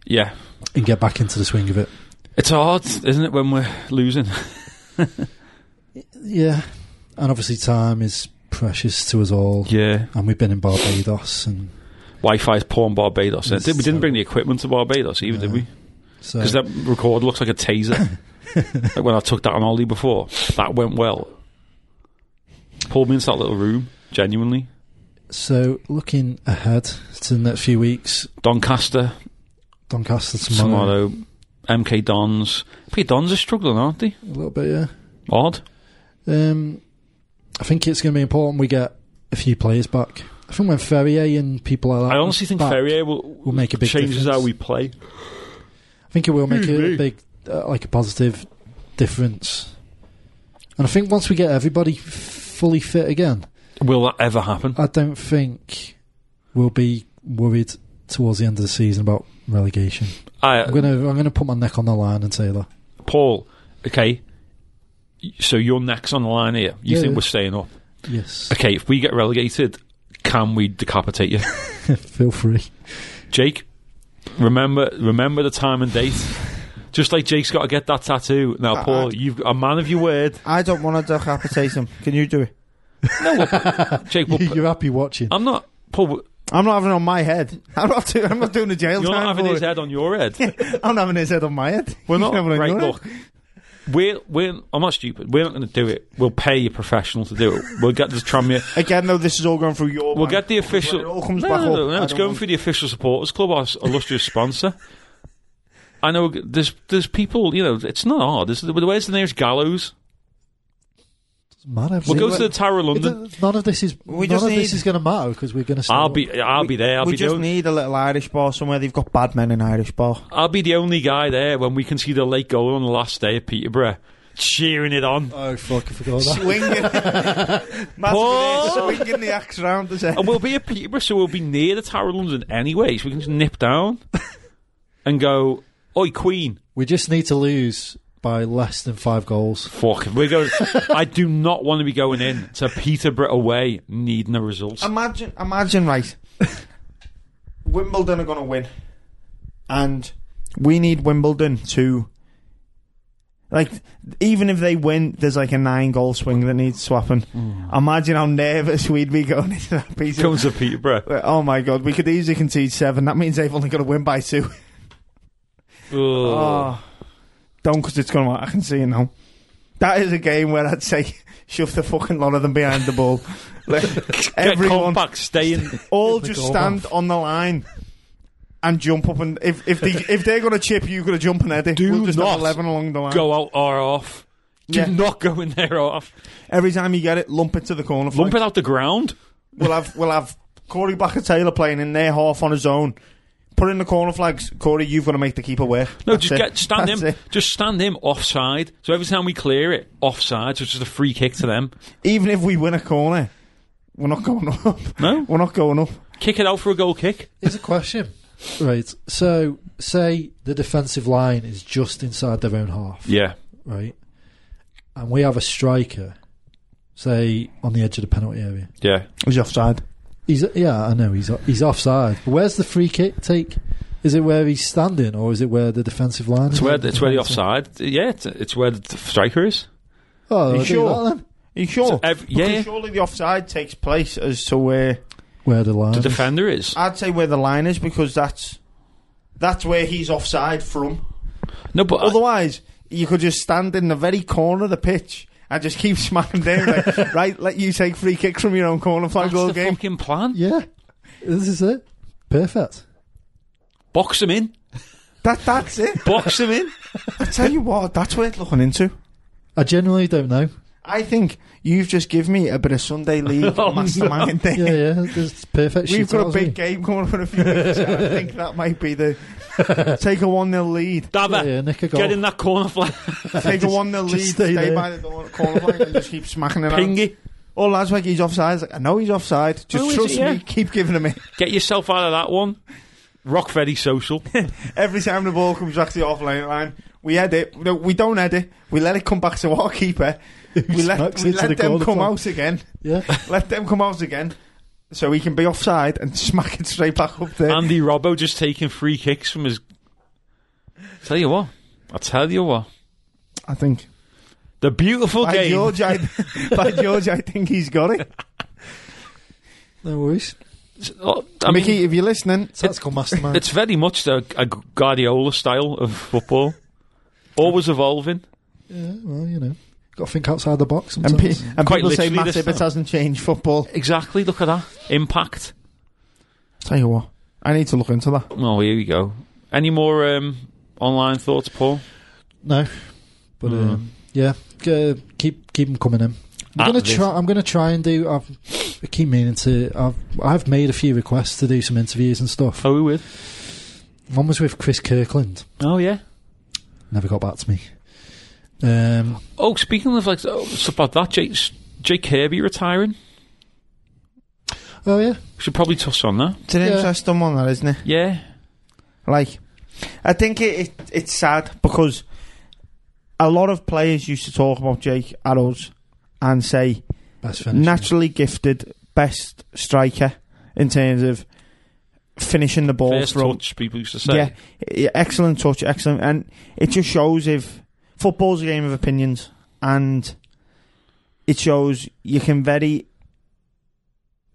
D: Yeah.
E: and get back into the swing of it.
D: It's hard, isn't it, when we're losing?
E: Yeah, and obviously time is precious to us all.
D: Yeah.
E: And we've been in Barbados, and
D: Wi Fi's poor in Barbados. Did- we didn't bring the equipment to Barbados either, did we?
E: so
D: Because that record looks like a taser. like when I took that on Ollie before, that went well. Pulled me into that little room, genuinely.
E: so looking ahead to the next few weeks,
D: Doncaster,
E: Doncaster
D: tomorrow,
E: tomorrow,
D: MK Dons. MK Dons are struggling, aren't they?
E: a little bit, yeah.
D: Odd.
E: Um, I think it's going to be important we get a few players back. I think when Ferrier and people like that,
D: I honestly think
E: back,
D: Ferrier will,
E: will make a big
D: changes
E: difference.
D: how we play.
E: I think it will make a
D: Excuse me.
E: big, uh, like a positive difference. And I think once we get everybody f- fully fit again,
D: Will that ever happen?
E: I don't think we'll be worried towards the end of the season about relegation.
D: I,
E: I'm gonna, I'm gonna put my neck on the line and say that.
D: Paul, okay. So you're next on the line here. You
E: Yeah,
D: think
E: yeah.
D: we're staying up?
E: Yes,
D: Okay, if we get relegated, can we decapitate you,
E: feel free.
D: Jake? Remember, remember the time and date. Just like Jake's got to get that tattoo. Now,
F: I-
D: Paul,
F: I-
D: you've a man of your word.
F: I don't want to decapitate him. Can you do it?
D: Jake, we'll, uh,
E: You're happy watching.
D: I'm not. Paul,
F: I'm not having it on my head. I'm not. Do- I'm not doing the jail
D: you're
F: time.
D: not having
F: for
D: his
F: it.
D: head on your head.
F: I'm not having his head on my head.
D: We're
F: He's
D: not
F: having it on
D: right.
F: your head.
D: Look, we're we're I'm not stupid. We're not going to do it. We'll pay a professional to do it. We'll get the Tramia.
F: Again, though, this is all going through your.
D: We'll
F: man.
D: get the official.
F: It all comes
D: no,
F: back
D: no, no,
F: up.
D: no,
F: I
D: it's
F: don't
D: going
F: want-
D: through the official supporters club, our s- illustrious sponsor. I know there's there's people. You know, it's not hard. There's, where's the nearest gallows?
E: Matter if
D: We'll
E: they-
D: go to the Tower of
E: It
D: London.
E: doesn't- None of this is
F: We
E: none
F: just
E: of this
F: need-
E: is going to matter because we're going to.
D: I'll be I'll be there. I'll
F: we
D: be the
F: just
D: only,
F: need a little Irish bar somewhere. They've got bad men in Irish bar.
D: I'll be the only guy there when we can see the late goal on the last day of Peterborough, cheering it on.
E: Oh fuck! I forgot that.
F: Swinging,
D: Paul!
F: Massive swinging the axe round the set.
D: And we'll be at Peterborough, so we'll be near the Tower of London anyway, so we can just nip down and go, Oi, Queen.
E: We just need to lose by less than five goals.
D: Fuck, we're going. I do not want to be going in to Peterborough away needing a result.
F: Imagine, imagine, right? Wimbledon are going to win, and we need Wimbledon to, like, even if they win, there's like a nine-goal swing that needs swapping. Imagine how nervous we'd be going into that piece. Of,
D: Comes to Peterborough.
F: oh my god, we could easily concede seven. That means they've only got to win by two.
D: Ugh.
F: Oh, don't, because it's going to. I can see it now. That is a game where I'd say shove the fucking lot of them behind the ball. Like,
D: Get
F: everyone,
D: compact, stay in.
F: all
E: the
F: just
E: goal
F: stand on the line and jump up and if if they if they're gonna chip you, gotta jump and head it.
D: Do
F: we'll just have
D: not
F: eleven along the line.
D: Go out or off. Do
F: Yeah.
D: not go in there off.
F: Every time you get it, lump it to the corner.
D: Lump
F: flag.
D: it out the ground.
F: We'll have we'll have Corey Backer Taylor playing in their half on his own. Put in the corner flags, Corey. You've got to make the keeper work.
D: No,
F: That's
D: just
F: it.
D: get stand
F: That's
D: him.
F: it.
D: Just stand him offside. So every time we clear it, offside. So it's just a free kick to them.
F: Even if we win a corner, we're not going up.
D: No,
F: We're not going up.
D: kick it out for a goal kick.
E: Here's a question. Right, so say the defensive line is just inside their own half,
D: Yeah,
E: right? And we have a striker, say on the edge of the penalty area.
D: yeah.
F: He's offside.
E: He's yeah, I know he's he's offside. But where's the free kick take? Is it where he's standing, or is it where the defensive line?
D: It's where it's where the offside. Yeah, it's, it's where the striker is.
E: Oh,
F: Are you
E: I'll do
F: sure?
E: that then.
F: Are you sure?
D: Ev-
F: Because
D: yeah,
F: Surely the offside takes place as to where.
E: Where the line?
D: the
E: is.
D: defender is.
F: I'd say where the line is because that's that's where he's offside from.
D: No, but I-
F: Otherwise, you could just stand in the very corner of the pitch and just keep smacking down. Like, right, let you take free kicks from your own corner flag
D: that's
F: all
D: the
F: game.
D: fucking plan.
E: yeah, this is it. Perfect.
D: Box him in.
F: That that's it.
D: Box him in.
F: I tell you what, that's worth looking into.
E: I genuinely don't know.
F: I think you've just given me a bit of Sunday league
D: Oh,
F: mastermind thing.
E: Yeah, yeah, this is perfect. shit,
F: We've got a
E: hasn't
F: big game coming up in a few weeks. and I think that might be the take a one 0 lead.
E: we? Yeah,
D: Dabba,
E: yeah, nick a goal.
D: get in that corner flag.
F: Take a one 0 lead.
E: just stay
F: Stay,
E: there.
F: by the door- corner flag and just keep smacking it. out.
D: Pingy.
F: Oh, lads, like he's offside. He's like, I know he's offside. Just
D: Oh, is
F: trust
D: it? Yeah.
F: me. Keep giving him it.
D: Get yourself out of that one. Rock very social.
F: Every time the ball comes back to the offline line, we head it. No, we don't head it. We let it come back to our keeper. We let,
E: smacks
F: we
E: it to
F: let
E: the
F: them
E: corner
F: come
E: flag.
F: out again.
E: Yeah,
F: Let them come out again. So he can be offside and smack it straight back up there.
D: Andy Robbo just taking free kicks from his. Tell you what. I tell you what.
F: I think.
D: The beautiful
F: By
D: game.
F: George, I, by George, I think he's got it.
E: no worries.
D: Oh, I mean,
F: Mickey, if you're listening,
E: Tactical mastermind.
D: it's very much the, a Guardiola style of football. Always evolving.
E: yeah, well, you know, got to think outside the box
F: and, pe-
E: sometimes.
F: and
D: Quite
F: people say
D: literally
F: Matt
D: this
F: Ibbett
D: time.
F: hasn't changed football.
D: Exactly. Look at that impact.
F: Tell you what, I need to look into that.
D: Oh, here we go. Any more um, online thoughts, Paul?
E: no, but um, yeah, g- keep keep them coming in. I'm
D: Ah,
E: gonna
D: this-
E: try. I'm gonna try and do. I've, I keep meaning to. I've I've made a few requests to do some interviews and stuff.
D: Oh, we with?
E: One was with Chris Kirkland.
D: Oh, yeah.
E: Never got back to me. Um,
D: Oh, speaking of like oh, it's about that, Jake, Jake Kirby retiring.
E: oh yeah,
D: Should probably touch on that.
F: It's an
E: Yeah.
F: interesting one, that isn't it?
D: Yeah.
F: Like, I think it, it it's sad because a lot of players used to talk about Jake at us and say
E: best finish.
F: naturally gifted, best striker in terms of finishing the ball
D: First
F: through.
D: touch, people used to say.
F: Yeah, yeah, excellent touch, excellent, and it just shows if football's a game of opinions, and it shows you can very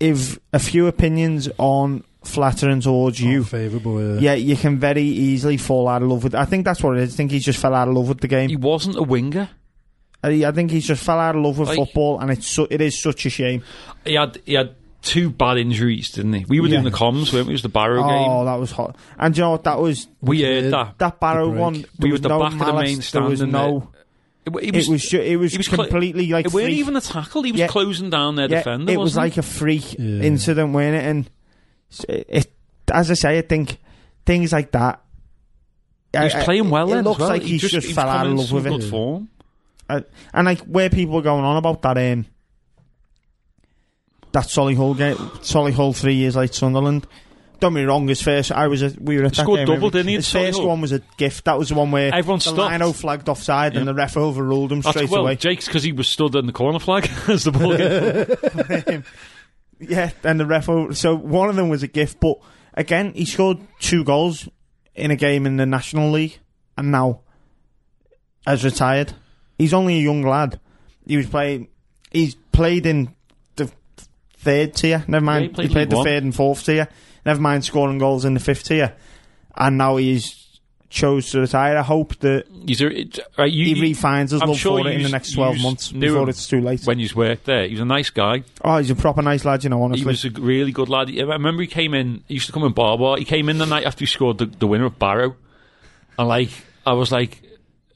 F: if a few opinions on flattering towards you
E: favourable. Uh,
F: yeah, you can very easily fall out of love with. I think that's what it is. I think he's just fell out of love with the
D: He
F: game.
D: wasn't a winger.
F: I I think he's just fell out of love with
D: Like-
F: football, and it's su- it is such a shame.
D: He had he had two bad injuries, didn't he? We were doing
F: Yeah.
D: the comms, weren't we? It was the Barrow
F: Oh,
D: game.
F: that was hot. And do you know what? That was
D: We heard
E: Yeah.
D: that.
F: that Barrow
E: The break.
F: one.
E: We
F: There
D: were
F: was
D: at the
F: no
D: back of the main
F: malice,
D: stand
F: There was
D: and
F: no.
D: It, wa- he
F: It was. ju- It was,
D: he was cl-
F: completely like.
D: it weren't
F: freak-
D: even a tackle. He was
F: Yeah.
D: closing down their
F: yeah,
D: defender.
F: It was
D: wasn't
F: like a freak
E: Yeah.
F: incident, weren't it? And s- it, it, as I say, I think things like that.
D: he? he was playing well.
F: uh, It,
D: then as
F: looks
D: well.
F: like
D: He
F: he's just,
D: he was
F: fell out
D: coming
F: of
D: in
F: love
D: some
F: with it.
D: Good form.
F: Uh, And like where people were going on about that um that Solihull game, Solihull three years like Sunderland, don't be wrong. His first, I was a, we were at that
D: Scored
F: game,
D: double,
F: we-
D: didn't he?
F: His
D: Tony
F: first
D: Hull.
F: one was a gift. That was the one where
D: Everyone
F: the
D: stopped.
F: Lino flagged offside, and
D: Yeah.
F: the ref overruled him straight
D: That's, well,
F: away.
D: Jake's because he was stood in the corner flag as the ball. came.
F: yeah, and the ref. Over- so one of them was a gift, but again, he scored two goals in a game in the National League, and now has retired. He's only a young lad. He was playing. He's played in the third tier. Never mind.
D: he
F: he
D: played
F: played,
D: League
F: the
D: One.
F: third and fourth tier. Never mind scoring goals in the fifth tier, and now he's chose to retire. I hope that
D: He's a- it- right, you-
F: he
D: you-
F: refines his
D: I'm
F: love
D: sure
F: for it in the
D: yous-
F: next twelve
D: yous
F: months
D: knew
F: before
D: him.
F: it's too late.
D: when he's worked there, he was a nice guy.
F: oh, he's a proper nice lad, you know. Honestly,
D: He was a really good lad. I remember he came in. He used to come in bar bar. He came in the night after he scored the, the winner of Barrow, and like I was like,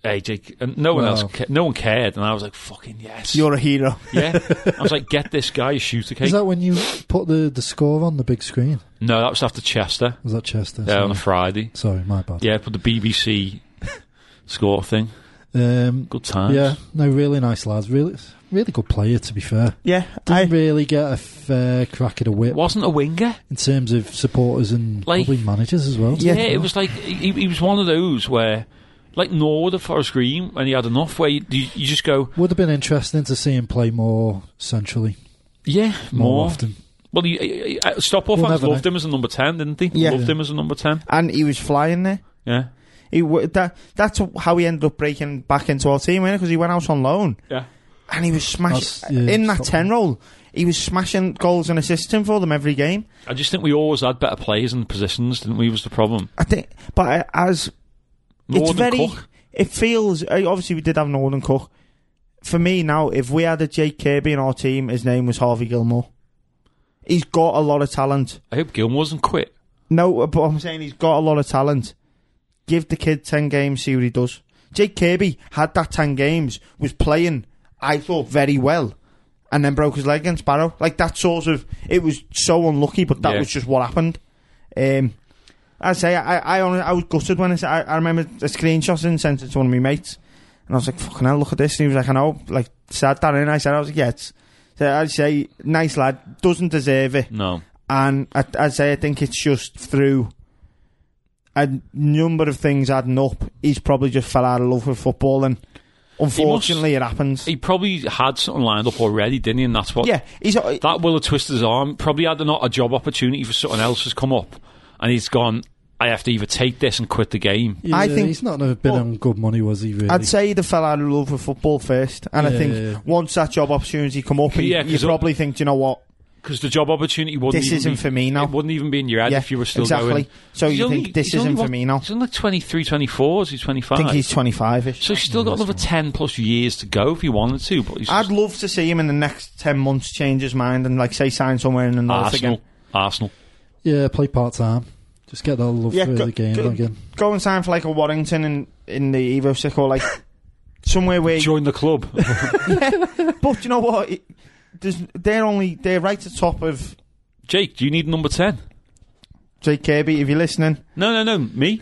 D: "Hey Jake," and no one
E: Wow.
D: else, ca- no one cared, and I was like, "Fucking yes,
F: you're a hero.
D: yeah." I was like, "Get this guy a shooter cake."
E: Is that when you put the, the score on the big screen?
D: no, that was after Chester
E: Was that Chester?
D: yeah, on a
E: Sorry.
D: Friday.
E: Sorry, my bad.
D: Yeah, put the BBC score thing.
E: Um,
D: Good times.
E: Yeah, no, really nice lads. Really, really good player. To be fair,
F: Yeah,
E: didn't
F: I,
E: really get a fair crack at a whip
D: wasn't a winger.
E: in terms of supporters and
D: Like-
E: probably managers as well.
D: Yeah, it was like he, he was one of those where, like Norwood at Forest Green, when he had enough, where you, you, you just go,
E: Would have been interesting to see him play more centrally,
D: yeah,
E: more,
D: more.
E: often.
D: Well, he, uh, Stopoff
E: You'll
D: fans
E: never
D: loved
E: know.
D: him as a number ten, didn't he?
F: Yeah.
D: Loved him as a number ten.
F: and he was flying there.
D: Yeah,
F: He w- that that's how he ended up breaking back into our team, because he went out on loan
D: yeah.
F: and he was
E: That's-
F: smashing
E: yeah,
F: in that
E: stop
F: ten
E: him.
F: role. He was smashing goals and assisting for them every game.
D: I just think we always had better players and positions, didn't we? Was the problem?
F: I think, but I- as
D: Norwood
F: it's
D: and
F: very,
D: Cook.
F: it feels I- obviously we did have Northern Cook. For me now, if we had a Jake Kirby in our team, his name was Harvey Gilmore. He's got a lot of talent.
D: I hope Gilmore doesn't quit.
F: No, but I'm saying he's got a lot of talent. Give the kid 10 games, see what he does. Jake Kirby had that 10 games, was playing, I thought, very well, and then broke his leg against Barrow. Like, that sort of. It was so unlucky, but that
D: Yeah.
F: was just what happened. Um, I say, I I, hon- I was gutted when I said, I, I remember a screenshot and sent it to one of my mates, and I was like, fucking hell, look at this. And he was like, I know, like, sat down and I said, I was like, yeah, it's. So I'd say, nice lad, doesn't deserve it
D: No,
F: and I, I'd say I think it's just through a number of things adding up. He's probably just fell out of love with football, and unfortunately, it happens.
D: he probably had something lined up already, didn't he? And that's what.
F: yeah, he's uh,
D: That will have twisted his arm. Probably had not a job opportunity for something else has come up, and he's gone. I have to either take this and quit the game.
F: I
E: Yeah,
F: think-
E: he's not never been
F: Well,
E: on good money, was he? Really?
F: I'd say he'd have fell out of love with football first, and I
E: Yeah,
F: think
E: yeah, yeah.
F: once that job opportunity come up, he,
D: Yeah,
F: you
D: 'cause, uh,
F: probably think, do you know what,
D: because the job opportunity wouldn't.
F: this
D: even
F: isn't
D: be,
F: for me
D: It
F: now.
D: wouldn't even be in your head
F: Yeah,
D: if you were still
F: exactly.
D: going.
F: So
D: He's
F: you
D: only-
F: think this
D: he's only
F: isn't
D: what-
F: for me now?
D: He's only like 23, 24, is he
F: I
D: 25?
F: think he's twenty five ish.
D: so he's still got another 10 plus years to go if he wanted to, but he's
F: I'd
D: just-
F: love to see him in the next ten months change his mind and like say sign somewhere in the north
D: Arsenal.
F: again.
D: Arsenal.
E: yeah, play part time. Just get that love
F: Yeah,
E: for
F: go-
E: the game
F: go-
E: again.
F: go and sign for like a Warrington in in the Evo Sick or like somewhere where.
D: Join the club.
F: But you know what? It, there's, they're only they're right at the top of
D: Jake, do you need number 10?
F: Jake Kirby. If you're listening,
D: No, no, no. Me?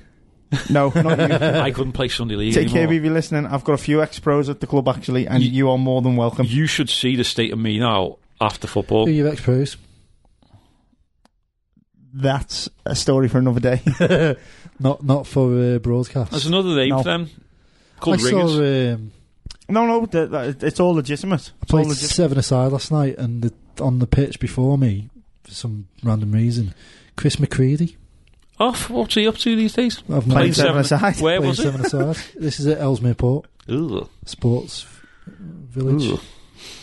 F: no, not you.
D: I couldn't play Sunday League
F: Jake
D: anymore.
F: Kirby, if you're listening, I've got a few ex pros at the club actually, and
D: You-
F: you, are more than welcome.
D: You should see the state of me now after
E: Who
D: football.
E: are your ex-pros?
F: That's a story for another day.
E: Not not for uh, broadcast.
D: There's another name
F: No.
D: for them
E: I
D: called
E: saw
D: Ringers.
E: um,
F: no, no, th- th- it's all legitimate.
E: I
F: It's all
E: played
F: legit.
E: seven aside last night, and the, on the pitch before me, for some random reason, Chris McCready
D: Oh, what's he up to these days?
E: I've
F: Playing
E: played
F: seven aside.
D: Where
E: playing
D: was it?
E: seven aside. This is at Ellesmere Port
D: Ugh.
E: Sports Village,
D: Ooh.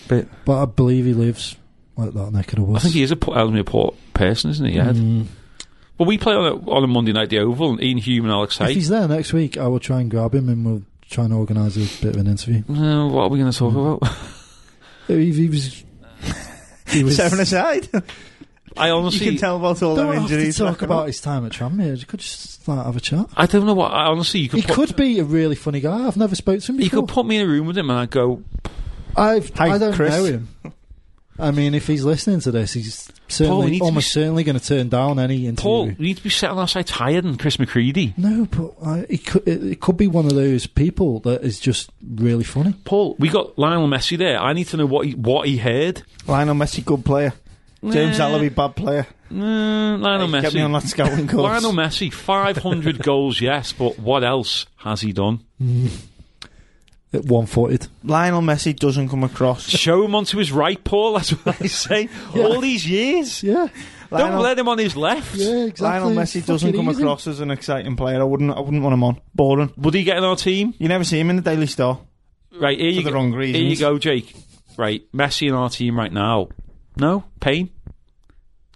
F: Bit.
E: but I believe he lives like that neck of the
D: I
E: woods.
D: think he is a P- Ellesmere Port person, isn't he? Yeah.
E: Mm.
D: Well, we play on a, on a Monday night, the Oval, and Ian Hume and Alex
E: If
D: Hay.
E: he's there next week, I will try and grab him, and we'll try and organise a bit of an interview.
D: Uh, what are we going to talk about?
E: He, he was. He was
F: Seven aside.
D: I
F: you
D: honestly,
F: can tell about all
E: don't
F: them
E: have to
F: injuries.
E: talk about his time at Tranmere. You could just like, have a chat.
D: I don't know what. I honestly, you could
E: He
D: put,
E: could be a really funny guy. I've never spoken to him
D: you
E: before.
D: could put me in a room with him, and I'd go.
E: I've,
F: Hi,
E: I don't
F: Chris.
E: know him. I mean, if he's listening to this, he's
D: Paul, we need
E: certainly
D: to
E: almost
D: be-
E: certainly going to turn down any interview.
D: Paul, you need to be sitting outside tired and Chris McCready.
E: No, but I, it could it, it could be one of those people that is just really funny.
D: Paul, we got Lionel Messi there. I need to know what he, what he heard.
F: Lionel Messi, good player. James
D: Nah.
F: Allaby, bad player.
D: Mm, Lionel
F: Get me on
D: Messi.
F: that scouting course.
D: Lionel Messi, 500 goals, yes, but what else has he done?
E: At one footed.
F: Lionel Messi doesn't come across.
D: Show him onto his right, Paul, that's what I say. All these years.
E: Yeah.
D: Don't
F: Lionel,
D: let him on his left.
E: Yeah, exactly.
F: Lionel Messi doesn't come across as an exciting player. I wouldn't. I wouldn't want him on. Boring.
D: Would he get in our team?
F: You never see him in the Daily Star.
D: Right, here you,
F: the
D: go,
F: wrong
D: here you
F: reasons.
D: go, Jake. Right, Messi in our team right now. No? Pain?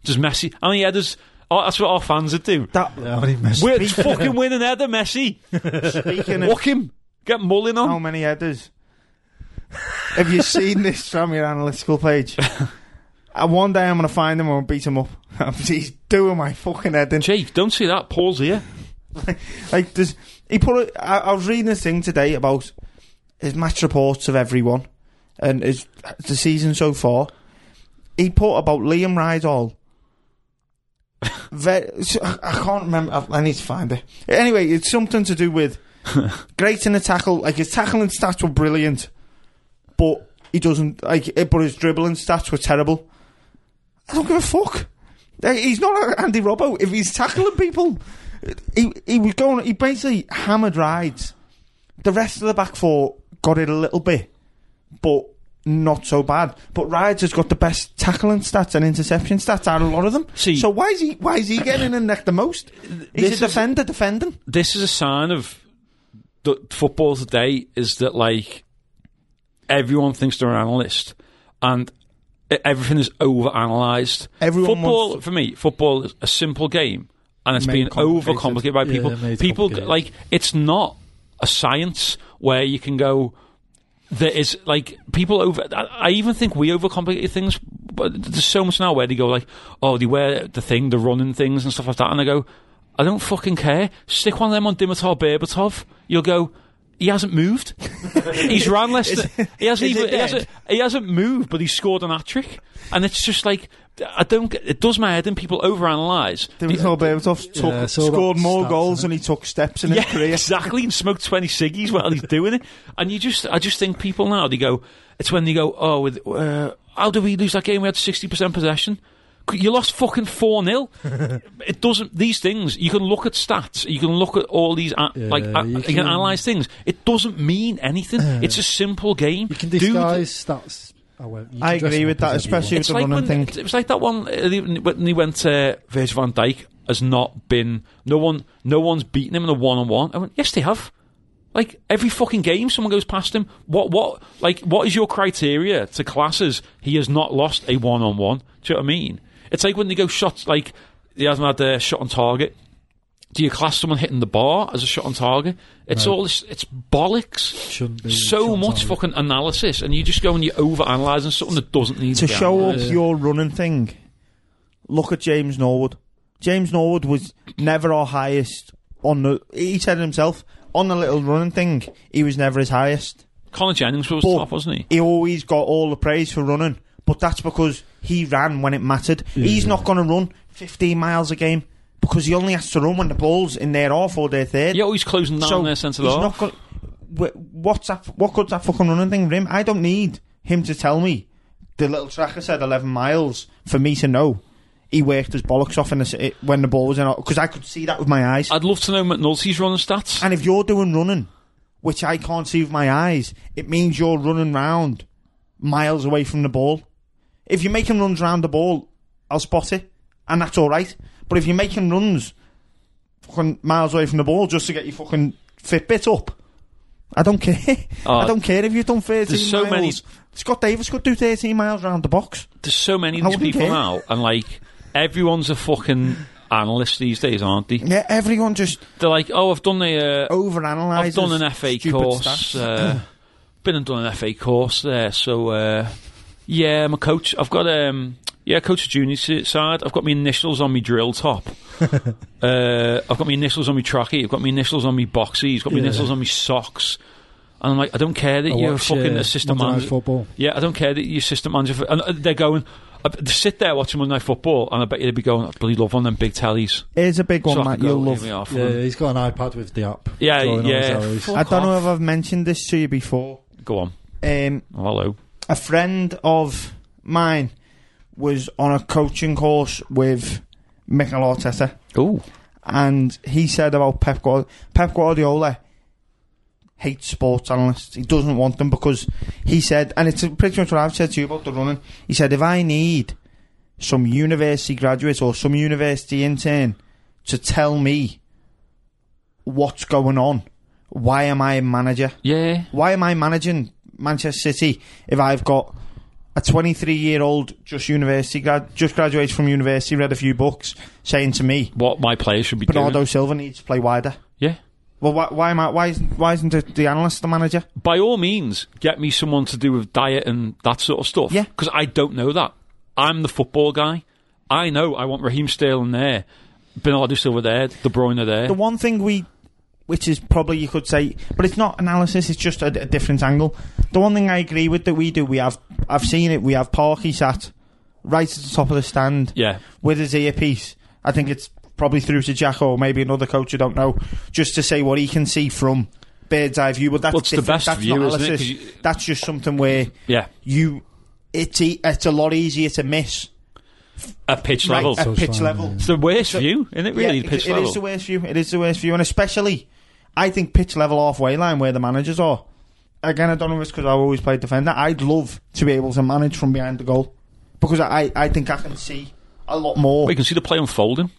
D: Does Messi. How many headers? Oh, that's what our fans would do.
F: That
D: We're fucking winning header, Messi.
F: speaking of
D: Walk him. Get Mullin
F: how
D: on.
F: many headers. Have you seen this from your analytical page? Uh, one day I'm going to find him and beat him up. He's doing my fucking head in.
D: Jake, don't see that. Paul's here.
F: Like, there's, he put. A, I, I was reading this thing today about his match reports of everyone and his the season so far. He put about Liam Rydall. Ve so- I I can't remember. I- I need to find it. Anyway, it's something to do with great in the tackle. Like his tackling stats were brilliant, but he doesn't like. It, but his dribbling stats were terrible. I don't give a fuck. Like, He's not a- Andy Robbo. If he's tackling people, eh, he he was going. He basically hammered rides. The rest of the back four got it a little bit, but not so bad. But Rides has got the best tackling stats and interception stats out of a lot of them.
D: See-
F: so why is he why is he getting in the neck the most? He's
D: This is-
F: a defender defending.
D: This is a sign of the football today is that, like, everyone thinks they're an analyst and e- everything is overanalyzed.
F: Everyone
D: football,
F: wants-
D: for me, football is a simple game and it's
F: Made
D: been
F: complicated.
D: overcomplicated by
E: Yeah,
D: people.
E: made
D: people,
E: complicated.
D: like, it's not a science where you can go, there is like people over. I, I even think we overcomplicate things. But there's so much now where they go like, oh, they wear the thing, the running things and stuff like that, and I go, I don't fucking care. Stick one of them on Dimitar Berbatov. You'll go. He hasn't moved. he's ran less. than- he hasn't
F: is it
D: even. He
F: dead?
D: hasn't, he hasn't moved, but he scored an hat trick, and it's just like I don't. get It does my head, and people overanalyze.
F: Dimitar Berbatov's took,
E: Yeah, it's all
F: scored
E: about
F: more
E: stats,
F: goals
E: isn't
F: than he took steps in his
D: Yeah,
F: career.
D: exactly, and smoke twenty ciggies while he's doing it. And you just, I just think people now they go. It's when they go, oh, with, uh, how did we lose that game? We had sixty percent possession. C- You lost fucking four 0 It doesn't. These things you can look at stats. You can look at all these a-
E: Yeah,
D: like a-
E: you
D: you, can,
E: can-
D: analyze things. It doesn't mean anything. it's a simple game.
E: You can
D: Do-
E: disguise stats. Oh, well, you
F: I
E: can dress
F: agree
E: them
F: with
E: up
F: that,
E: as everyone.
F: especially with
D: it's
F: the
D: like
F: running
D: when,
F: thing.
D: It was like that one uh, when he went to Virgil van Dijk has not been no one no one's beaten him in a one on one. I went, yes, they have. Like every fucking game, someone goes past him. What what like what is your criteria to classes? He has not lost a one on one. Do you know what I mean? It's like when they go shots like he hasn't had a shot on target. Do you class someone hitting the bar as a shot on target? It's all this, it's bollocks.
E: Shouldn't be shot
D: so
E: on
D: much
E: target.
D: fucking analysis, and you just go and you over analysing something that doesn't need
F: to
D: be
F: show up
D: analysed.
F: your running thing, look at James Norwood. James Norwood was never our highest on the. He said it himself on the little running thing. He was never his highest.
D: Colin Jennings was
F: But-
D: top, wasn't he?
F: He always got all the praise for running, but that's because he ran when it mattered. He's not going to run 15 miles a game because he only has to run when the ball's in their half or their third.
D: Yeah, always closing down their centre
F: he's
D: half.
F: not got- wh- What's that? What good's that fucking running thing for him? I don't need him to tell me. The little tracker said eleven miles for me to know. He worked his bollocks off in the, si- when the ball was in because I could see that with my eyes.
D: I'd love to know McNulty's running stats.
F: and if you're doing running, which I can't see with my eyes, it means you're running round miles away from the ball. If you're making runs round the ball, I'll spot it, and that's all right. But if you're making runs fucking miles away from the ball just to get your fucking Fitbit up, I don't care.
D: Oh,
F: I don't care if you've done 13
D: there's so
F: miles.
D: many-
F: Scott Davis could do 13 miles round the box.
D: There's so many of
F: I
D: these
F: wouldn't
D: people
F: care.
D: now, and like everyone's a fucking analyst these days, aren't they?
F: Yeah, everyone just
D: They're like, oh, I've done the, uh,
F: overanalyzes.
D: I've done an FA
F: stupid
D: course,
F: stats.
D: uh, been and done an FA course there. So uh, yeah, I'm a coach. I've got um, yeah, coach of junior s- side. I've got my initials on my drill top. uh, I've got my initials on my trackie. I've got my initials on my boxy. I've got my
E: Yeah.
D: initials on my socks. And I'm like, I don't care that
E: I
D: you're a
E: watch,
D: fucking
E: uh,
D: assistant
E: Monday Night
D: manager.
E: Football.
D: Yeah, I don't care that you're assistant manager. For, and uh, they're going, uh, they sit there watching Monday Night Football, and I bet you they'd be going, I bloody love one of them big tellies.
F: Here's a big one,
D: So I
F: Matt.
D: can go,
F: You'll
D: "Here
F: love.
D: we are for
E: Yeah,
D: them."
E: he's got an iPad with the app.
D: Yeah,
E: drawing on his
D: yeah.
E: arrows.
D: Fuck
F: I don't know
D: off.
F: if I've mentioned this to you before.
D: Go on.
F: Um,
D: Hello.
F: a friend of mine was on a coaching course with Mikel Arteta,
D: Oh,
F: and he said about Pep Guardiola. Pep Guardiola hates sports analysts. He doesn't want them because he said, and it's pretty much what I've said to you about the running. He said, if I need some university graduate or some university intern to tell me what's going on, why am I a manager?
D: yeah.
F: Why am I managing Manchester City if I've got a 23 year old just university grad, just graduated from university, read a few books, saying to me,
D: What my players should be
F: Bernardo
D: doing.
F: Silva needs to play wider.
D: Yeah.
F: Well, why, why am I? Why isn't why isn't the, the analyst the manager?
D: By all means, get me someone to do with diet and that sort of stuff.
F: Yeah.
D: Because I don't know that. I'm the football guy. I know I want Raheem Sterling there, Bernardo Silva there, De Bruyne there.
F: The one thing we, which is probably you could say, but it's not analysis. It's just a, a different angle. The one thing I agree with that we do, we have I've seen it. We have Parky sat right at the top of the stand.
D: yeah.
F: with his earpiece. I think it's probably through to Jack or maybe another coach, I don't know, just to say what he can see from bird's eye view. But that's
D: Well, it's the
F: different.
D: best
F: that's
D: view,
F: not
D: isn't it?
F: analysis.
D: 'Cause you-
F: That's just something where
D: Yeah.
F: you it's e- it's a lot easier to miss
D: At pitch
F: right,
D: level.
F: at
E: So
F: pitch
E: fine,
F: level.
D: it's the worst view, isn't it, really?
F: Yeah,
D: pitch
F: it- it
D: level.
F: is the worst view. It is the worst view, and especially I think pitch level halfway line where the managers are. Again, I don't know if it's because I've always played defender. I'd love to be able to manage from behind the goal because I, I think I can see a lot more.
D: Well, you can see the play unfolding.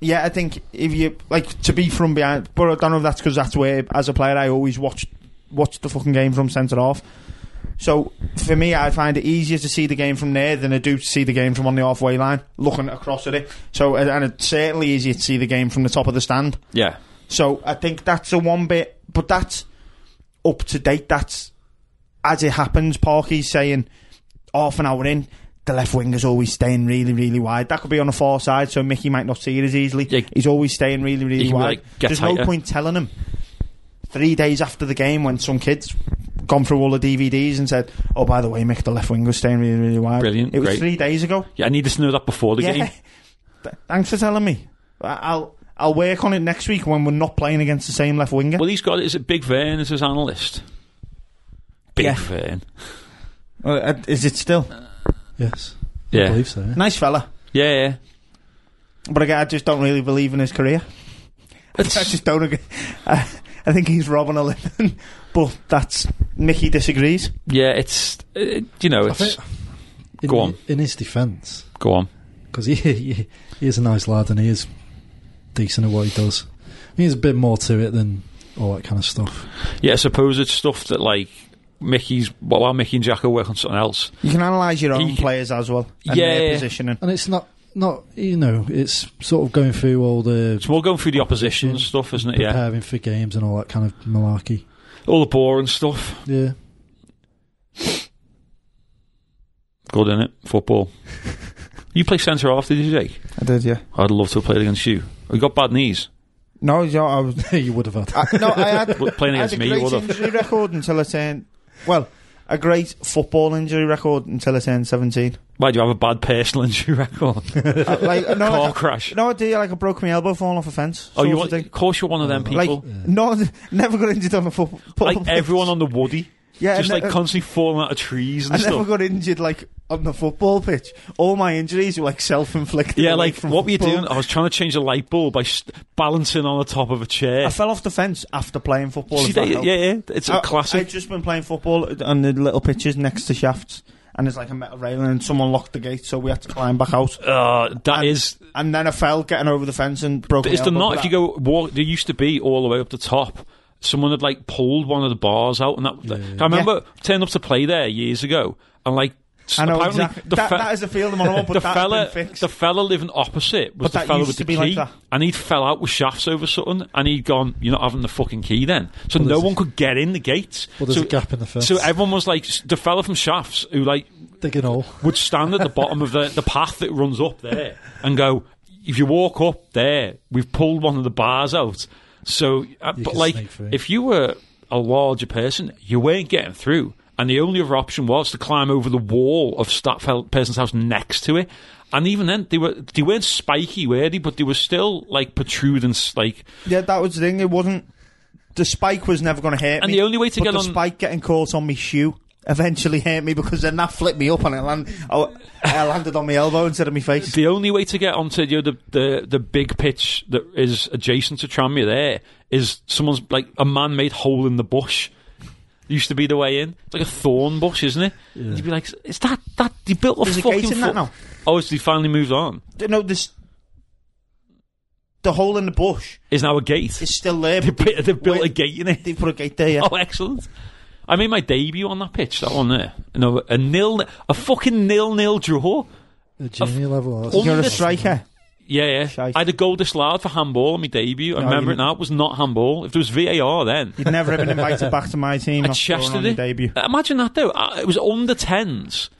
F: Yeah, I think if you like to be from behind, but I don't know if that's because that's where, as a player, I always watch watch the fucking game from centre half. So for me, I find it easier to see the game from there than I do to see the game from on the halfway line, looking across at it. So and and it's certainly easier to see the game from the top of the stand.
D: Yeah.
F: So I think that's the one bit, but that's up to date. That's as it happens. Parky's saying half an hour in, the left winger's always staying really, really wide. That could be on the far side, so Mickey might not see it as easily.
D: Yeah.
F: He's always staying really,
D: He
F: really
D: can be
F: wide.
D: like, "Get
F: There's
D: tighter."
F: no point telling him three days after the game when some kids gone through all the DVDs and said, "Oh, by the way, Mick, the left winger's staying really, really wide."
D: Brilliant,
F: It was
D: great.
F: three days ago.
D: Yeah, I needed to know that before the game.
F: Th- Thanks for telling me. I- I'll I'll work on it next week when we're not playing against the same left winger.
D: Well, he's got is it Big Vern as his analyst? Big
F: Yeah.
D: Vern.
F: Uh, is it still
E: Yes. I
D: Yeah.
E: believe so. yeah.
F: nice fella?
D: Yeah, yeah.
F: But again, I just don't really believe in his career. I just don't. ag- I, I think he's robbing a living. But that's Mickey disagrees.
D: Yeah, it's uh, you know,
E: I
D: it's
E: think- In,
D: Go on.
E: In his defence,
D: go on.
E: because he, he he is a nice lad and he is decent at what he does. He's a bit more to it than all that kind of stuff.
D: Yeah, I suppose it's stuff that like Mickey's well, while Mickey and Jack are working on something else.
F: You can analyse your own
D: He-
F: players as well and
D: Yeah.
F: their positioning.
E: And it's not not you know it's sort of going through all the
D: It's more going through the opposition and stuff, isn't it? Yeah,
E: preparing for games and all that kind of malarkey.
D: all the boring stuff.
E: Yeah.
D: Good in it, football. you play centre half, did you, Jake?
F: I did, yeah.
D: I'd love to have played against you. I got bad knees.
F: No, you know, I was.
E: you would have had.
D: Uh,
F: I, no, I had.
D: But playing
F: I had
D: against
F: a
D: me, you
F: great
D: would have.
F: injury record until I turned. Well, a great football injury record until I turned seventeen.
D: Why do you have a bad personal injury record?
F: Uh, like no,
D: Car
F: like,
D: crash.
F: no, I did. Like I broke my elbow, falling off a fence.
D: oh, you
F: sort
D: want,
F: of thing.
D: of course you're one of them people.
F: Like, no, never got injured on the football.
D: like everyone on the woody,
F: yeah,
D: just
F: I
D: like
F: ne-
D: constantly falling out of trees and
F: I never
D: stuff.
F: got injured like on the football pitch. All my injuries were like self-inflicted.
D: Yeah,
F: away
D: like
F: from
D: what were you
F: football.
D: doing? I was trying to change a light bulb by st- balancing on the top of a chair.
F: I fell off the fence after playing football.
D: See,
F: if that
D: they-
F: helped.
D: yeah, yeah, it's a
F: I-
D: classic.
F: I'd just been playing football on the little pitches next to shafts, and there's like a metal railing, and someone locked the gate, so we had to climb back out.
D: Uh, that
F: And-
D: is.
F: And then I fell getting over the fence and broke. my
D: Is there
F: elbow,
D: not?
F: but
D: If you go walk, there used to be all the way up the top. Someone had like pulled one of the bars out, and that. I remember turned up to play there years ago, and like. s-
F: I know
D: apparently
F: exactly.
D: the
F: That,
D: fe-
F: that is a field I'm on, about, but
D: the
F: that's
D: fella,
F: been fixed.
D: the fella living opposite was
F: But
D: the
F: that
D: fella
F: used
D: with the
F: to
D: key,
F: be like that.
D: and he'd fell out with shafts over something, and he'd gone, "You're not having the fucking key then." So no
E: there's a-
D: one could get in the gates.
E: Well, there's
D: so,
E: a gap in the fence.
D: So everyone was like s- the fella from shafts who like
E: Digging all.
D: would stand at the bottom of the, the path that runs up there and go, if you walk up there, we've pulled one of the bars out. So, uh, but
E: can
D: like,
E: sneak through.
D: if you were a larger person, you weren't getting through. And the only other option was to climb over the wall of that fel- person's house next to it. And even then, they were they weren't spiky, were they? But they were still like protruding, s- like
F: Yeah, that was the thing. It wasn't. The spike was never going to hurt
D: And
F: me.
D: the only way to
F: but
D: get
F: the
D: on-
F: spike getting caught on my shoe eventually hurt me because then that flipped me up and I, land, I, I landed on my elbow instead of my face.
D: The only way to get onto you know, the, the the big pitch that is adjacent to Tranmere there is someone's like a man made hole in the bush. Used to be the way in. It's like a thorn bush, isn't it? You'd be like, is that that you built a
F: There's a
D: fucking
F: gate in that
D: thor-
F: now.
D: Oh, so he finally moved on.
F: No, this the hole in the bush
D: Is now a gate.
F: is still there.
D: They
F: but
D: built, they built a
F: wait,
D: gate in it.
F: They put a gate there. Yeah.
D: Oh, excellent! I made my debut on that pitch. That one there. No, a nil, a fucking nil nil draw.
E: The junior level.
D: Oh,
E: that's-
F: You're a striker.
D: Yeah, yeah.
F: Shite.
D: I had a goal disallowed for handball on my debut. I
F: No,
D: remember
F: you-
D: it now. It was not handball. If there was VAR, then
F: You'd never have been invited back to my team.
D: I
F: after scoring
D: chested
F: on your
D: it.
F: debut.
D: Imagine that though. I- It was under tens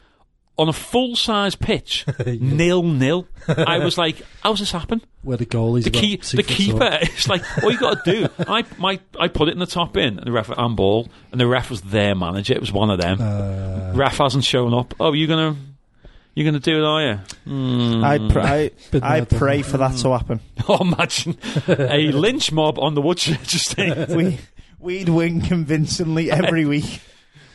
D: on a full size pitch, nil nil. I was like, "How's this happen?"
E: Where the goalie's
D: The
E: about
D: key,
E: six
D: the
E: foot
D: keeper.
E: tall.
D: It's like, all you got to do. I, my, I put it in the top in, and the ref handball, and the ref was their manager. It was one of them.
E: Uh,
D: ref hasn't shown up. Oh, you're gonna, you're gonna do it, are you? Mm.
F: I, pr- I,
E: Bit
F: I
E: mad, don't
F: pray
E: I?
F: for that to happen.
D: Oh, imagine a lynch mob on the Woodchurch estate.
F: We, we'd win convincingly every week.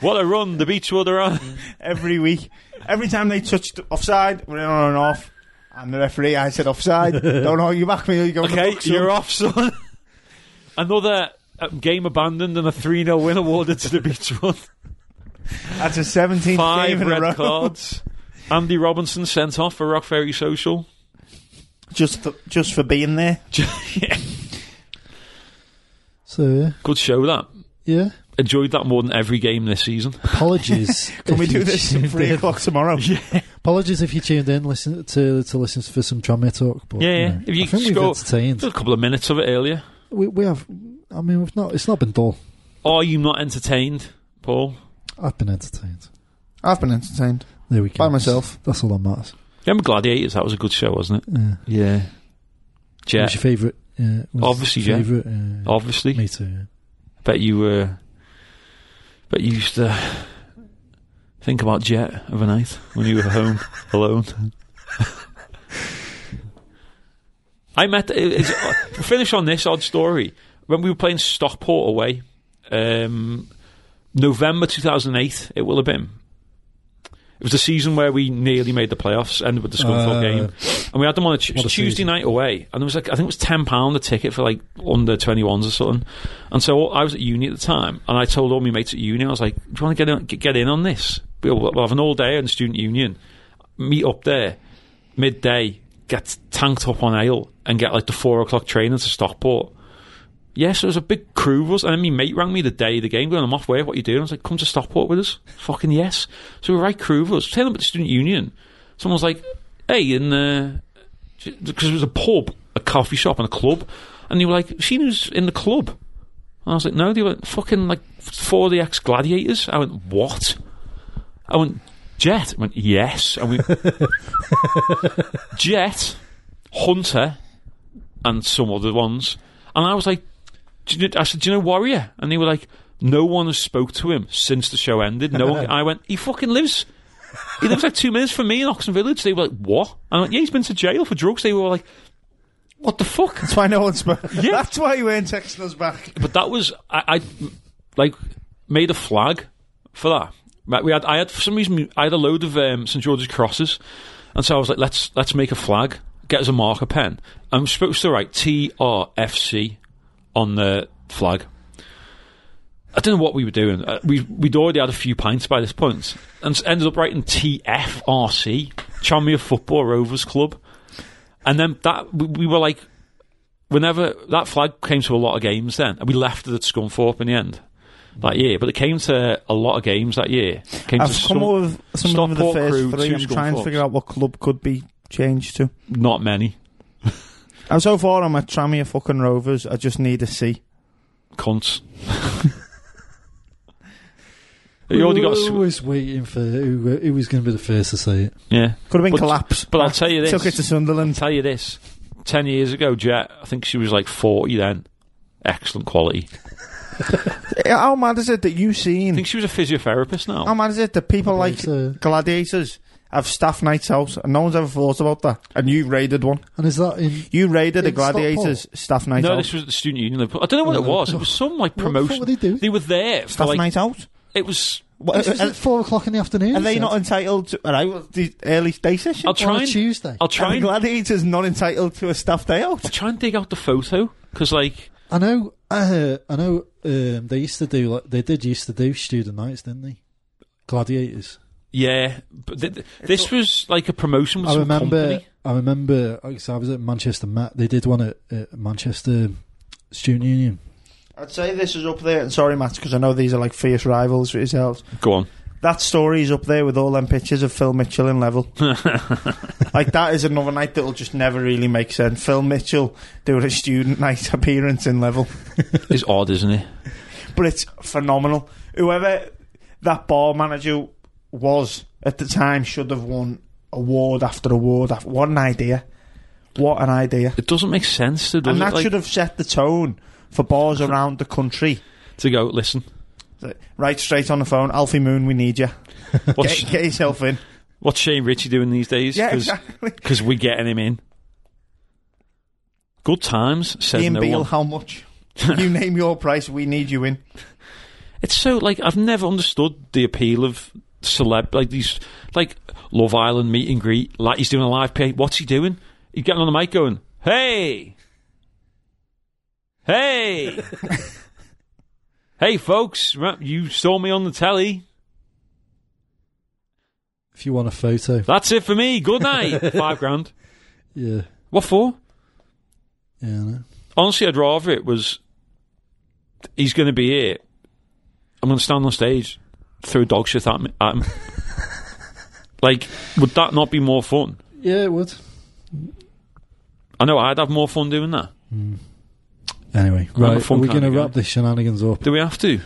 D: What a run! The Beechwood are on.
F: Every week. Every time they touched offside, we're in on and off. And the referee, I said offside. Don't argue back me. You're going to the
D: Okay,
F: books, son.
D: you're off, son. Another uh, game abandoned and a 3 0 win awarded to the Beechwood.
F: That's a 17th
D: Five
F: game in a row.
D: red cards. Andy Robinson sent off for Rock Ferry Social.
F: Just, for, just for being there.
D: Yeah,
E: so yeah,
D: Good show, that.
E: yeah.
D: Enjoyed that more than every game this season.
E: Apologies.
F: Can we
E: if you
F: do this
E: tuned
F: at 3
E: in.
F: o'clock tomorrow?
E: Apologies if you tuned in listen to to listen for some Tranmere talk. But,
D: Yeah, yeah.
E: know,
D: If you
E: I think
D: scroll-
E: we've entertained.
D: Did a couple of minutes of it earlier.
E: We, we have. I mean, we've not. It's not been dull.
D: Are you not entertained, Paul?
E: I've been entertained.
F: I've been entertained.
E: There we go.
F: By myself.
E: That's all that matters.
D: Remember Gladiators? That was a good show, wasn't it?
E: Yeah.
D: Yeah. Jet,
E: What's your favourite? Uh, what's
D: Obviously,
E: your
D: yeah.
E: favourite. Uh,
D: obviously.
E: Me too. yeah.
D: Bet you were. Bet you used to think about Jet of a night when you were home alone. I met. Is, to finish on this odd story. When we were playing Stockport away, um, November 2008, it will have been. It was the season where we nearly made the playoffs, ended with the Scunthorpe
E: Uh,
D: game. And we had them on a, t-
E: What a
D: Tuesday
E: season.
D: night away, and there was like I think it was ten pound a ticket for like under twenty ones or something. And so I was at uni at the time, and I told all my mates at uni, I was like, "Do you want to get in, get- get in on this? We'll, we'll have an all day in student union, meet up there, midday, get tanked up on ale, and get like the four o'clock train into Stockport." Yes, there was a big crew of us, and then my mate rang me the day of the game, going, "I'm off work. What are you doing?" I was like, "Come to Stockport with us." Fucking yes. So we were right crew of us. Turn up at the student union. Someone's like, "Hey," and uh, because it was a pub, a coffee shop, and a club. And they were like, she was in the club. And I was like, no, they went fucking like four of the ex gladiators. I went, what? I went, Jet. I went, yes. And we, Jet, Hunter, and some other ones. And I was like, do you know, I said, do you know Warrior? And they were like, no one has spoke to him since the show ended. No one. I went, he fucking lives he lives like two minutes from me in Oxon Village. They were like, what? And I went, yeah, he's been to jail for drugs. They were like, what the fuck?
F: That's why no one's.
D: Yeah.
F: That's why you weren't texting us back.
D: But that was, I, I like, made a flag for that. Like, We had, I had, for some reason, I had a load of um, St. George's crosses. And so I was like, let's, let's make a flag, get us a marker pen. I'm supposed to write TRFC on the flag. I don't know what we were doing. Uh, we, we'd already had a few pints by this point and s- ended up writing TFRC, Tranmere Football Rovers Club. And then that we, we were like, whenever that flag came to a lot of games then, and we left it at Scunthorpe in the end that year, but it came to a lot of games that year. Came
F: I've
D: to
F: come
D: Scun-
F: up with some of the
D: Stockport
F: first
D: crew,
F: three.
D: two
F: I'm trying
D: Scunthorpes.
F: to figure out what club could be changed to.
D: not many.
F: I'm so far on my Tramia fucking Rovers. I just need a C.
D: Cunts. you already got. a
E: We were
D: sw-
E: always waiting for who, who was going to be the first to say it.
D: Yeah.
F: Could have been
D: But-
F: collapse.
D: But I'll tell you this.
F: Took it to Sunderland.
D: tell you this. Ten years ago, Jet, I think she was like 40 then. Excellent quality.
F: How mad is it that you've
D: I
F: seen?
D: think she was a physiotherapist now.
F: How mad Oh, is it that people like
E: So-
F: gladiators have staff nights out and no one's ever thought about that? And you raided one.
E: and is that in
F: You raided the
E: In Stockport?
F: gladiators staff night
D: no,
F: out.
D: this was at the student union. Liverpool. I don't know what it was. It was some like
E: What the fuck
D: promotion.
E: were they doing?
D: were there for
F: staff
D: like
F: night out.
D: it was
F: What,
E: It's
F: are,
E: at four o'clock in the afternoon.
F: are
E: he
F: they
E: said.
F: not entitled to? All right, well, the early day session.
D: I'll
E: On a
D: try and
E: Tuesday.
D: I'll try
F: And
D: and, I'll
F: Gladiator's not entitled to a staff day out.
D: try and dig out the photo because like
E: I know. Uh, I know. Um, they used to do. Like, they did used to do student nights, didn't they? Gladiators.
D: yeah, but th- th- this was like a promotion. With
E: I
D: some
E: remember.
D: company.
E: I remember. like, So I was at Manchester. Ma- they did one at, at Manchester Student Union.
F: I'd say this is up there. And sorry, Matt, because I know these are like fierce rivals for yourselves.
D: Go on.
F: That story is up there with all them pictures of Phil Mitchell in level. like that is another night that'll just never really make sense. Phil Mitchell doing a student night appearance in level,
D: It's odd, isn't it?
F: but it's phenomenal. Whoever that bar manager was at the time should have won award after award. After, what an idea! What an idea!
D: It doesn't make sense to does
F: and
D: it?
F: that
D: Like,
F: should have set the tone for bars around the country.
D: to go listen.
F: Right straight on the phone, Alfie Moon, we need you.
D: What's,
F: Get, get yourself in.
D: what's Shane Ritchie doing these days?
F: Yeah,
D: Because
F: exactly.
D: we're getting him in. Good times, said
F: Ian
D: no
F: Beale,
D: one.
F: how much? you name your price, we need you in.
D: It's so like I've never understood the appeal of celeb like these like Love Island meet and greet. Like he's doing a live play. What's he doing? He's getting on the mic going, "Hey, hey, hey, folks! remem- You saw me on the telly.
E: If you want a photo,
D: That's it for me. Good night. Five grand.
E: yeah,
D: What for?
E: yeah. I know.
D: Honestly, I'd rather it was. He's going to be here. I'm going to stand on stage, throw dog shit at me. At him. like, would that not be more fun?
E: Yeah, it would.
D: I know I'd have more fun doing that.
E: Anyway,
D: I'm a
E: right.
D: fun
E: We're
D: kind
E: going to
D: of guy.
E: wrap this shenanigans up.
D: Do we have to?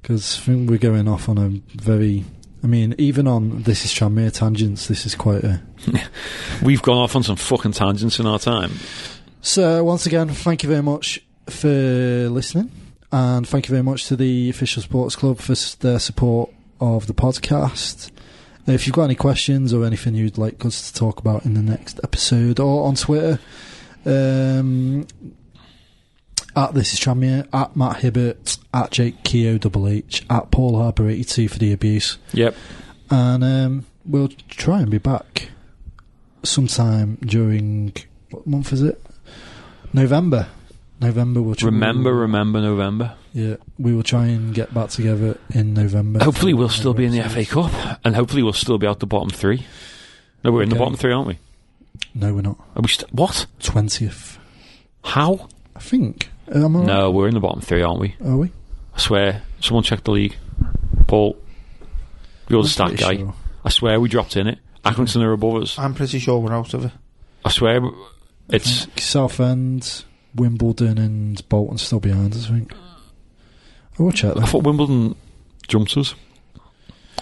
E: because I think we're going off on a very. I mean, even on this is Tranmere tangents. This is quite a.
D: We've gone off on some fucking tangents in our time.
E: So once again, thank you very much for listening, and thank you very much to the official sports club for s- their support of the podcast. If you've got any questions or anything you'd like us to talk about in the next episode, or on Twitter, um, at this is Tranmere, at Matt Hibbert, at Jake Keogh double H, at Paul Harper eighty two for the abuse.
D: Yep.
E: and um, we'll try and be back sometime during what month is it? November. November. We'll try,
D: Remember, remember November.
E: Yeah, we will try and get back together in November.
D: Hopefully, we'll still be in the FA Cup, and hopefully, we'll still be out the bottom three. No, we're in the
E: Okay.
D: bottom three, aren't we?
E: No, we're not.
D: Are we? St- what?
E: Twentieth,
D: How?
E: I think. Am I right?
D: No, we're in the bottom three, aren't we?
E: Are we?
D: I swear, someone checked the league. Paul, you're the stat
E: Pretty
D: guy.
E: sure.
D: I swear we dropped in it. Accrington are above us.
F: I'm pretty sure we're out of it.
D: I swear, it's
E: Southend, Wimbledon, and Bolton still behind us. I think. I will check
D: I
E: that.
D: thought Wimbledon jumped us.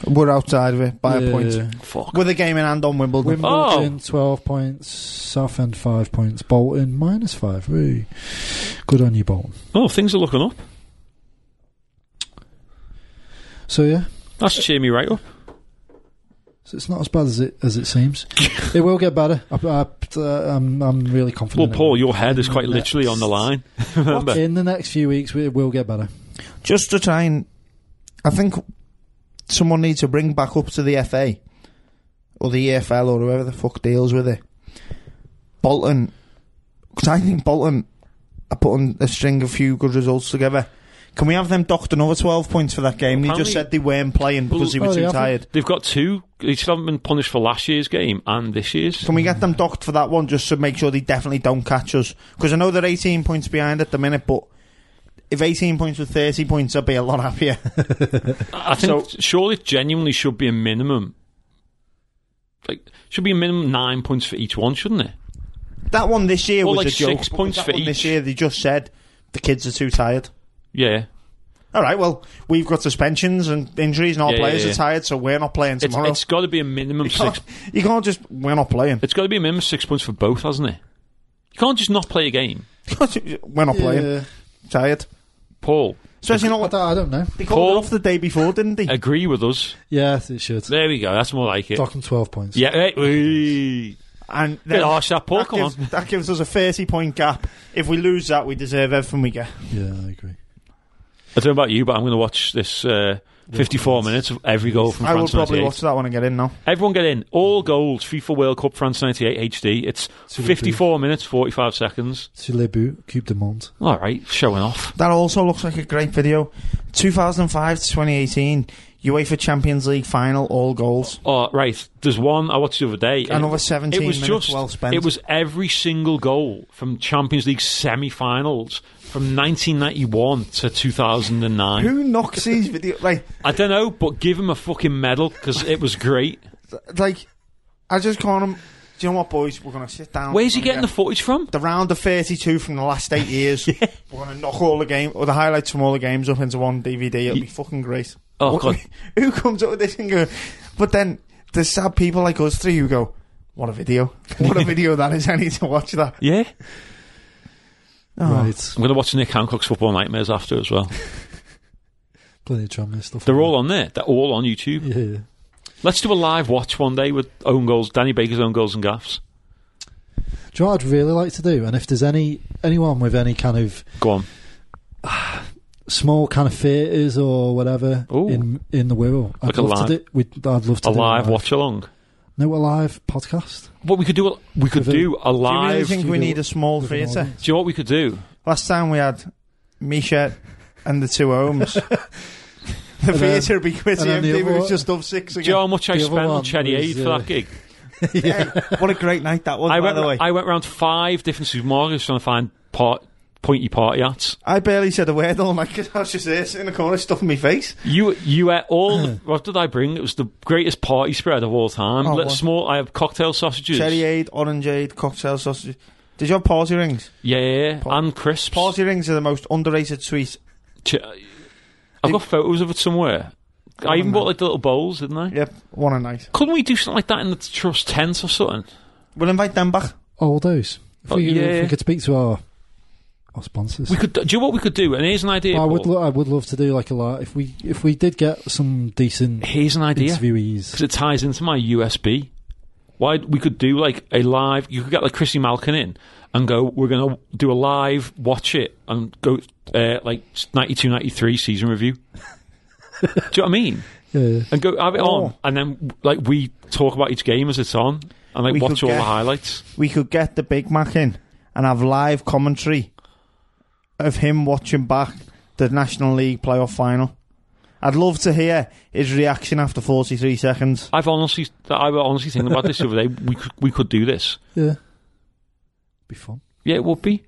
F: We're outside of it by a point.
E: Yeah.
D: Fuck.
F: With a game in hand on Wimbledon.
D: Oh.
E: Wimbledon, 12 points. Southend, 5 points. Bolton, minus 5. Woo. Good on you, Bolton.
D: Oh, things are looking up.
E: So, yeah,
D: That's cheer me right up.
E: so it's not as bad as it as it seems. it will get better. I, I, uh, I'm, I'm really
D: Well,
E: confident. it
D: Paul,
E: will.
D: your head is quite
E: Next.
D: literally on the line. Remember?
E: In the next few weeks, we- it will get better.
F: Just to try and. I think someone needs to bring back up to the FA or the EFL or whoever the fuck deals with it. Bolton. Because I think Bolton are putting a string of few good results together. Can we have them docked another 12 points for that game? They
D: Apparently-
F: just said they weren't playing because they
E: Oh,
F: were
E: they
F: too
E: haven't.
F: tired.
D: They've got two. They still haven't been punished for last year's game and this year's.
F: Can we get them docked for that one just to make sure they definitely don't catch us? Because I know they're 18 points behind at the minute, but if 18 points with 30 points, I'd be a lot happier.
D: I think surely it genuinely should be a minimum. Like, should be a minimum nine points for each one, shouldn't it?
F: that one this year
D: Or
F: was
D: like
F: a joke.
D: six
F: but
D: points
F: that
D: for
F: one This
D: each.
F: year they just said the kids are too tired.
D: Yeah.
F: All right, well we've got suspensions and injuries, and our
D: Yeah, yeah,
F: players
D: yeah.
F: are tired, so we're not playing
D: It's,
F: tomorrow.
D: it's got to be a minimum six.
F: you can't just we're not playing.
D: It's got to be a minimum six points for both, hasn't it? You can't just not play a game.
F: we're not playing.
E: Yeah.
F: Tired,
D: Paul,
F: especially not
E: I,
F: what
E: don't, I don't know.
F: they called
D: Paul-
F: it off the day before, didn't they?
D: agree with us.
E: Yeah, it should.
D: There we go. That's more like it.
E: Dock 'em 12 points.
D: Yeah. Hey, wee.
F: And
D: Bit
F: then-
D: harsh, that, Paul.
F: that
D: come
F: gives,
D: on.
F: that gives us a thirty-point gap. If we lose that, we deserve everything we get.
E: Yeah, I agree.
D: I don't know about you, but I'm going to watch this uh, 54 minutes of every goal from
F: I will
D: France
F: probably
D: 98.
F: watch that one and get in now.
D: Everyone get in. All goals, FIFA World Cup France 98 HD. It's
E: Super.
D: 54 minutes, 45 seconds.
E: C'est le but, Coupe du Monde.
D: All right, showing off.
F: That also looks like a great video. 2005 to 2018, UEFA Champions League final, all goals.
D: Oh, right, there's one I watched the other day. and
F: Another 17
D: it was
F: minutes
D: just,
F: well spent.
D: It was every single goal from Champions League semi-finals from 1991 to 2009.
F: Who knocks these video? Like,
D: I don't know, but give him a fucking medal because it was great.
F: like, I just can't. im- Do you know what, boys? We're gonna sit down.
D: Where's he
F: We're gonna
D: getting the footage from?
F: get the round of 32 from the last eight years? We're gonna knock all the game or the highlights from all the games up into one DVD. It'll be fucking great.
D: Oh,
F: What-
D: God.
F: who comes up with this and go? But then there's sad people like us three who go, "What a video! What a video that is! I need to watch that."
D: Yeah.
F: Oh.
E: Right.
D: I'm going to watch Nick Hancock's Football Nightmares after as well.
E: Plenty of drama stuff.
D: They're all on there. They're all on YouTube.
E: Yeah, yeah.
D: Let's do a live watch one day with own goals, Danny Baker's own goals and gaffs.
E: Do you know what I'd really like to do? And if there's any anyone with any kind of
D: Go on.
E: small kind of theatres or whatever
D: Ooh.
E: in in the world, I'd
D: Like a
E: love to
D: live-
E: do. We'd, I'd love to
D: A
E: do
D: live watch along.
E: No, a live podcast.
D: What we could do? We could
E: With a-
D: do a
F: Do you really
D: live.
F: think we need a small
E: With an
F: theatre?
E: audience.
D: Do you know what we could do?
F: Last time we had Misha and the two Ohms. the
E: then-
F: theatre would be quitting
E: and then the
F: empty. We
E: other-
F: was just up six
D: Do you know
F: again.
D: how much I
E: The other
D: spent on
E: one
D: Chenny
E: was,
D: Aid for
E: uh, oh,
D: that gig?
F: what a great night that was,
D: I
F: by
D: went,
F: the way. I,
D: I went round five different supermarkets trying to find part, pointy party hats.
F: barely said a word all night because I was just there sitting in the corner stuffing my face.
D: You, you ate all. what did I bring? It was the greatest party spread of all time.
F: Oh,
D: Little
F: what?
D: small. I have cocktail sausages.
F: Cherry aid, orange aid, cocktail sausage. Did you have party rings?
D: yeah, yeah,
F: Pa-
D: and crisps.
F: Party rings are the most underrated sweet.
D: Ch- I've got photos of it somewhere. I even bought like the little bowls, didn't I?
F: Yep, one a night.
D: Couldn't we do something like that in the trust tent or something?
F: We'll invite them back.
E: All those. If,
D: Oh,
E: we,
D: yeah.
E: if we could speak to our our sponsors,
D: We could. Do you know what we could do? And here's an idea.
E: I would.
D: Paul.
E: Lo- I would love to do like a lot. If we if we did get some decent
D: here's an idea.
E: interviewees,
D: because it ties into my USB. Why we could do like a live? You could get like Chrissy Malkin in and go. We're gonna do a live watch it and go uh, like 92, 93 season review. do you know what I mean?
E: yeah,
D: And go have it on,
F: Oh.
D: and then like we talk about each game as it's on, and like
F: We
D: watch
F: could
D: all
F: get-
D: the highlights.
F: We could get the Big Mac in and have live commentary of him watching back the National League playoff final. I'd love to hear his reaction after 43 seconds.
D: I've honestly, I was honestly thinking about this the other day. We could, we could do this.
E: yeah, be fun.
D: Yeah, it would be.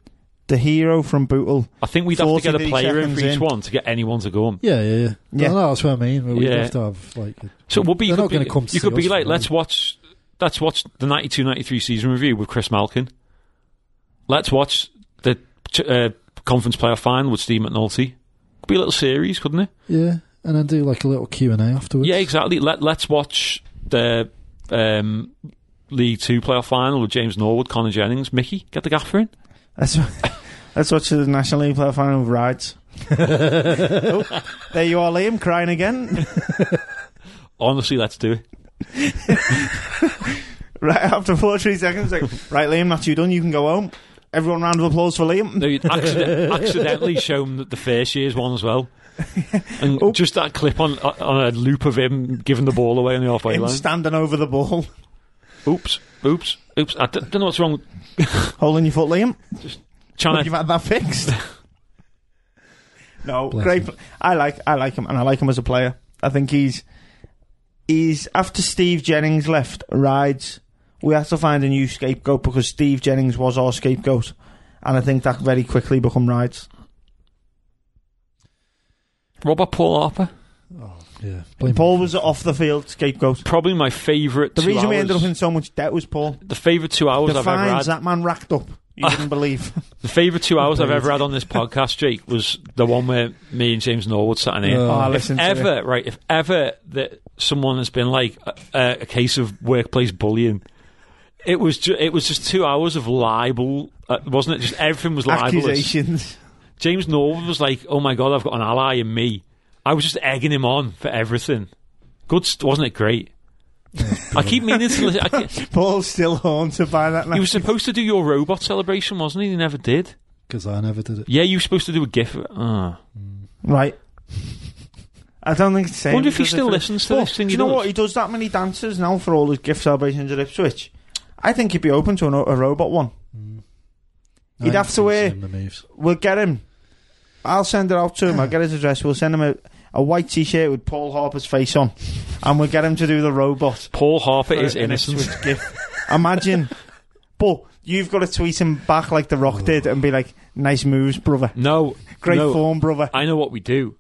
F: The hero from Bootle.
D: I think we'd have to get a
F: 40
D: player in
F: seconds
D: for each
F: in.
D: one to get anyone to go on.
E: Yeah, yeah, yeah.
F: Yeah.
E: No, no, that's what I mean. We'd
D: Yeah.
E: have to have like a-
D: So it would be. You
E: They're
D: could
E: not gonna
D: be,
E: come
D: you
E: see
D: could be
E: us,
D: like,
E: are
D: let's
E: they?
D: watch, let's watch the 92-93 season review with Chris Malkin. Let's watch the ch- uh, conference playoff final with Steve McNulty. Could be a little series, couldn't it?
E: yeah, and then do like a little Q and A afterwards.
D: Yeah, exactly. Let Let's watch the um, League Two playoff final with James Norwood, Connor Jennings, Mickey. Get the gaffer in.
F: Let's, let's watch the National League playoff final with rides. Oh, there you are, Liam, crying again.
D: Honestly, let's do it.
F: right after 43 seconds. Like, right, Liam, that's you done. You can go home. Everyone, round of applause for Liam.
D: No, you'd accident- accidentally shown the, the first year's one as well, and
E: Oh.
D: just that clip on on a loop of him giving the ball away on the halfway
F: Him
D: line.
F: standing over the ball,
D: Oops, oops, oops. I d- don't know what's wrong.
F: holding your foot, Liam.
D: Trying
F: You've
D: to,
F: had that fixed. no,
E: Bless
F: great.
E: him.
F: pl- I like I like him, and I like him as a player. I think he's he's after Steve Jennings left rides. We had to find a new scapegoat because Steve Jennings was our scapegoat, and I think that very quickly become rides.
D: Robert Paul Harper,
E: yeah. Blame
F: Paul was off the field scapegoat.
D: probably my favourite.
F: The
D: two
F: reason we
D: hours-
F: ended up in so much debt was Paul.
D: the favourite two hours
F: The
D: I've ever
F: fines
D: had.
F: that man racked up, you wouldn't believe.
D: The favourite two hours I've ever had on this podcast, Jake, was the one where me and James Norwood sat in here.
E: Uh,
F: Oh, I
E: If
F: listen to it.
D: ever right? If ever that someone has been like uh, a, a case of workplace bullying. It was ju- it was just two hours of libel, uh, wasn't it? Just everything was libelous.
F: accusations.
D: James Norwood was like, "Oh my god, I've got an ally in me." I was just egging him on for everything. Good, st- wasn't it great? I keep meaning to. Listen, I ke-
F: Paul's still haunted by that.
D: he
F: Night.
D: was supposed to do your robot celebration, wasn't he? He never did.
E: because I never did it.
D: uh, Yeah, you were supposed to do a gif. of- Ah,
F: Right. I don't think it's the same.
D: wonder if he
F: because
D: still
F: feel-
D: listens to
F: But
D: this thing
F: Do
D: he
F: you know
D: does.
F: what? He does that many dances now for all his gift celebrations at Ipswich. I think he'd be open to an, a robot one. He'd have to wear-
E: The moves.
F: We'll get him. I'll send it out to him. I'll get his address. We'll send him a, a white T-shirt with Paul Harper's face on, and we'll get him to do the robot.
D: Paul Harper is
F: an
D: innocent.
F: Ipswich gift. Imagine, but you've got to tweet him back like The Rock did and be like, "Nice moves, brother.
D: No,
F: Great
D: no,
F: form, brother."
D: I know what we do.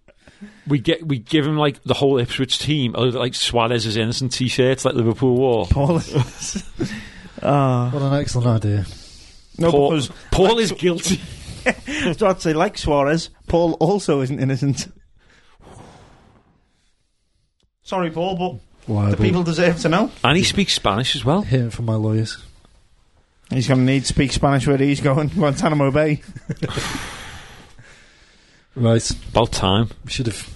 D: We get we give him like the whole Ipswich team, uh, like Suarez's innocent T-shirts, like Liverpool wore.
F: Paul. Ah.
E: What an excellent idea.
F: no,
D: Paul,
F: because
D: Paul is guilty.
F: That's what I'd say. Like Suarez, Paul also isn't innocent. Sorry, Paul, but the
E: Liable.
F: people deserve to know.
D: and he speaks Spanish as well.
E: Hearing from my lawyers.
F: He's going to need to speak Spanish where he's going. Guantanamo Bay.
E: Right.
D: About time.
E: We should have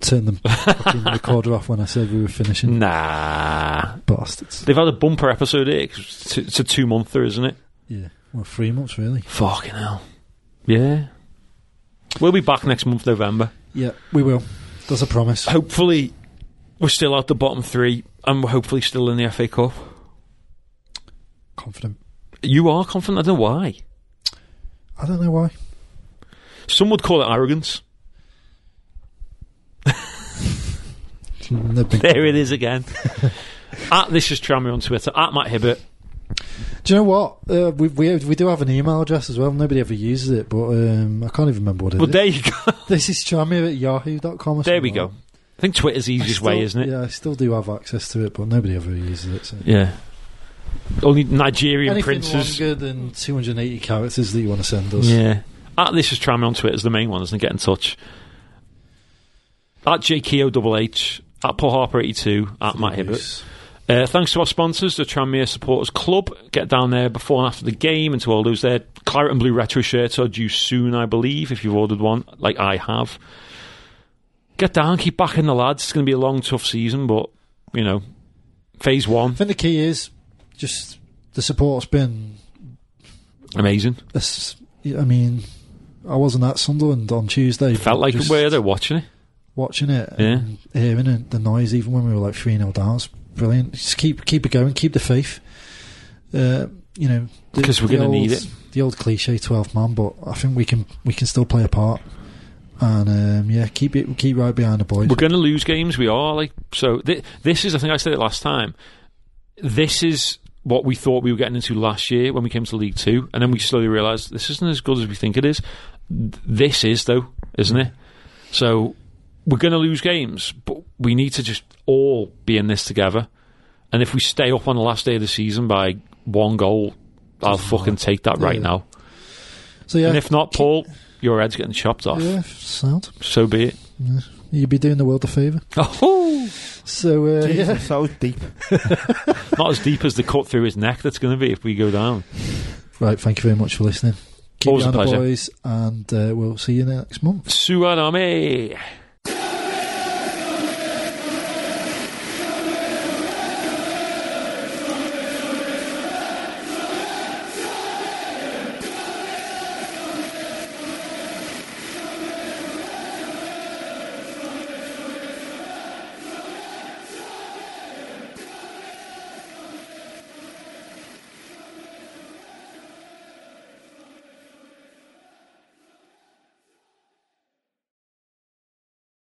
E: turned the fucking recorder off when I said we were finishing.
D: Mm. Nah,
E: Bastards.
D: they've had a bumper episode here. 'cause It's, a- it's a two monther, isn't it?
E: Yeah. Well, three months, really.
D: Fucking hell. Yeah. We'll be back next month, November.
E: Yeah, we will. That's a promise.
D: Hopefully, we're still out the bottom three, and we're hopefully still in the FA Cup.
E: Confident.
D: You are confident. I don't know why.
E: I don't know why.
D: Some would call it arrogance.
E: No big-
D: There it is again. at this is Trammy on Twitter. At Matt Hibbert.
E: Do you know what? Uh, we, we we do have an email address as well. Nobody ever uses it, but um, I can't even remember what it is.
D: Well, there you go.
E: this is Tramir at yahoo.com. Or
D: There we
E: something
D: go.
E: like that.
D: I think Twitter's the
E: I
D: easiest
E: still-
D: way, isn't it?
E: Yeah, I still do have access to it, but nobody ever uses it. So.
D: Yeah. Only Nigerian
E: Anything
D: princes.
E: longer than 280 characters that you want to send us.
D: Yeah. At this is Trammy on Twitter is the main one, isn't it? Get in touch. At JKO double H. At Paul Harper eighty two. At Matt Hibbert.
E: Use.
D: Uh, thanks to our sponsors, the Tranmere Supporters Club. Get down there before and after the game and to all those there. Claret and blue retro shirts are due soon, I believe, if you've ordered one, like I have. Get down, keep backing the lads. It's going to be a long, tough season, but, you know, phase one,
E: I think the key is just the support's been.
D: amazing.
E: This, I mean, I wasn't at Sunderland on Tuesday.
D: Felt like
E: just
D: we're there watching it.
E: watching it,
D: Yeah.
E: and hearing it, the noise, even when we were like three 0 down. It's brilliant. Just keep keep it going, keep the faith. Uh, you know, the-
D: 'Cause we're
E: the
D: gonna
E: old-
D: need it.
E: The old cliche, twelfth man, but I think we can we can still play a part. And um, yeah, keep it keep right behind the boys.
D: We're going to lose games. We are like so. Th- this is. I think I said it last time. This is what we thought we were getting into last year when we came to League Two, and then we slowly realised this isn't as good as we think it is. Th- This is though, isn't it? So we're going to lose games, but we need to just all be in this together. And if we stay up on the last day of the season by one goal, I'll fucking take that right
E: Yeah.
D: now.
E: so yeah,
D: And if not, Paul, your head's getting chopped off.
E: yeah, sound
D: So be it.
E: you'd be doing the world a favour.
D: Oh.
E: So uh, yeah,
F: Jesus, that was deep.
D: Not as deep as the cut through his neck that's going to be if we go down.
E: right. Thank you very much for listening. Keep
D: Always a
E: behind the
D: pleasure.
E: boys, and uh, we'll see you next month.
D: Suarame.